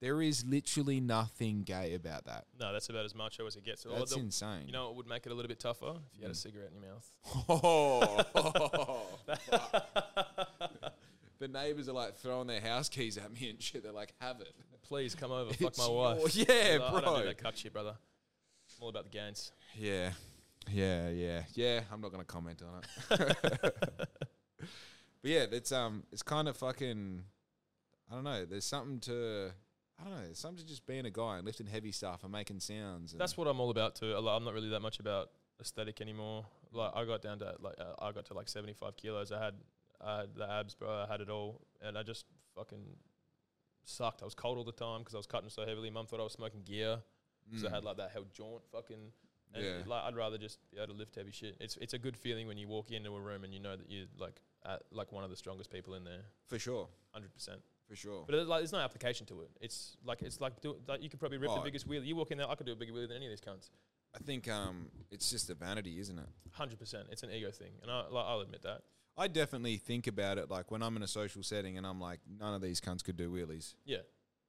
Speaker 1: there is literally nothing gay about that
Speaker 2: No, that's about as macho as it gets. Although
Speaker 1: that's Mm.
Speaker 2: the-
Speaker 1: insane
Speaker 2: you know, it would make it a little bit tougher if you had a cigarette in your mouth.
Speaker 1: oh, the neighbors are like throwing their house keys at me and shit they're like have it
Speaker 2: Please come over, fuck
Speaker 1: It's
Speaker 2: my
Speaker 1: your-
Speaker 2: wife.
Speaker 1: yeah
Speaker 2: No, I don't do
Speaker 1: bro
Speaker 2: that cuck shit, brother. I'm all about the gains.
Speaker 1: Yeah, yeah, yeah, yeah. I'm not gonna comment on it. but yeah, it's um, it's kind of fucking. I don't know. There's something to. I don't know. There's something to just being a guy and lifting heavy stuff and making sounds. And
Speaker 2: That's what I'm all about too. I li- I'm not really that much about aesthetic anymore. Like I got down to like uh, I got to like 75 kilos. I had I had the abs, bro. I had it all, and I just fucking sucked. I was cold all the time because I was cutting so heavily. Mum thought I was smoking gear because I had like that hell jaunt fucking. And
Speaker 1: Mm. Yeah.
Speaker 2: like I'd rather just be able to lift heavy shit. It's it's a good feeling when you walk into a room and you know that you're like at, like one of the strongest people in there,
Speaker 1: for sure,
Speaker 2: hundred percent.
Speaker 1: for sure.
Speaker 2: But it, like, there's no application to it. It's like it's like, do, like you could probably rip
Speaker 1: Oh.
Speaker 2: the biggest wheel. You walk in there, I could do a bigger wheel than any of these cunts.
Speaker 1: I think um, it's just a vanity, isn't it?
Speaker 2: Hundred percent. It's an ego thing, and I, like, I'll admit that.
Speaker 1: I definitely think about it like when I'm in a social setting and I'm like, none of these cunts could do wheelies.
Speaker 2: Yeah,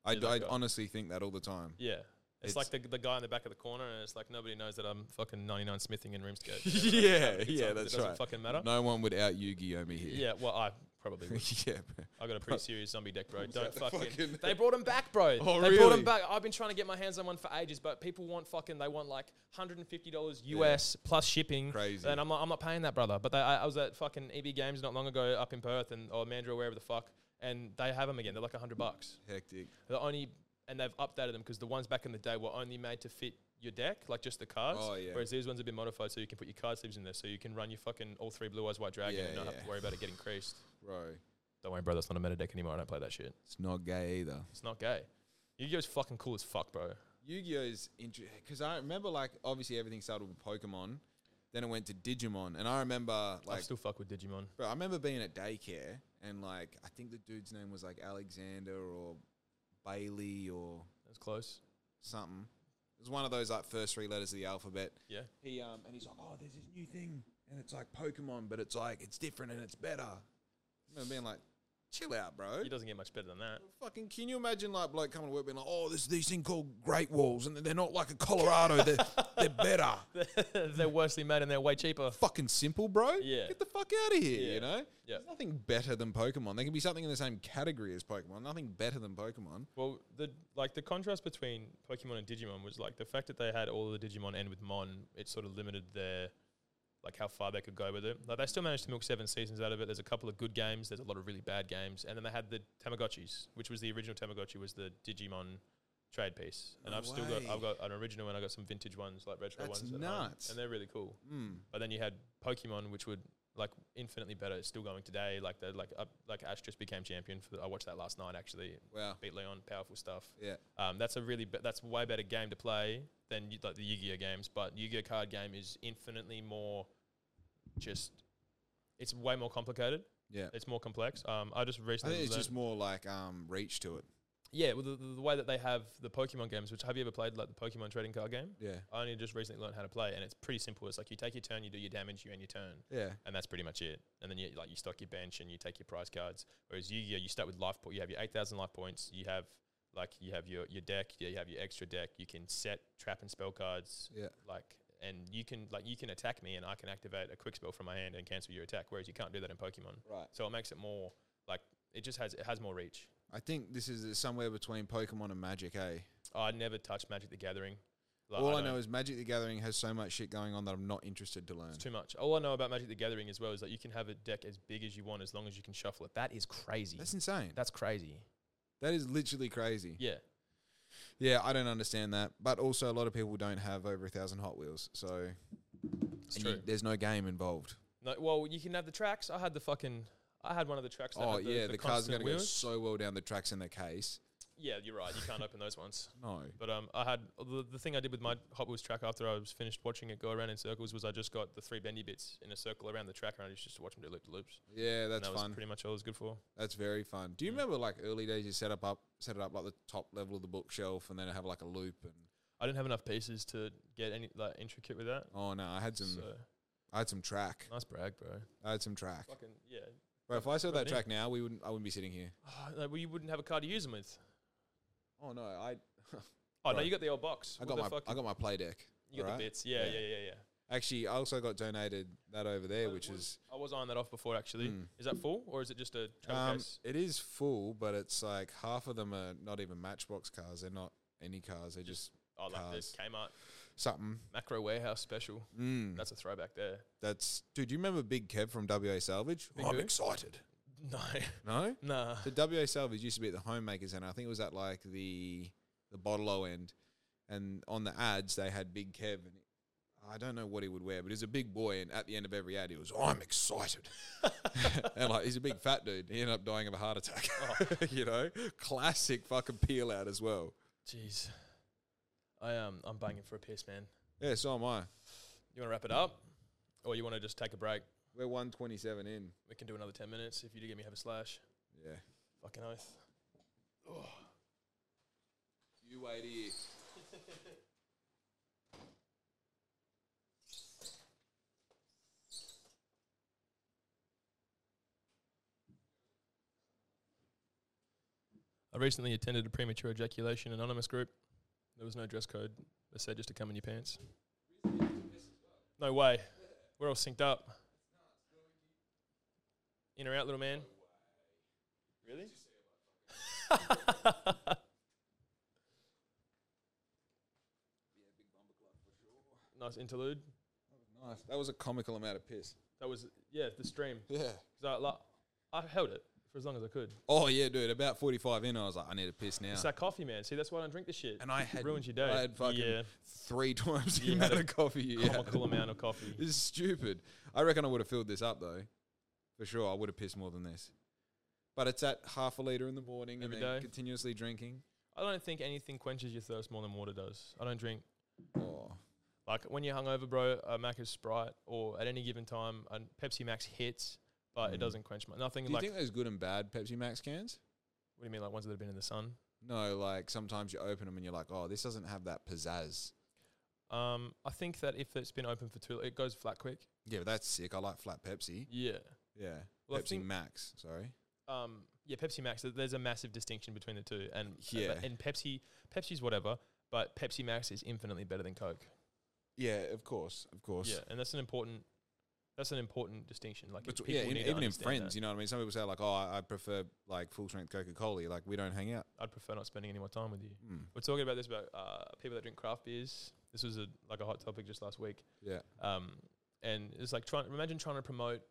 Speaker 1: I,
Speaker 2: Yeah, that
Speaker 1: I
Speaker 2: guy.
Speaker 1: honestly think that all the time.
Speaker 2: yeah. It's,
Speaker 1: It's-
Speaker 2: like the, the guy in the back of the corner, and it's like nobody knows that I'm fucking 99 smithing in rooms to go.
Speaker 1: yeah,
Speaker 2: It's like, It doesn't fucking matter.
Speaker 1: No one would out Yu Gi Oh me here.
Speaker 2: Yeah, well, I probably would.
Speaker 1: yeah, bro.
Speaker 2: I got a pretty serious zombie deck, bro. Don't
Speaker 1: the
Speaker 2: fucking.
Speaker 1: fucking-
Speaker 2: They brought him back, bro.
Speaker 1: Oh,
Speaker 2: they brought
Speaker 1: really?
Speaker 2: him back. I've been trying to get my hands on one for ages, but people want fucking. They want like $150 US plus shipping.
Speaker 1: Crazy.
Speaker 2: And I'm not, I'm not paying that, brother. But they, I, I was at fucking EB Games not long ago up in Perth and or Mandurah, wherever the fuck, and they have them again. They're like 100 bucks.
Speaker 1: Hectic.
Speaker 2: They're only and they've updated them because the ones back in the day were only made to fit your deck, like just the cards.
Speaker 1: Oh, yeah.
Speaker 2: Whereas these ones have been modified so you can put your card sleeves in there, so you can run your fucking all three blue eyes white dragon
Speaker 1: Yeah,
Speaker 2: and not have
Speaker 1: yeah.
Speaker 2: to worry about it getting creased.
Speaker 1: Bro,
Speaker 2: Don't worry, bro. That's not a meta deck anymore. I don't play that shit.
Speaker 1: it's not gay either.
Speaker 2: It's not gay. Yu-Gi-Oh's fucking cool as fuck, bro.
Speaker 1: Yu-Gi-Oh's interesting because I remember like obviously everything started with Pokemon, then it went to Digimon, and I remember
Speaker 2: I
Speaker 1: like
Speaker 2: still fuck with Digimon.
Speaker 1: bro, I remember being at daycare and like I think the dude's name was like Alexander or Bailey or
Speaker 2: That's close.
Speaker 1: something, It's one of those like first three letters of the alphabet.
Speaker 2: Yeah.
Speaker 1: He um and he's like, oh, there's this new thing, and it's like Pokemon, but it's like it's different and it's better. And being like, chill out, bro.
Speaker 2: He doesn't get much better than that.
Speaker 1: Fucking, can you imagine like bloke coming to work being like, oh, there's these thing called Great Walls, and they're not like a Colorado, they're they're better.
Speaker 2: they're worsely made and they're way cheaper.
Speaker 1: Fucking simple, bro.
Speaker 2: Yeah.
Speaker 1: Get the fuck out of here.
Speaker 2: Yeah.
Speaker 1: You know.
Speaker 2: Yeah.
Speaker 1: There's nothing better than Pokemon. There can be something in the same category as Pokemon. Nothing better than Pokemon.
Speaker 2: Well, the like the contrast between Pokemon and Digimon was like the fact that they had all of the Digimon end with Mon. It sort of limited their like how far they could go with it. Like they still managed to milk seven seasons out of it. There's a couple of good games. There's a lot of really bad games, and then they had the Tamagotchis, which was the original Tamagotchi was the Digimon trade piece. And
Speaker 1: No
Speaker 2: I've still got
Speaker 1: way.
Speaker 2: I've got an original and I got some vintage ones like retro
Speaker 1: That's
Speaker 2: ones. at home,
Speaker 1: nuts.
Speaker 2: and they're really cool.
Speaker 1: Mm.
Speaker 2: But then you had Pokemon, which would like infinitely better. It's still going today. Like the like up, like Ash just became champion. For the, I watched that last night actually.
Speaker 1: Wow.
Speaker 2: Beat Leon, powerful stuff.
Speaker 1: Yeah.
Speaker 2: Um, that's a really be- that's a way better game to play than you, like the Yu-Gi-Oh games. But Yu-Gi-Oh card game is infinitely more just. It's way more complicated.
Speaker 1: Yeah.
Speaker 2: It's more complex. Um, I just
Speaker 1: I
Speaker 2: recently
Speaker 1: think it's
Speaker 2: learned-
Speaker 1: just more like um reach to it.
Speaker 2: yeah. Well, the, the way that they have the Pokemon games, which have you ever played like the Pokemon trading card game?
Speaker 1: Yeah.
Speaker 2: I only just recently learned how to play, and it's pretty simple. It's like you take your turn, you do your damage, you end your turn
Speaker 1: Yeah.
Speaker 2: and that's pretty much it. And then you like you stock your bench and you take your prize cards. Whereas Yu-Gi-Oh, you start with life point. You have your eight thousand life points. You have like you have your your deck. Yeah, you have your extra deck. You can set trap and spell cards.
Speaker 1: Yeah.
Speaker 2: Like and you can like you can attack me and I can activate a quick spell from my hand and cancel your attack. Whereas you can't do that in Pokemon.
Speaker 1: Right.
Speaker 2: So it makes it more like it just has it has more reach.
Speaker 1: I think this is somewhere between Pokemon and Magic, eh?
Speaker 2: I never touched Magic the Gathering. Like,
Speaker 1: All I,
Speaker 2: don't-
Speaker 1: know is Magic the Gathering has so much shit going on that I'm not interested to learn.
Speaker 2: It's too much. All I know about Magic the Gathering as well is that you can have a deck as big as you want as long as you can shuffle it. That is crazy.
Speaker 1: That's insane.
Speaker 2: That's crazy.
Speaker 1: That is literally crazy.
Speaker 2: Yeah.
Speaker 1: Yeah, I don't understand that. But also, a lot of people don't have over a thousand Hot Wheels, so
Speaker 2: It's
Speaker 1: and
Speaker 2: true.
Speaker 1: you- there's no game involved.
Speaker 2: No, well, you can have the tracks. I had the fucking. I had one of the tracks. That
Speaker 1: oh
Speaker 2: had the,
Speaker 1: yeah,
Speaker 2: the,
Speaker 1: the, car's
Speaker 2: constant
Speaker 1: going to go
Speaker 2: wheels.
Speaker 1: so well down the tracks in the case.
Speaker 2: Yeah, you're right. You can't open those ones.
Speaker 1: No,
Speaker 2: But um, I had the, the thing I did with my Hot Wheels track after I was finished watching it go around in circles was I just got the three bendy bits in a circle around the track and I just used to watch them do loop to loops.
Speaker 1: yeah,
Speaker 2: And
Speaker 1: that's
Speaker 2: that was
Speaker 1: fun.
Speaker 2: pretty much all it was good for.
Speaker 1: That's very fun. Do you remember like early days? You set up up set it up like the top level of the bookshelf, and then have like a loop. And
Speaker 2: I didn't have enough pieces to get any like intricate with that.
Speaker 1: oh no, I had some
Speaker 2: So
Speaker 1: I had some track.
Speaker 2: nice brag, bro.
Speaker 1: I had some track.
Speaker 2: Fucking yeah.
Speaker 1: But if I saw that
Speaker 2: Right in.
Speaker 1: track now, we wouldn't. I wouldn't be sitting here.
Speaker 2: Oh, no, well, you wouldn't have a car to use them with.
Speaker 1: Oh no, I
Speaker 2: Oh no,
Speaker 1: Right.
Speaker 2: you got the old box.
Speaker 1: I
Speaker 2: with
Speaker 1: got
Speaker 2: the
Speaker 1: my I
Speaker 2: fucking-
Speaker 1: got my play deck.
Speaker 2: you got
Speaker 1: alright?
Speaker 2: the bits.
Speaker 1: Yeah.
Speaker 2: Yeah, yeah, yeah, yeah. yeah.
Speaker 1: Actually, I also got donated that over there,
Speaker 2: I
Speaker 1: which
Speaker 2: was-
Speaker 1: is
Speaker 2: I was eyeing that off before actually.
Speaker 1: Mm.
Speaker 2: Is that full or is it just a travel
Speaker 1: um,
Speaker 2: case?
Speaker 1: it is full, but it's like half of them are not even Matchbox cars. They're not any cars. They're just
Speaker 2: Just Oh, like the
Speaker 1: cars.
Speaker 2: Kmart
Speaker 1: something.
Speaker 2: Macro Warehouse special.
Speaker 1: Mm.
Speaker 2: That's a throwback there.
Speaker 1: That's dude. You remember Big Kev from WA Salvage?
Speaker 2: Big
Speaker 1: I'm
Speaker 2: who?
Speaker 1: excited.
Speaker 2: No,
Speaker 1: No,
Speaker 2: nah.
Speaker 1: the WA Salvage used to be at the Homemaker Centre. I think it was at like the the Bottle O end, and on the ads they had Big Kev. And I don't know what he would wear, but he's a big boy, and at the end of every ad he was, "I'm excited," and like he's a big fat dude. He ended up dying of a heart attack.
Speaker 2: Oh.
Speaker 1: you know, classic fucking peel out as well.
Speaker 2: Jeez, I um, I'm banging for a piss, man.
Speaker 1: Yeah, so am I.
Speaker 2: You want to wrap it up, or you want to just take a break?
Speaker 1: We're one twenty seven in.
Speaker 2: We can do another ten minutes if you do get me have a slash.
Speaker 1: Yeah,
Speaker 2: Fucking oath.
Speaker 1: you wait here.
Speaker 2: I recently attended a premature ejaculation anonymous group. There was no dress code. They said just to come in your pants. No way. We're all synced up. In or out, little man? Really? Nice interlude.
Speaker 1: Nice. That was a comical amount of piss.
Speaker 2: That was, yeah, the stream.
Speaker 1: Yeah.
Speaker 2: 'Cause I, like, I held it for as long as I could.
Speaker 1: Oh yeah, dude. About forty five in, I was like, I need a piss now.
Speaker 2: It's that coffee, man. See, that's why I don't drink this shit.
Speaker 1: and I had
Speaker 2: it ruins your day.
Speaker 1: I had fucking
Speaker 2: yeah,
Speaker 1: three times the
Speaker 2: You had
Speaker 1: amount
Speaker 2: a
Speaker 1: of coffee. Yeah.
Speaker 2: comical amount of coffee.
Speaker 1: This is stupid. I reckon I would have filled this up though, for sure. I would have pissed more than this. But it's at half a liter in the morning
Speaker 2: Every
Speaker 1: and then
Speaker 2: day.
Speaker 1: continuously drinking.
Speaker 2: I don't think anything quenches your thirst more than water does. I don't drink
Speaker 1: Oh,
Speaker 2: like when you're hungover, bro. A Macca's Sprite or at any given time, a Pepsi Max hits, but it
Speaker 1: Mm.
Speaker 2: doesn't quench my nothing.
Speaker 1: do you
Speaker 2: like
Speaker 1: think there's good and bad Pepsi Max cans?
Speaker 2: what do you mean, like ones that have been in the sun?
Speaker 1: No, like sometimes you open them and you're like, oh, this doesn't have that pizzazz.
Speaker 2: Um, I think that if it's been open for too, it goes flat quick.
Speaker 1: Yeah, but that's sick. I like flat Pepsi.
Speaker 2: Yeah.
Speaker 1: Yeah,
Speaker 2: Well, I
Speaker 1: Pepsi
Speaker 2: think-
Speaker 1: Max. Sorry.
Speaker 2: Um, yeah, Pepsi Max. th- There's a massive distinction between the two, and
Speaker 1: Yeah.
Speaker 2: and Pepsi, Pepsi's whatever, but Pepsi Max is infinitely better than Coke.
Speaker 1: Yeah, of course, of course.
Speaker 2: Yeah, and that's an important, that's an important distinction. Like,
Speaker 1: But
Speaker 2: people
Speaker 1: yeah, in,
Speaker 2: need to
Speaker 1: even in
Speaker 2: understand
Speaker 1: friends,
Speaker 2: that.
Speaker 1: you know what I mean. Some people say like, "Oh, I I prefer like full strength Coca Cola." Like we don't hang out.
Speaker 2: I'd prefer not spending any more time with you.
Speaker 1: Mm.
Speaker 2: We're talking about this about uh, people that drink craft beers. This was a like a hot topic just last week.
Speaker 1: Yeah,
Speaker 2: Um, and it's like trying. Imagine trying to promote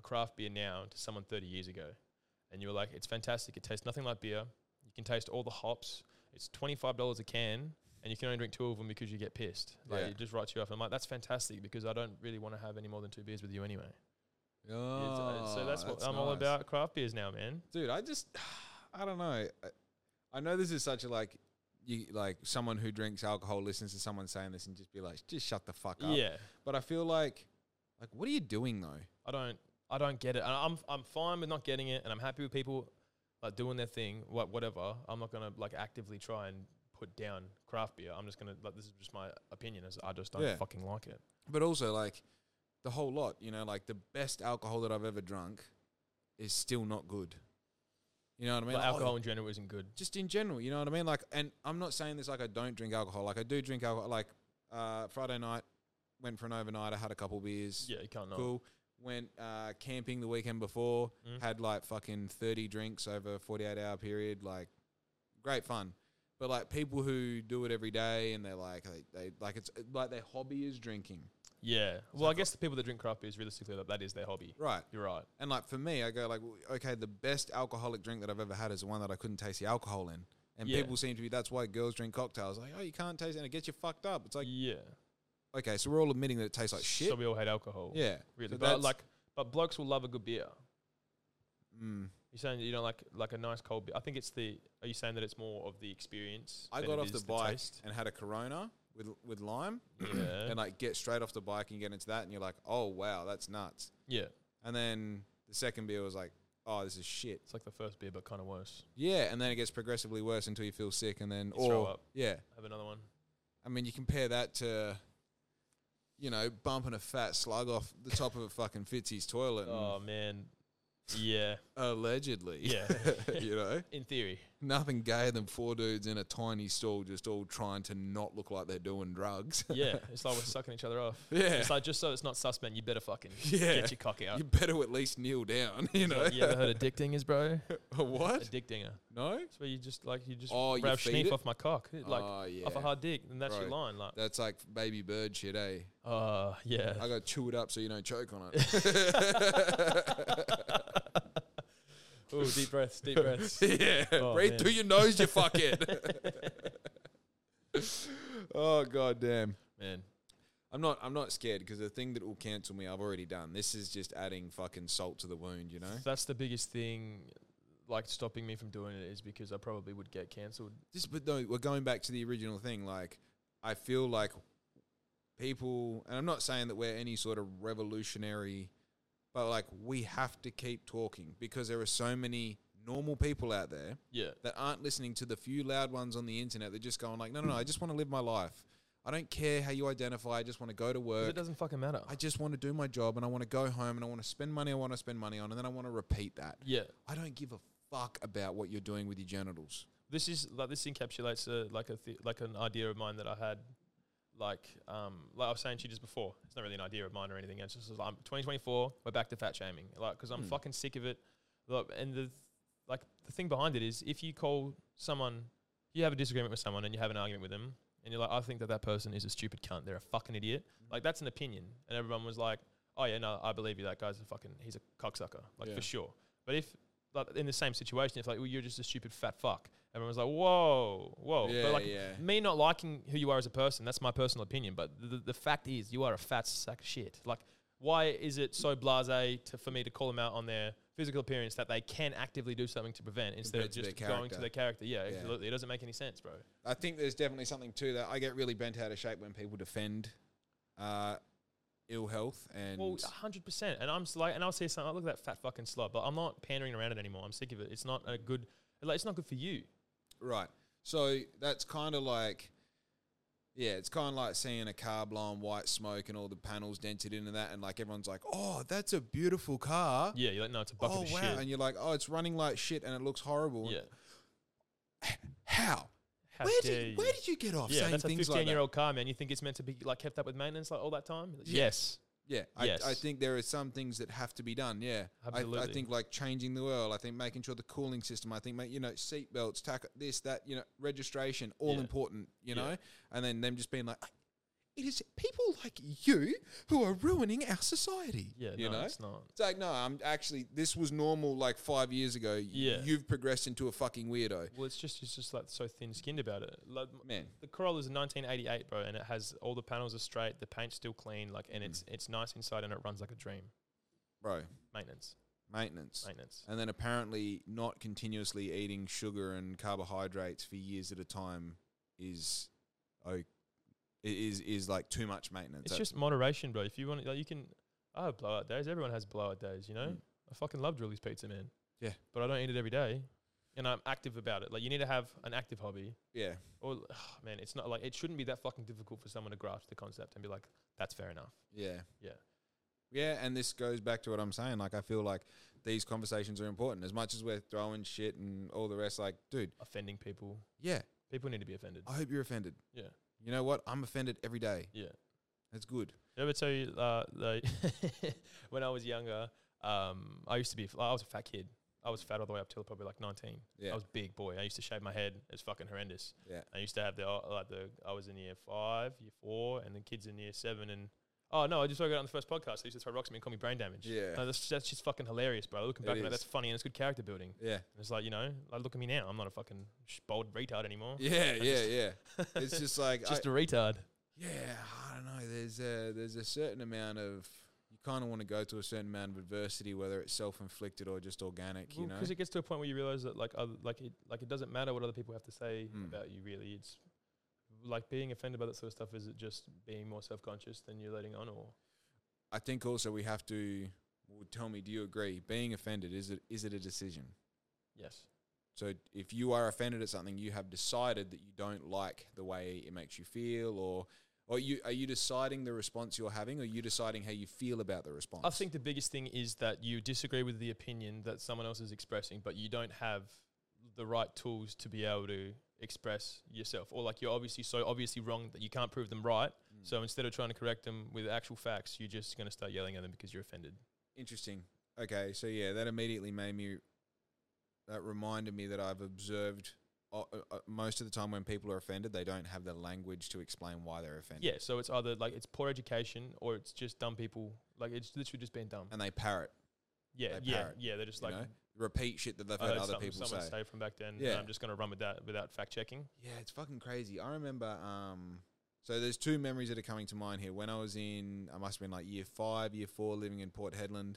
Speaker 2: a craft beer now to someone 30 years ago, and you were like, "It's fantastic. It tastes nothing like beer. You can taste all the hops. It's $25 a can, and you can only drink two of them because you get pissed. Like
Speaker 1: Yeah.
Speaker 2: it just writes you off." And I'm like, "That's fantastic because I don't really want to have any more than two beers with you anyway." It's- uh, so that's, what
Speaker 1: oh, that's
Speaker 2: I'm all
Speaker 1: nice.
Speaker 2: about craft beers now, man.
Speaker 1: dude. I just, I don't know. I, I know this is such a like, you like someone who drinks alcohol listens to someone saying this and just be like, "Just shut the fuck up."
Speaker 2: Yeah,
Speaker 1: But I feel like, like, what are you doing though?
Speaker 2: I don't, I don't get it. And I'm, I'm fine with not getting it, and I'm happy with people like doing their thing, what, whatever. I'm not gonna like actively try and put down craft beer. I'm just gonna like this is just my opinion. As I just don't
Speaker 1: Yeah.
Speaker 2: fucking like it.
Speaker 1: But also like, the whole lot. You know, like the best alcohol that I've ever drunk is still not good. You know what I mean?
Speaker 2: Like,
Speaker 1: Like, oh,
Speaker 2: alcohol in general isn't good.
Speaker 1: just in general, you know what I mean? Like, and I'm not saying this like I don't drink alcohol. Like, I do drink alcohol. Like, uh, Friday night, went for an overnight. I had a couple beers.
Speaker 2: Yeah, you can't know.
Speaker 1: Cool. Went uh, camping the weekend before.
Speaker 2: Mm.
Speaker 1: Had like fucking 30 drinks over a 48 hour period. Like, great fun. But like people who do it every day and they're like, they, they like it's like their hobby is drinking.
Speaker 2: Yeah. Well, I guess the people that drink craft beers realistically that that is their hobby.
Speaker 1: Right.
Speaker 2: You're right.
Speaker 1: And like for me, I go like, w- okay, the best alcoholic drink that I've ever had is the one that I couldn't taste the alcohol in. And
Speaker 2: Yeah.
Speaker 1: people seem to be that's why girls drink cocktails. Like, oh, you can't taste it, and it gets you fucked up. It's like,
Speaker 2: yeah.
Speaker 1: okay, so we're all admitting that it tastes like shit.
Speaker 2: So we all hate alcohol.
Speaker 1: yeah,
Speaker 2: Really.
Speaker 1: So
Speaker 2: but
Speaker 1: that's-
Speaker 2: like, but blokes will love a good beer.
Speaker 1: mm,
Speaker 2: You're saying that you don't like like a nice cold beer. I think it's the. Are you saying that it's more of the experience?
Speaker 1: I
Speaker 2: than
Speaker 1: got
Speaker 2: it
Speaker 1: off the
Speaker 2: is
Speaker 1: bike
Speaker 2: taste?
Speaker 1: and had a Corona with with lime,
Speaker 2: yeah.
Speaker 1: and like get straight off the bike and get into that, and you're like, oh wow, that's nuts.
Speaker 2: yeah.
Speaker 1: And then the second beer was like, oh, this is shit.
Speaker 2: It's like the first beer, but kind of worse.
Speaker 1: Yeah, and then it gets progressively worse until you feel sick, and then
Speaker 2: You throw
Speaker 1: or
Speaker 2: up.
Speaker 1: yeah,
Speaker 2: Have another one.
Speaker 1: I mean, you compare that to, you know, bumping a fat slug off the top of a fucking Fitzy's toilet, and
Speaker 2: Oh man. Yeah.
Speaker 1: allegedly.
Speaker 2: Yeah.
Speaker 1: you know,
Speaker 2: In theory.
Speaker 1: nothing gayer than four dudes in a tiny stall just all trying to not look like they're doing drugs.
Speaker 2: Yeah. It's like we're sucking each other off.
Speaker 1: yeah.
Speaker 2: It's like just so it's not suspect, you better fucking
Speaker 1: Yeah.
Speaker 2: get your cock out.
Speaker 1: you better at least kneel down, you know.
Speaker 2: you ever heard of dick dingers, bro? A
Speaker 1: what?
Speaker 2: dick dinger.
Speaker 1: No?
Speaker 2: It's where you just like you just
Speaker 1: Oh, you
Speaker 2: grab
Speaker 1: feed
Speaker 2: schneef
Speaker 1: it?
Speaker 2: off my cock, It, like
Speaker 1: oh, yeah.
Speaker 2: off a hard dick, and that's your
Speaker 1: Right.
Speaker 2: line. Like,
Speaker 1: That's like baby bird shit, eh?
Speaker 2: uh, yeah.
Speaker 1: I gotta chew it up so you don't choke on it.
Speaker 2: oh, deep breaths, deep breaths.
Speaker 1: yeah,
Speaker 2: Oh,
Speaker 1: breathe
Speaker 2: man.
Speaker 1: through your nose, you fuckhead. oh god damn.
Speaker 2: Man,
Speaker 1: I'm not. I'm not scared because the thing that will cancel me, I've already done. This is just adding fucking salt to the wound, you know.
Speaker 2: that's the biggest thing. Like stopping me from doing it is because I probably would get cancelled.
Speaker 1: This, but no, we're going back to the original thing. Like, I feel like people, and I'm not saying that we're any sort of revolutionary, but like we have to keep talking because there are so many normal people out there
Speaker 2: Yeah.
Speaker 1: that aren't listening to the few loud ones on the internet that just going like, no, no, no, I just want to live my life. I don't care how you identify. I just want to go to
Speaker 2: 'Cause
Speaker 1: work.
Speaker 2: It doesn't fucking matter.
Speaker 1: I just want to do my job and I want to go home and I want to spend money I want to spend money on and then I want to repeat that.
Speaker 2: yeah.
Speaker 1: I don't give a fuck about what you're doing with your genitals.
Speaker 2: this is like this encapsulates a, like a th- like an idea of mine that I had, like um like I was saying to you just before. It's not really an idea of mine or anything. It's just like I'm- 2024. We're back to fat shaming, like because I'm
Speaker 1: Hmm.
Speaker 2: fucking sick of it. Look, and the like the thing behind it is if you call someone, you have a disagreement with someone and you have an argument with them, and you're like, I think that that person is a stupid cunt. They're a fucking idiot.
Speaker 1: Hmm.
Speaker 2: Like that's an opinion, and everyone was like, Oh yeah, no, I believe you. That guy's a fucking he's a cocksucker, like
Speaker 1: Yeah.
Speaker 2: for sure. But if like in the same situation, if like well, you're just a stupid fat fuck, everyone's like, whoa, whoa.
Speaker 1: Yeah,
Speaker 2: but like
Speaker 1: yeah.
Speaker 2: me not liking who you are as a person, that's my personal opinion. But the, the fact is, you are a fat sack of shit. Like, why is it so blasé to for me to call them out on their physical appearance that they can actively do something to prevent instead
Speaker 1: Compared
Speaker 2: of
Speaker 1: to their
Speaker 2: just going to
Speaker 1: character.
Speaker 2: their character? Yeah,
Speaker 1: Yeah.
Speaker 2: absolutely. It doesn't make any sense, bro.
Speaker 1: I think there's definitely something to that. I get really bent out of shape when people defend uh, ill health and
Speaker 2: Well, hundred percent. And I'm s- like, and I'll say something. Like, look at that fat fucking slob. But I'm not pandering around it anymore. I'm sick of it. It's not a good. Like, it's not good for you.
Speaker 1: Right. So that's kind of like, yeah, it's kind of like seeing a car blown white smoke and all the panels dented into that, and like everyone's like, "Oh, that's a beautiful car."
Speaker 2: Yeah, you're like, no, it's a bucket
Speaker 1: Oh
Speaker 2: of
Speaker 1: wow!
Speaker 2: shit.
Speaker 1: And you're like, "Oh, it's running like shit, and it looks horrible."
Speaker 2: yeah.
Speaker 1: How?
Speaker 2: How
Speaker 1: where
Speaker 2: dare
Speaker 1: did
Speaker 2: you?
Speaker 1: where did you get off
Speaker 2: yeah,
Speaker 1: saying
Speaker 2: that's a
Speaker 1: things
Speaker 2: 15
Speaker 1: like
Speaker 2: year
Speaker 1: that?
Speaker 2: old car, man. You think it's meant to be like kept up with maintenance like all that time?
Speaker 1: Yeah.
Speaker 2: Yes.
Speaker 1: Yeah, I, I
Speaker 2: Yes.
Speaker 1: think there are some things that have to be done. Yeah, I, I
Speaker 2: Absolutely.
Speaker 1: think like changing the oil. I think making sure the cooling system. I think ma- you know seatbelts, tack this, that. You know, registration, all
Speaker 2: Yeah.
Speaker 1: important. You
Speaker 2: Yeah.
Speaker 1: know, and then them just being like, it is people like you who are ruining our society.
Speaker 2: Yeah.
Speaker 1: you
Speaker 2: no,
Speaker 1: know.
Speaker 2: it's not.
Speaker 1: It's like no, I'm actually this was normal like five years ago. Y-
Speaker 2: Yeah.
Speaker 1: you've progressed into a fucking weirdo.
Speaker 2: Well, it's just it's just like so thin skinned about it. Like, m-
Speaker 1: Man.
Speaker 2: the Corolla's a 1988, bro, and it has all the panels are straight, the paint's still clean, like, and it's it's nice inside, and it runs like a dream.
Speaker 1: bro.
Speaker 2: Maintenance,
Speaker 1: Maintenance.
Speaker 2: maintenance.
Speaker 1: And then apparently not continuously eating sugar and carbohydrates for years at a time is oh is is like too much maintenance.
Speaker 2: It's
Speaker 1: That-
Speaker 2: just moderation, bro. If you want, like, you can. I have blowout days. Everyone has blowout days, you know.
Speaker 1: Mm.
Speaker 2: I fucking love Drilly's Pizza, man.
Speaker 1: Yeah.
Speaker 2: but I don't eat it every day, and I'm active about it. Like, you need to have an active hobby.
Speaker 1: yeah.
Speaker 2: Or, man, it's not like it shouldn't be that fucking difficult for someone to grasp the concept and be like, "That's fair enough."
Speaker 1: Yeah.
Speaker 2: Yeah.
Speaker 1: Yeah, and this goes back to what I'm saying. Like I feel like these conversations are important. As much as we're throwing shit and all the rest, like, dude,
Speaker 2: Offending people,
Speaker 1: yeah,
Speaker 2: people need to be offended.
Speaker 1: I hope you're offended.
Speaker 2: Yeah.
Speaker 1: You know what? I'm offended every day.
Speaker 2: Yeah.
Speaker 1: That's good.
Speaker 2: Did I ever tell you uh, the when I was younger, um, I used to be, I was a fat kid. I was fat all the way up till probably like 19.
Speaker 1: Yeah.
Speaker 2: I was big boy. I used to shave my head. It's fucking horrendous.
Speaker 1: Yeah.
Speaker 2: I used to have the, uh, like the, I was in year five, year four, and the kids in year seven. And, oh no, I just spoke about it on the first podcast. They used to throw rocks at me and call me brain damage.
Speaker 1: Yeah.
Speaker 2: No, that's, that's just fucking hilarious, bro. Looking
Speaker 1: It
Speaker 2: back at it,
Speaker 1: is.
Speaker 2: that's funny and it's good character building.
Speaker 1: Yeah.
Speaker 2: And it's like, you know, like look at me now. I'm not a fucking sh- bold retard anymore.
Speaker 1: Yeah, yeah, yeah. It's just like I-
Speaker 2: just a retard.
Speaker 1: Yeah, I don't know. There's a there's a certain amount of you kind of want to go to a certain amount of adversity, whether it's self inflicted or just organic. You know,
Speaker 2: because it gets to a point where you realize that like other, like it like it doesn't matter what other people have to say
Speaker 1: Mm.
Speaker 2: about you. Really, it's like being offended by that sort of stuff. Is it just being more self conscious than you're letting on, or
Speaker 1: I think also we have to. Well, tell me, do you agree? Being offended is it is it a decision?
Speaker 2: yes,
Speaker 1: So if you are offended at something, you have decided that you don't like the way it makes you feel, or or you are you deciding the response you're having, or are you deciding how you feel about the response?
Speaker 2: I think the biggest thing is that you disagree with the opinion that someone else is expressing, but you don't have the right tools to be able to express yourself, or like you're obviously so obviously wrong that you can't prove them right.
Speaker 1: Mm.
Speaker 2: So instead of trying to correct them with actual facts, you're just going to start yelling at them because you're offended.
Speaker 1: Interesting. Okay, so yeah, that immediately made me. That reminded me that I've observed uh, uh, uh, most of the time when people are offended, they don't have the language to explain why they're offended.
Speaker 2: Yeah, so it's either like it's poor education or it's just dumb people. Like it's literally just being dumb.
Speaker 1: And they parrot,
Speaker 2: Yeah,
Speaker 1: they
Speaker 2: yeah,
Speaker 1: parrot,
Speaker 2: yeah. They're just
Speaker 1: you
Speaker 2: like
Speaker 1: know, repeat shit that they've
Speaker 2: I
Speaker 1: heard
Speaker 2: heard
Speaker 1: other
Speaker 2: Oh, something
Speaker 1: people
Speaker 2: someone
Speaker 1: say.
Speaker 2: say from back then.
Speaker 1: Yeah.
Speaker 2: and I'm just gonna run with that without fact checking.
Speaker 1: Yeah, it's fucking crazy. I remember. Um, so there's two memories that are coming to mind here. When I was in, I must have been like year five, year four, living in Port Hedland.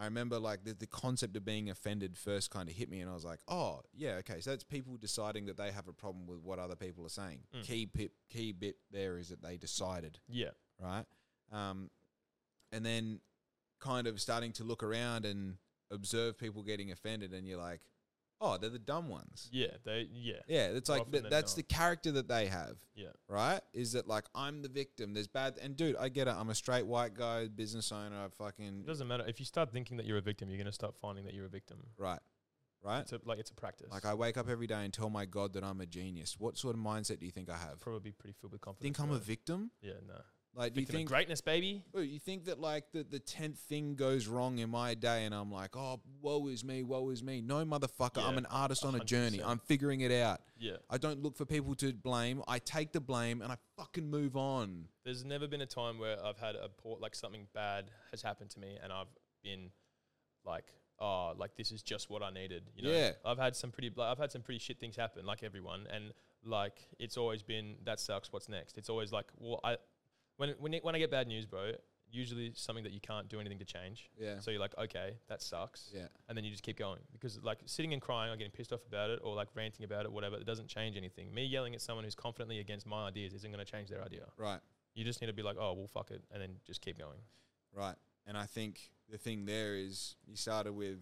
Speaker 1: I remember like the, the concept of being offended first kind of hit me, and I was like, oh yeah, okay. So that's people deciding that they have a problem with what other people are saying.
Speaker 2: Mm.
Speaker 1: Key pip, key bit there is that they decided,
Speaker 2: Yeah,
Speaker 1: right? Um, and then kind of starting to look around and observe people getting offended, and you're like, oh, they're the dumb ones.
Speaker 2: yeah, they, yeah,
Speaker 1: Yeah, it's
Speaker 2: More
Speaker 1: like
Speaker 2: often
Speaker 1: th-
Speaker 2: than
Speaker 1: that's
Speaker 2: not.
Speaker 1: the character that they have,
Speaker 2: yeah,
Speaker 1: right? Is that like I'm the victim? There's bad and dude, I get it. I'm a straight white guy, business owner. I
Speaker 2: It
Speaker 1: fucking
Speaker 2: doesn't matter if you start thinking that you're a victim, you're gonna start finding that you're a victim.
Speaker 1: right, right.
Speaker 2: It's a, like it's a practice.
Speaker 1: Like I wake up every day and tell my god that I'm a genius. What sort of mindset do you think I have?
Speaker 2: probably pretty filled with confidence.
Speaker 1: Think I'm a
Speaker 2: bro.
Speaker 1: victim?
Speaker 2: Yeah, no.
Speaker 1: Like, do you
Speaker 2: Victim of
Speaker 1: think?
Speaker 2: greatness, baby?
Speaker 1: Oh, you think that like the, the tenth thing goes wrong in my day, and I'm like, oh, woe is me, woe is me. No, motherfucker, I'm
Speaker 2: Yeah,
Speaker 1: an artist on a journey.
Speaker 2: 100%.
Speaker 1: I'm figuring it out.
Speaker 2: Yeah.
Speaker 1: I don't look for people to blame. I take the blame and I fucking move on.
Speaker 2: There's never been a time where I've had a port like something bad has happened to me and I've been like, oh, like this is just what I needed. You know,
Speaker 1: Yeah.
Speaker 2: I've had some pretty, like, I've had some pretty shit things happen, like everyone, and like it's always been that sucks. What's next? It's always like, well, I when when it, when I get bad news, bro, usually it's something that you can't do anything to change.
Speaker 1: Yeah.
Speaker 2: So you're like, okay, that sucks.
Speaker 1: Yeah.
Speaker 2: And then you just keep going because like sitting and crying or getting pissed off about it or like ranting about it, whatever, it doesn't change anything. Me yelling at someone who's confidently against my ideas isn't going to change their idea.
Speaker 1: Right.
Speaker 2: You just need to be like, oh, well, fuck it, and then just keep going.
Speaker 1: Right. And I think the thing there is you started with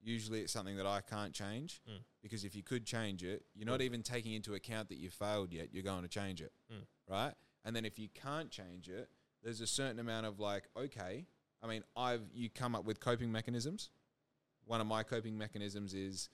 Speaker 1: Usually it's something that I can't change
Speaker 2: Mm.
Speaker 1: because if you could change it, you're not even taking into account that you failed yet. You're going to change it,
Speaker 2: Mm.
Speaker 1: right? And then if you can't change it, there's a certain amount of like, okay, I mean, I've you come up with coping mechanisms. One of my coping mechanisms is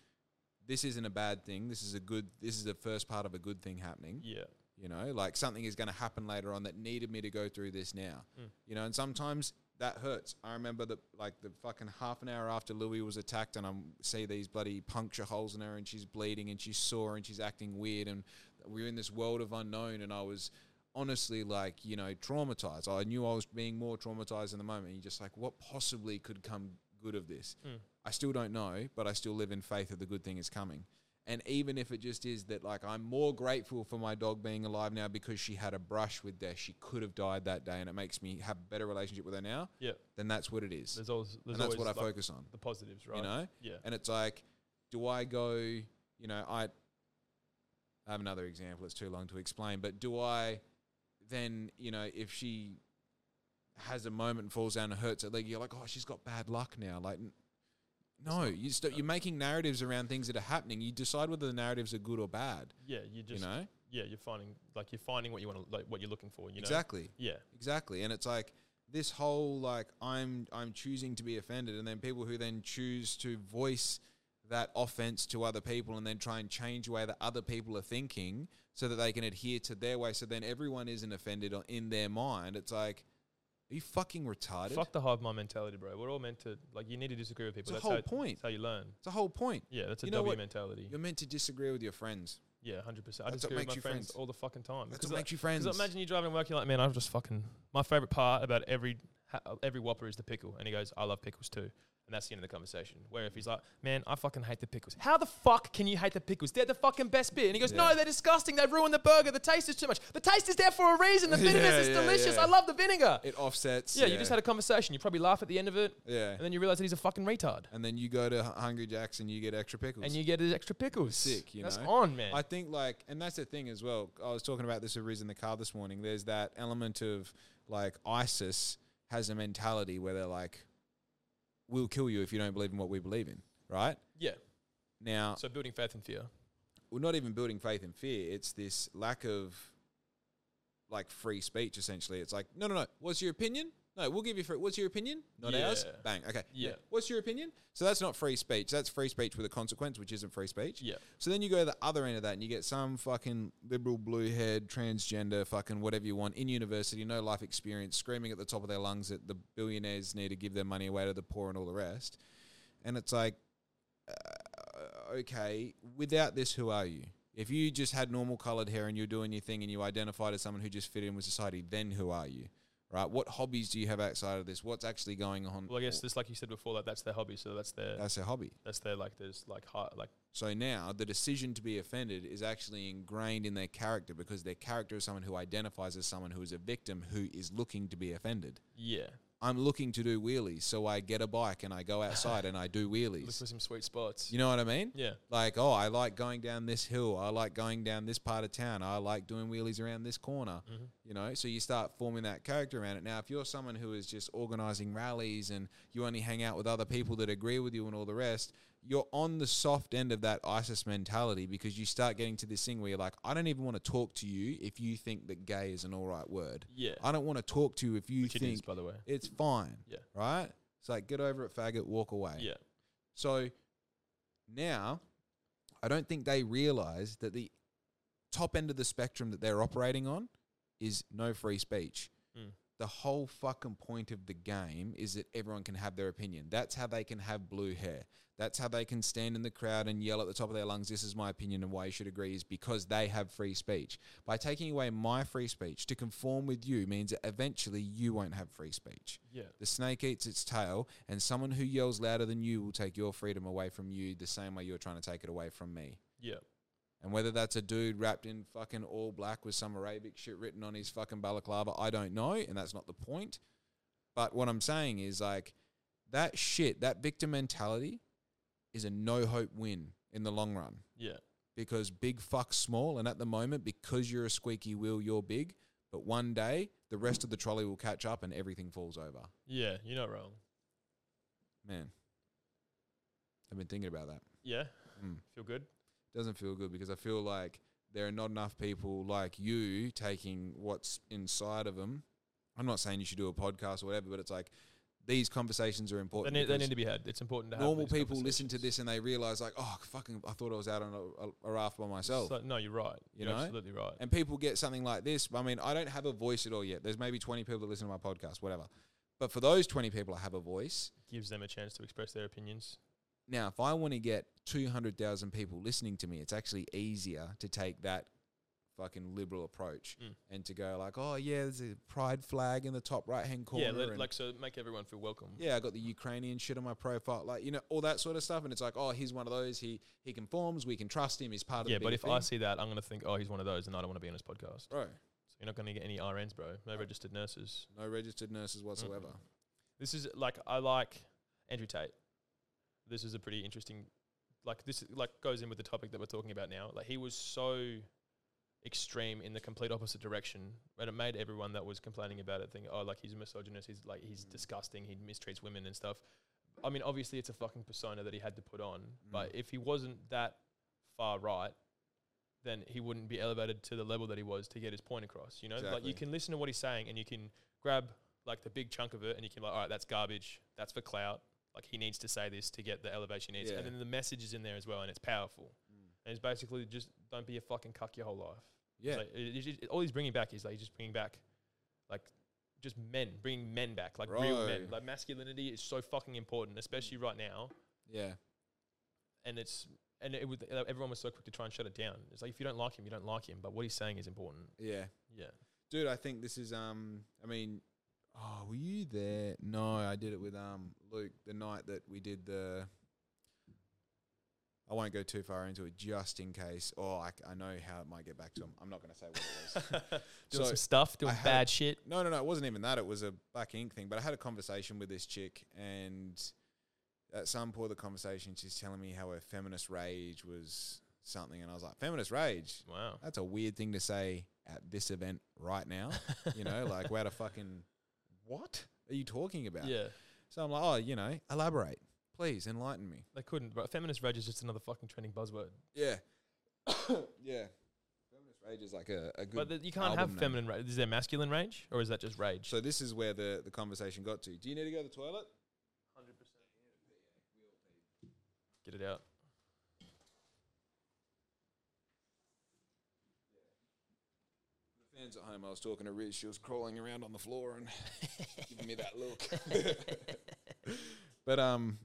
Speaker 1: this isn't a bad thing. This is a good. This is the first part of a good thing happening.
Speaker 2: Yeah.
Speaker 1: You know, like something is going to happen later on that needed me to go through this now.
Speaker 2: Mm.
Speaker 1: You know, and sometimes that hurts. I remember that, like, the fucking half an hour after Louis was attacked, and I see these bloody puncture holes in her, and she's bleeding, and she's sore, and she's acting weird, and we were in this world of unknown, and I was honestly like you know traumatized i knew i was being more traumatized in the moment you're just like what possibly could come good of this
Speaker 2: Mm.
Speaker 1: i still don't know but i still live in faith that the good thing is coming and even if it just is that, like, I'm more grateful for my dog being alive now because she had a brush with death. She could have died that day, and it makes me have a better relationship with her now.
Speaker 2: Yeah.
Speaker 1: Then that's what it is,
Speaker 2: There's always
Speaker 1: and
Speaker 2: there's
Speaker 1: that's
Speaker 2: always
Speaker 1: what I
Speaker 2: like
Speaker 1: focus on.
Speaker 2: the positives, right?
Speaker 1: You know,
Speaker 2: Yeah.
Speaker 1: and it's like, do I go? You know, I I have another example. It's too long to explain, but do I then? You know, if she has a moment and falls down and hurts her leg, you're like, oh, she's got bad luck now. Like, n- no, you st- you're making narratives around things that are happening. You decide whether the narratives are good or bad.
Speaker 2: Yeah, you just
Speaker 1: you know,
Speaker 2: yeah, you're finding like you're finding what you want to like what you're looking for, you know.
Speaker 1: exactly,
Speaker 2: Yeah.
Speaker 1: exactly. And it's like this whole like I'm I'm choosing to be offended, and then people who then choose to voice that offense to other people and then try and change the way that other people are thinking so that they can adhere to their way so then everyone isn't offended or in their mind it's like are you fucking retarded
Speaker 2: Fuck the hive mind mentality, bro. We're all meant to like you need to disagree with people.
Speaker 1: the
Speaker 2: that's
Speaker 1: whole
Speaker 2: how,
Speaker 1: point.
Speaker 2: That's how you learn.
Speaker 1: it's the whole point
Speaker 2: Yeah, that's a
Speaker 1: You know
Speaker 2: W
Speaker 1: what?
Speaker 2: mentality.
Speaker 1: you're meant to disagree with your friends
Speaker 2: Yeah, hundred percent. I
Speaker 1: That's what
Speaker 2: disagree with
Speaker 1: makes
Speaker 2: my
Speaker 1: you
Speaker 2: friends,
Speaker 1: friends.
Speaker 2: all the fucking time.
Speaker 1: that's
Speaker 2: Because,
Speaker 1: what
Speaker 2: like,
Speaker 1: makes you friends
Speaker 2: Because imagine you driving to work, you're like, man, I've just fucking. My favorite part about every ha- every Whopper is the pickle, and he goes, I love pickles too, and that's the end of the conversation. Where if he's like, man, I fucking hate the pickles. How the fuck can you hate the pickles? They're the fucking best bit. And he goes,
Speaker 1: Yeah.
Speaker 2: no, they're disgusting. They ruin the burger. The taste is too much. The taste is there for a reason. The bitterness
Speaker 1: Yeah,
Speaker 2: is
Speaker 1: yeah,
Speaker 2: delicious.
Speaker 1: yeah.
Speaker 2: I love the vinegar.
Speaker 1: it offsets
Speaker 2: yeah, you just had a conversation. You probably laugh at the end of it,
Speaker 1: yeah
Speaker 2: and then you realize that he's a fucking retard,
Speaker 1: and then you go to Hu- Hungry Jack's and you get extra pickles
Speaker 2: and you get his extra pickles.
Speaker 1: Sick, you
Speaker 2: that's
Speaker 1: know?
Speaker 2: on, man.
Speaker 1: I think like, and that's the thing as well. I was talking about this with Riz in the car this morning. There's that element of like ISIS has a mentality where they're like, "We'll kill you if you don't believe in what we believe in." Right
Speaker 2: yeah.
Speaker 1: now,
Speaker 2: So building faith and fear.
Speaker 1: we're not even building faith and fear. It's this lack of like free speech. Essentially, it's like, no, no, no. What's your opinion? No, we'll give you free. What's your opinion? Not ours.
Speaker 2: Yeah.
Speaker 1: Bang. Okay.
Speaker 2: Yeah.
Speaker 1: What's your opinion? So that's not free speech. That's free speech with a consequence, which isn't free speech.
Speaker 2: Yeah.
Speaker 1: So then you go to the other end of that and you get some fucking liberal blue haired, transgender, fucking whatever you want in university, no life experience, screaming at the top of their lungs that the billionaires need to give their money away to the poor and all the rest. And it's like, uh, okay, without this, who are you? If you just had normal colored hair and you're doing your thing and you identified as someone who just fit in with society, then who are you? Right? What hobbies do you have outside of this? What's actually going on?
Speaker 2: Well, I guess just like you said before, that that's their hobby. So that's their
Speaker 1: that's a hobby.
Speaker 2: That's their like there's like high, like
Speaker 1: So now the decision to be offended is actually ingrained in their character because their character is someone who identifies as someone who is a victim who is looking to be offended.
Speaker 2: yeah.
Speaker 1: I'm looking to do wheelies, so I get a bike and I go outside and I do
Speaker 2: Look
Speaker 1: wheelies.
Speaker 2: for some sweet spots.
Speaker 1: You know what I mean?
Speaker 2: yeah.
Speaker 1: Like, oh, I like going down this hill. I like going down this part of town. I like doing wheelies around this corner.
Speaker 2: Mm-hmm.
Speaker 1: You know, so you start forming that character around it. Now, if you're someone who is just organizing rallies and you only hang out with other people that agree with you and all the rest, you're on the soft end of that ISIS mentality because you start getting to this thing where you're like, I don't even want to talk to you if you think that gay is an all right word.
Speaker 2: Yeah.
Speaker 1: I don't want to talk to you if you
Speaker 2: Which it
Speaker 1: think
Speaker 2: is, by the way.
Speaker 1: it's fine.
Speaker 2: Yeah.
Speaker 1: Right? It's like, get over it, faggot, walk away.
Speaker 2: Yeah.
Speaker 1: So now, I don't think they realize that the top end of the spectrum that they're operating on is no free speech.
Speaker 2: Mm.
Speaker 1: The whole fucking point of the game is that everyone can have their opinion. That's how they can have blue hair. That's how they can stand in the crowd and yell at the top of their lungs, this is my opinion and why you should agree, is because they have free speech. By taking away my free speech to conform with you means that eventually you won't have free speech.
Speaker 2: Yeah.
Speaker 1: The snake eats its tail, and someone who yells louder than you will take your freedom away from you the same way you're trying to take it away from me.
Speaker 2: Yeah.
Speaker 1: And whether that's a dude wrapped in fucking all black with some Arabic shit written on his fucking balaclava, I don't know, and that's not the point. But what I'm saying is like that shit, that victim mentality is a no hope win in the long run
Speaker 2: Yeah.
Speaker 1: because big fucks small. And at the moment, because you're a squeaky wheel, you're big. But one day, the rest of the trolley will catch up and everything falls over.
Speaker 2: Yeah. You're not wrong.
Speaker 1: Man. I've been thinking about that.
Speaker 2: Yeah,
Speaker 1: Mm.
Speaker 2: feel good.
Speaker 1: Doesn't feel good because I feel like there are not enough people like you taking what's inside of them. I'm not saying you should do a podcast or whatever, but it's like these conversations are
Speaker 2: They
Speaker 1: important.
Speaker 2: need, they
Speaker 1: because
Speaker 2: need to be had. It's important to have
Speaker 1: normal
Speaker 2: these
Speaker 1: people listen to
Speaker 2: conversations.
Speaker 1: this and they realize like, oh fucking, I thought I was out on a, a, a raft by myself.
Speaker 2: So, no, you're right.
Speaker 1: You
Speaker 2: You're
Speaker 1: know?
Speaker 2: absolutely right.
Speaker 1: and people get something like this. I mean, I don't have a voice at all yet. There's maybe 20 people that listen to my podcast, whatever. But for those 20 people, I have a voice.
Speaker 2: Gives them a chance to express their opinions.
Speaker 1: Now, if I want to get 200,000 people listening to me, it's actually easier to take that fucking liberal approach
Speaker 2: Mm.
Speaker 1: and to go like, oh, yeah, there's a pride flag in the top right hand corner.
Speaker 2: yeah, let-
Speaker 1: and
Speaker 2: like so, make everyone feel welcome.
Speaker 1: yeah, I got the Ukrainian shit on my profile, like you know all that sort of stuff, and it's like, oh, he's one of those. He he conforms. We can trust him. He's part of
Speaker 2: Yeah,
Speaker 1: the.
Speaker 2: but
Speaker 1: bigger
Speaker 2: if I
Speaker 1: thing."
Speaker 2: see that, I'm going to think, oh, he's one of those, and I don't want to be on his podcast.
Speaker 1: bro,
Speaker 2: So you're not going to get any RNs, bro. No registered nurses.
Speaker 1: no registered nurses whatsoever.
Speaker 2: This is like I like Andrew Tate. This is a pretty interesting, like this like goes in with the topic that we're talking about now. Like he was so extreme in the complete opposite direction, and it made everyone that was complaining about it think, oh, like he's a misogynist. He's like he's disgusting. He mistreats women and stuff. I mean, obviously, it's a fucking persona that he had to put on. But if he wasn't that far right, then he wouldn't be elevated to the level that he was to get his point across. You know, like
Speaker 1: Exactly.
Speaker 2: you can listen to what he's saying and you can grab like the big chunk of it and you can be like, all right, that's garbage. That's for clout. Like he needs to say this to get the elevation he needs.
Speaker 1: Yeah.
Speaker 2: And then the message is in there as well, and it's powerful.
Speaker 1: Mm.
Speaker 2: And it's basically just don't be a fucking cuck your whole life.
Speaker 1: Yeah,
Speaker 2: So it- it- it- all he's bringing back is like he's just bringing back, like, just men, bringing men back, like real men.
Speaker 1: Right.
Speaker 2: Like masculinity is so fucking important, especially right now.
Speaker 1: yeah,
Speaker 2: And it's and it would, everyone was so quick to try and shut it down. It's like if you don't like him, you don't like him. But what he's saying is important.
Speaker 1: yeah.
Speaker 2: Yeah.
Speaker 1: dude i think this is um i mean oh were you there no i did it with um luke the night that we did the i won't go too far into it just in case oh i, c- I know how it might get back to him i'm not going to say what it was
Speaker 2: doing
Speaker 1: So,
Speaker 2: some stuff, doing
Speaker 1: I had-
Speaker 2: bad shit.
Speaker 1: no no no it wasn't even that it was a black ink thing but i had a conversation with this chick and at some point of the conversation she's telling me how her feminist rage was something and i was like feminist rage
Speaker 2: Wow.
Speaker 1: that's a weird thing to say at this event right now. You know, like we're at a fucking what are you talking about?
Speaker 2: Yeah.
Speaker 1: So I'm like, oh, you know, elaborate, please enlighten me.
Speaker 2: They couldn't. But feminist rage is just another fucking trending buzzword.
Speaker 1: Yeah, yeah. Feminist rage is like a, a good.
Speaker 2: But th- you can't have
Speaker 1: album name.
Speaker 2: feminine rage. Is there masculine rage or is that just rage?
Speaker 1: So this is where the the conversation got to. Do you need to go to the toilet?
Speaker 2: Get it out.
Speaker 1: The fans at home. I was talking to Riz. She was crawling around on the floor and giving me that look. But um,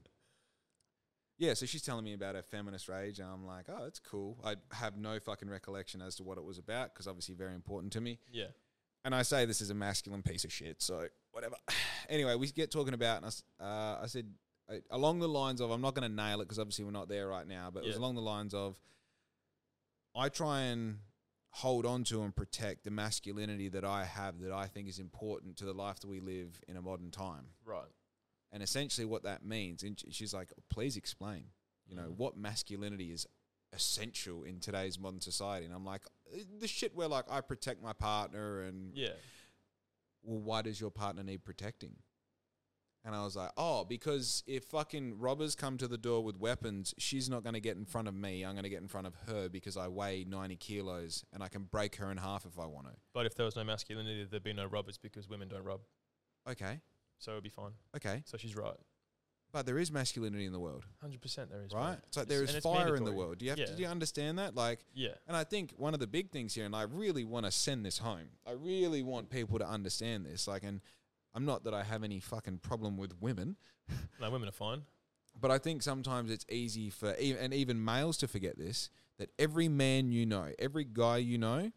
Speaker 1: yeah. So she's telling me about her feminist rage, and I'm like, oh, that's cool. I have no fucking recollection as to what it was about because obviously very important to me.
Speaker 2: yeah.
Speaker 1: And I say this is a masculine piece of shit, so whatever. anyway, we get talking about, and I s- uh, I said I, along the lines of, I'm not going to nail it because obviously we're not there right now, but it was
Speaker 2: Yeah.
Speaker 1: along the lines of, I try and hold on to and protect the masculinity that I have that I think is important to the life that we live in a modern time
Speaker 2: Right.
Speaker 1: and essentially what that means and sh- she's like please explain you know
Speaker 2: Mhm.
Speaker 1: what masculinity is essential in today's modern society and i'm like "Uh, the shit where like i protect my partner and
Speaker 2: Mm. Yeah.
Speaker 1: well why does your partner need protecting and i was like oh because if fucking robbers come to the door with weapons she's not going to get in front of me i'm going to get in front of her because i weigh 90 kilos and i can break her in half if i want to
Speaker 2: But if there was no masculinity, there'd be no robbers because women don't rob.
Speaker 1: okay
Speaker 2: So it'd be fine.
Speaker 1: okay
Speaker 2: So she's right.
Speaker 1: but there is masculinity in the world
Speaker 2: 100% there is. bro.
Speaker 1: right it's like there is
Speaker 2: and it's
Speaker 1: fire in the
Speaker 2: mandatory.
Speaker 1: world do you have to
Speaker 2: Yeah.
Speaker 1: do you understand that like
Speaker 2: Yeah.
Speaker 1: And I think one of the big things here, and I really want to send this home. I really want people to understand this. Like, and I'm not that I have any fucking problem with women,
Speaker 2: No, women are fine.
Speaker 1: but I think sometimes it's easy for e- and even males to forget this that every man you know, every guy you know,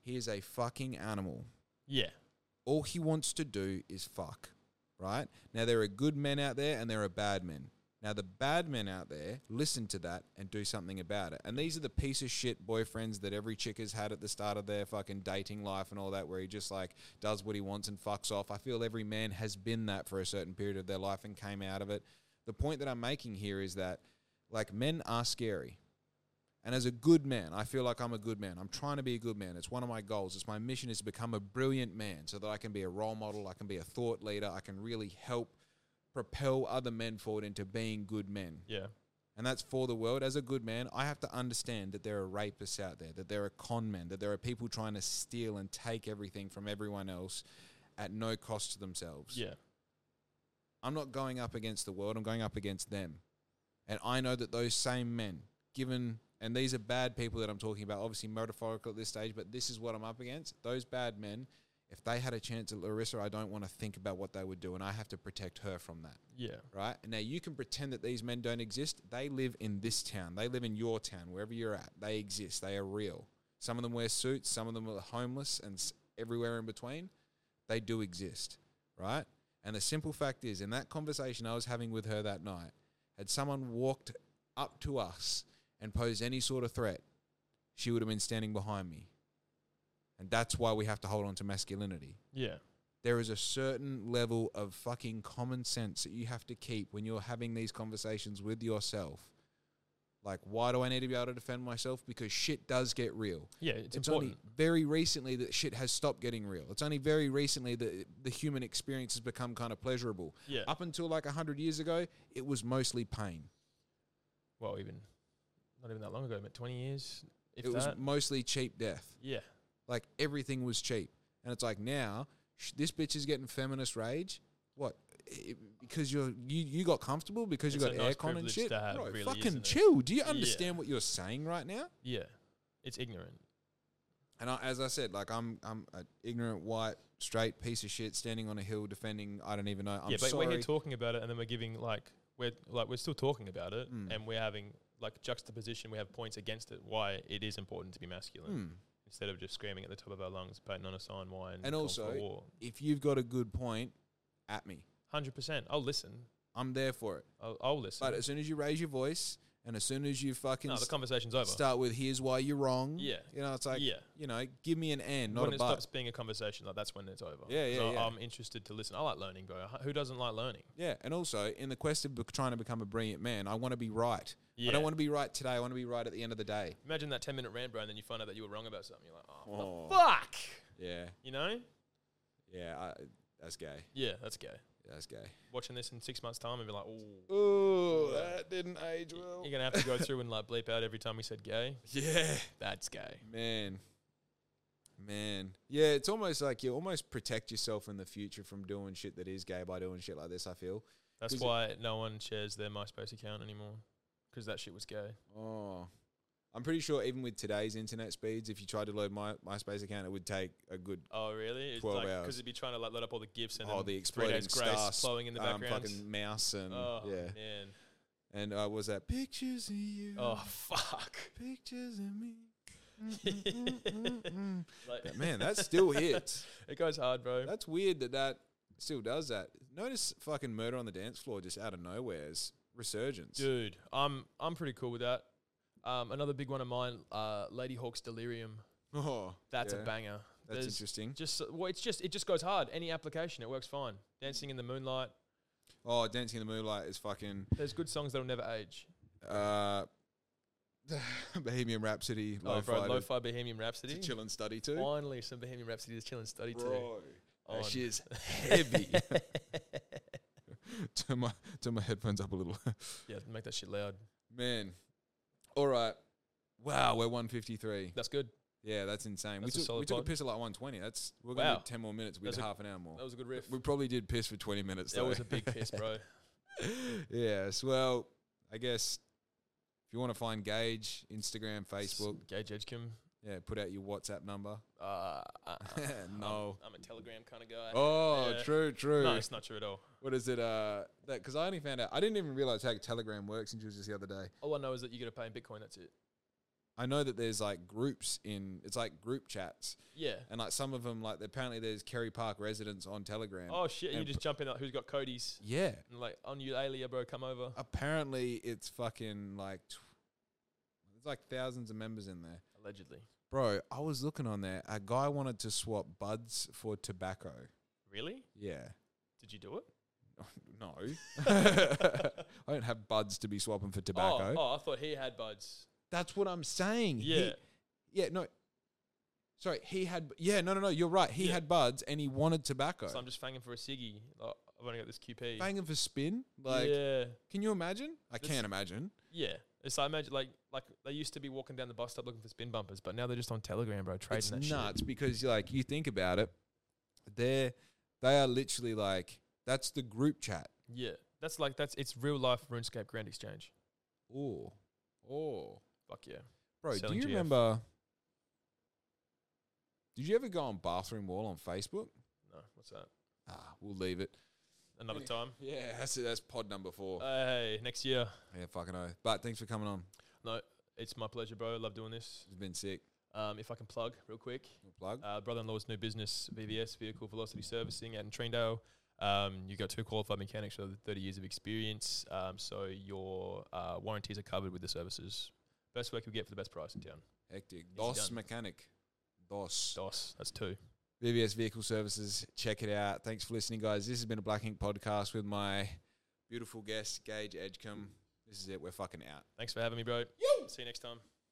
Speaker 1: he is a fucking animal.
Speaker 2: Yeah.
Speaker 1: All he wants to do is fuck. Right now, there are good men out there, and there are bad men. Now, the bad men out there listen to that and do something about it. And these are the piece of shit boyfriends that every chick has had at the start of their fucking dating life and all that, where he just like does what he wants and fucks off. I feel every man has been that for a certain period of their life and came out of it. The point that I'm making here is that like men are scary. And as a good man, I feel like I'm a good man. I'm trying to be a good man. It's one of my goals. It's my mission is to become a brilliant man so that I can be a role model, I can be a thought leader, I can really help propel other men forward into being good men.
Speaker 2: Yeah.
Speaker 1: and that's for the world. As a good man, I have to understand that there are rapists out there, that there are con men, that there are people trying to steal and take everything from everyone else at no cost to themselves.
Speaker 2: Yeah.
Speaker 1: I'm not going up against the world, I'm going up against them. And I know that those same men, given, and these are bad people that I'm talking about, obviously metaphorical at this stage, but this is what I'm up against. Those bad men, if they had a chance at Larissa, I don't want to think about what they would do, and I have to protect her from that,
Speaker 2: Yeah.
Speaker 1: right? Now, you can pretend that these men don't exist. They live in this town, they live in your town, wherever you're at. They exist, they are real. Some of them wear suits, some of them are homeless, and s- everywhere in between. They do exist, right? And the simple fact is, in that conversation I was having with her that night, had someone walked up to us and posed any sort of threat, she would have been standing behind me. And that's why we have to hold on to masculinity.
Speaker 2: Yeah.
Speaker 1: There is a certain level of fucking common sense that you have to keep when you're having these conversations with yourself. Like, why do I need to be able to defend myself? Because shit does get real
Speaker 2: Yeah. It's,
Speaker 1: it's
Speaker 2: important.
Speaker 1: only very recently that shit has stopped getting real. It's only very recently that the human experience has become kind of pleasurable.
Speaker 2: yeah.
Speaker 1: Up until like 100 years ago, it was mostly pain.
Speaker 2: well, even not even that long ago, but 20 years, if
Speaker 1: it was
Speaker 2: that.
Speaker 1: mostly cheap death.
Speaker 2: yeah.
Speaker 1: Like everything was cheap. And it's like now, sh- this bitch is getting feminist rage. What? It, because you're, you you got comfortable because you
Speaker 2: It's
Speaker 1: got
Speaker 2: a nice
Speaker 1: aircon and
Speaker 2: privilege
Speaker 1: shit.
Speaker 2: to have,
Speaker 1: Bro,
Speaker 2: really,
Speaker 1: fucking
Speaker 2: isn't it?
Speaker 1: chill. Do you
Speaker 2: Yeah.
Speaker 1: understand what you're saying right now?
Speaker 2: Yeah. It's ignorant.
Speaker 1: And I, as I said, like I'm, I'm an ignorant white straight piece of shit standing on a hill defending. I don't even know. I'm
Speaker 2: yeah, but
Speaker 1: sorry.
Speaker 2: we're here talking about it, and then we're giving like we're like we're still talking about it,
Speaker 1: Mm.
Speaker 2: and we're having like juxtaposition. We have points against it. Why it is important to be masculine
Speaker 1: Hmm.
Speaker 2: instead of just screaming at the top of our lungs, putting on a sign, wine,
Speaker 1: And also- If you've got a good point, at me.
Speaker 2: hundred percent. I'll listen.
Speaker 1: I'm there for it.
Speaker 2: I'll, I'll listen.
Speaker 1: But as soon as you raise your voice, and as soon as you fucking
Speaker 2: no, the
Speaker 1: st-
Speaker 2: conversation's over.
Speaker 1: start with "Here's why you're wrong,"
Speaker 2: Yeah.
Speaker 1: you know, it's like,
Speaker 2: yeah,
Speaker 1: you know, give me an and, not
Speaker 2: when
Speaker 1: a
Speaker 2: it
Speaker 1: but.
Speaker 2: stops being a conversation, like that's when it's over.
Speaker 1: Yeah, yeah,
Speaker 2: 'Cause I,
Speaker 1: yeah.
Speaker 2: I'm interested to listen. I like learning, bro. H- Who doesn't like learning?
Speaker 1: Yeah, and also in the quest of bec- trying to become a brilliant man, I want to be right.
Speaker 2: Yeah.
Speaker 1: I don't want to be right today. I want to be right at the end of the day.
Speaker 2: Imagine that ten minute rant, bro, and then you find out that you were wrong about something. You're like, oh, what
Speaker 1: Oh.
Speaker 2: the fuck.
Speaker 1: Yeah,
Speaker 2: You know?
Speaker 1: yeah, I, that's gay.
Speaker 2: Yeah, that's gay.
Speaker 1: That's gay.
Speaker 2: Watching this in six months' time and be like, oh.
Speaker 1: Ooh,
Speaker 2: Yeah.
Speaker 1: that didn't age
Speaker 2: Y-
Speaker 1: well.
Speaker 2: You're gonna have to go through and like bleep out every time we said gay.
Speaker 1: Yeah.
Speaker 2: That's gay.
Speaker 1: Man. Man. Yeah, it's almost like you almost protect yourself in the future from doing shit that is gay by doing shit like this, I feel.
Speaker 2: That's
Speaker 1: Is it-
Speaker 2: why no one shares their MySpace account anymore because that shit was gay.
Speaker 1: Oh. I'm pretty sure even with today's internet speeds, if you tried to load my MySpace account, it would take a good
Speaker 2: Oh really? It's
Speaker 1: 12
Speaker 2: like
Speaker 1: hours.
Speaker 2: because it'd be trying to like load up all the gifs and
Speaker 1: oh the
Speaker 2: then three
Speaker 1: exploding
Speaker 2: days grace
Speaker 1: stars
Speaker 2: flowing in the
Speaker 1: um,
Speaker 2: background.
Speaker 1: fucking mouse and
Speaker 2: oh
Speaker 1: yeah.
Speaker 2: man.
Speaker 1: And uh, was that pictures of you?
Speaker 2: Oh fuck.
Speaker 1: Pictures of me.
Speaker 2: Like-
Speaker 1: Man, that still hits.
Speaker 2: it goes hard, bro.
Speaker 1: That's weird that that still does that. Notice fucking murder on the dance floor just out of nowhere's resurgence.
Speaker 2: Dude, I'm I'm pretty cool with that. Um, another big one of mine, uh, Lady Hawk's Delirium.
Speaker 1: Oh,
Speaker 2: That's
Speaker 1: yeah,
Speaker 2: a banger.
Speaker 1: That's
Speaker 2: There's
Speaker 1: interesting.
Speaker 2: Just uh, well, it's just it just goes hard. Any application, it works fine. Dancing in the moonlight.
Speaker 1: Oh, Dancing in the Moonlight is fucking
Speaker 2: There's good songs that'll never age.
Speaker 1: uh, Bohemian Rhapsody,
Speaker 2: Oh,
Speaker 1: Lo-Fi
Speaker 2: bro,
Speaker 1: to-
Speaker 2: Lo-Fi Bohemian
Speaker 1: to,
Speaker 2: Rhapsody.
Speaker 1: chill and study too.
Speaker 2: Finally, some Bohemian Rhapsody to chill and study to.
Speaker 1: Bro,
Speaker 2: On.
Speaker 1: that shit is heavy. turn my turn my headphones up a little,
Speaker 2: Yeah, make that shit loud.
Speaker 1: man. All right, wow, we're one fifty three.
Speaker 2: That's good.
Speaker 1: Yeah, that's insane.
Speaker 2: That's a
Speaker 1: we took,
Speaker 2: solid
Speaker 1: we took a
Speaker 2: pod.
Speaker 1: piss at like one twenty. That's we're gonna
Speaker 2: Wow.
Speaker 1: do ten more minutes. We
Speaker 2: That's
Speaker 1: did
Speaker 2: a-
Speaker 1: half an hour more.
Speaker 2: That was a good riff.
Speaker 1: We probably did piss for 20 minutes.
Speaker 2: That
Speaker 1: though.
Speaker 2: was a big piss, bro.
Speaker 1: yes. Well, I guess if you want to find Gage, Instagram, Facebook,
Speaker 2: Gage Edgecombe.
Speaker 1: yeah, put out your WhatsApp number.
Speaker 2: Uh, uh, uh, I'm-
Speaker 1: No.
Speaker 2: I'm, a Telegram kind of guy.
Speaker 1: Oh,
Speaker 2: Uh, yeah.
Speaker 1: true, true.
Speaker 2: No, it's not true at all.
Speaker 1: What is it? Uh, that because I only found out I didn't even realize how Telegram works until just the other day.
Speaker 2: All I know is that you got to pay in Bitcoin. That's it.
Speaker 1: I know that there's like groups in it's like group chats,
Speaker 2: Yeah.
Speaker 1: and like some of them, like apparently there's Kerry Park residents on Telegram.
Speaker 2: Oh shit! You
Speaker 1: and
Speaker 2: just jump in. Like, who's got Cody's?
Speaker 1: yeah.
Speaker 2: And like on you, Alia, bro. Come over.
Speaker 1: Apparently, it's fucking like tw- there's like thousands of members in there.
Speaker 2: Allegedly.
Speaker 1: Bro, I was looking on there. A guy wanted to swap buds for tobacco.
Speaker 2: Really?
Speaker 1: Yeah.
Speaker 2: Did you do it?
Speaker 1: No. I don't have buds to be swapping for
Speaker 2: Oh,
Speaker 1: tobacco.
Speaker 2: oh, I thought he had buds.
Speaker 1: That's what I'm saying. He-
Speaker 2: Yeah.
Speaker 1: yeah, no. Sorry, he had. Yeah, no, no, no. You're right. He
Speaker 2: Yeah.
Speaker 1: had buds and he wanted tobacco.
Speaker 2: So I'm just fanging for a ciggy. Like, I've only got this QP.
Speaker 1: Banging for spin? Like,
Speaker 2: yeah,
Speaker 1: can you imagine? I
Speaker 2: This-
Speaker 1: can't imagine.
Speaker 2: yeah. It's I imagine like like they used to be walking down the bus stop looking for spin bumpers, but now they're just on Telegram, bro, trading
Speaker 1: It's
Speaker 2: that shit.
Speaker 1: nuts because, like, you think about it, they're, they are literally like, that's the group chat.
Speaker 2: Yeah, that's like that's it's real life RuneScape Grand Exchange.
Speaker 1: Oh, oh,
Speaker 2: Fuck yeah.
Speaker 1: bro. do
Speaker 2: Selling
Speaker 1: you
Speaker 2: GF.
Speaker 1: remember? Did you ever go on bathroom wall on Facebook?
Speaker 2: No, what's that?
Speaker 1: Ah, we'll leave it.
Speaker 2: Another
Speaker 1: Any-
Speaker 2: time.
Speaker 1: Yeah, that's it. That's pod number
Speaker 2: Uh.
Speaker 1: four.
Speaker 2: Hey, next year.
Speaker 1: yeah, fucking oh. But thanks for coming on.
Speaker 2: No, it's my pleasure, bro. Love doing this.
Speaker 1: It's been sick.
Speaker 2: Um, if I can plug real quick,
Speaker 1: Little Plug.
Speaker 2: uh, brother-in-law's new business, VVS Vehicle Velocity Servicing, out in Treendale. Um, you got two qualified mechanics with 30 years of experience, um, so your uh, warranties are covered with the services. Best work you'll get for the best price in town.
Speaker 1: Hectic. DOS
Speaker 2: done.
Speaker 1: mechanic. DOS.
Speaker 2: DOS, that's two.
Speaker 1: VBS Vehicle Services. Check it out. Thanks for listening, guys. This has been a Black Ink podcast with my beautiful guest Gage Edgecombe. This is it. We're fucking out.
Speaker 2: Thanks for having me, bro. See you next time.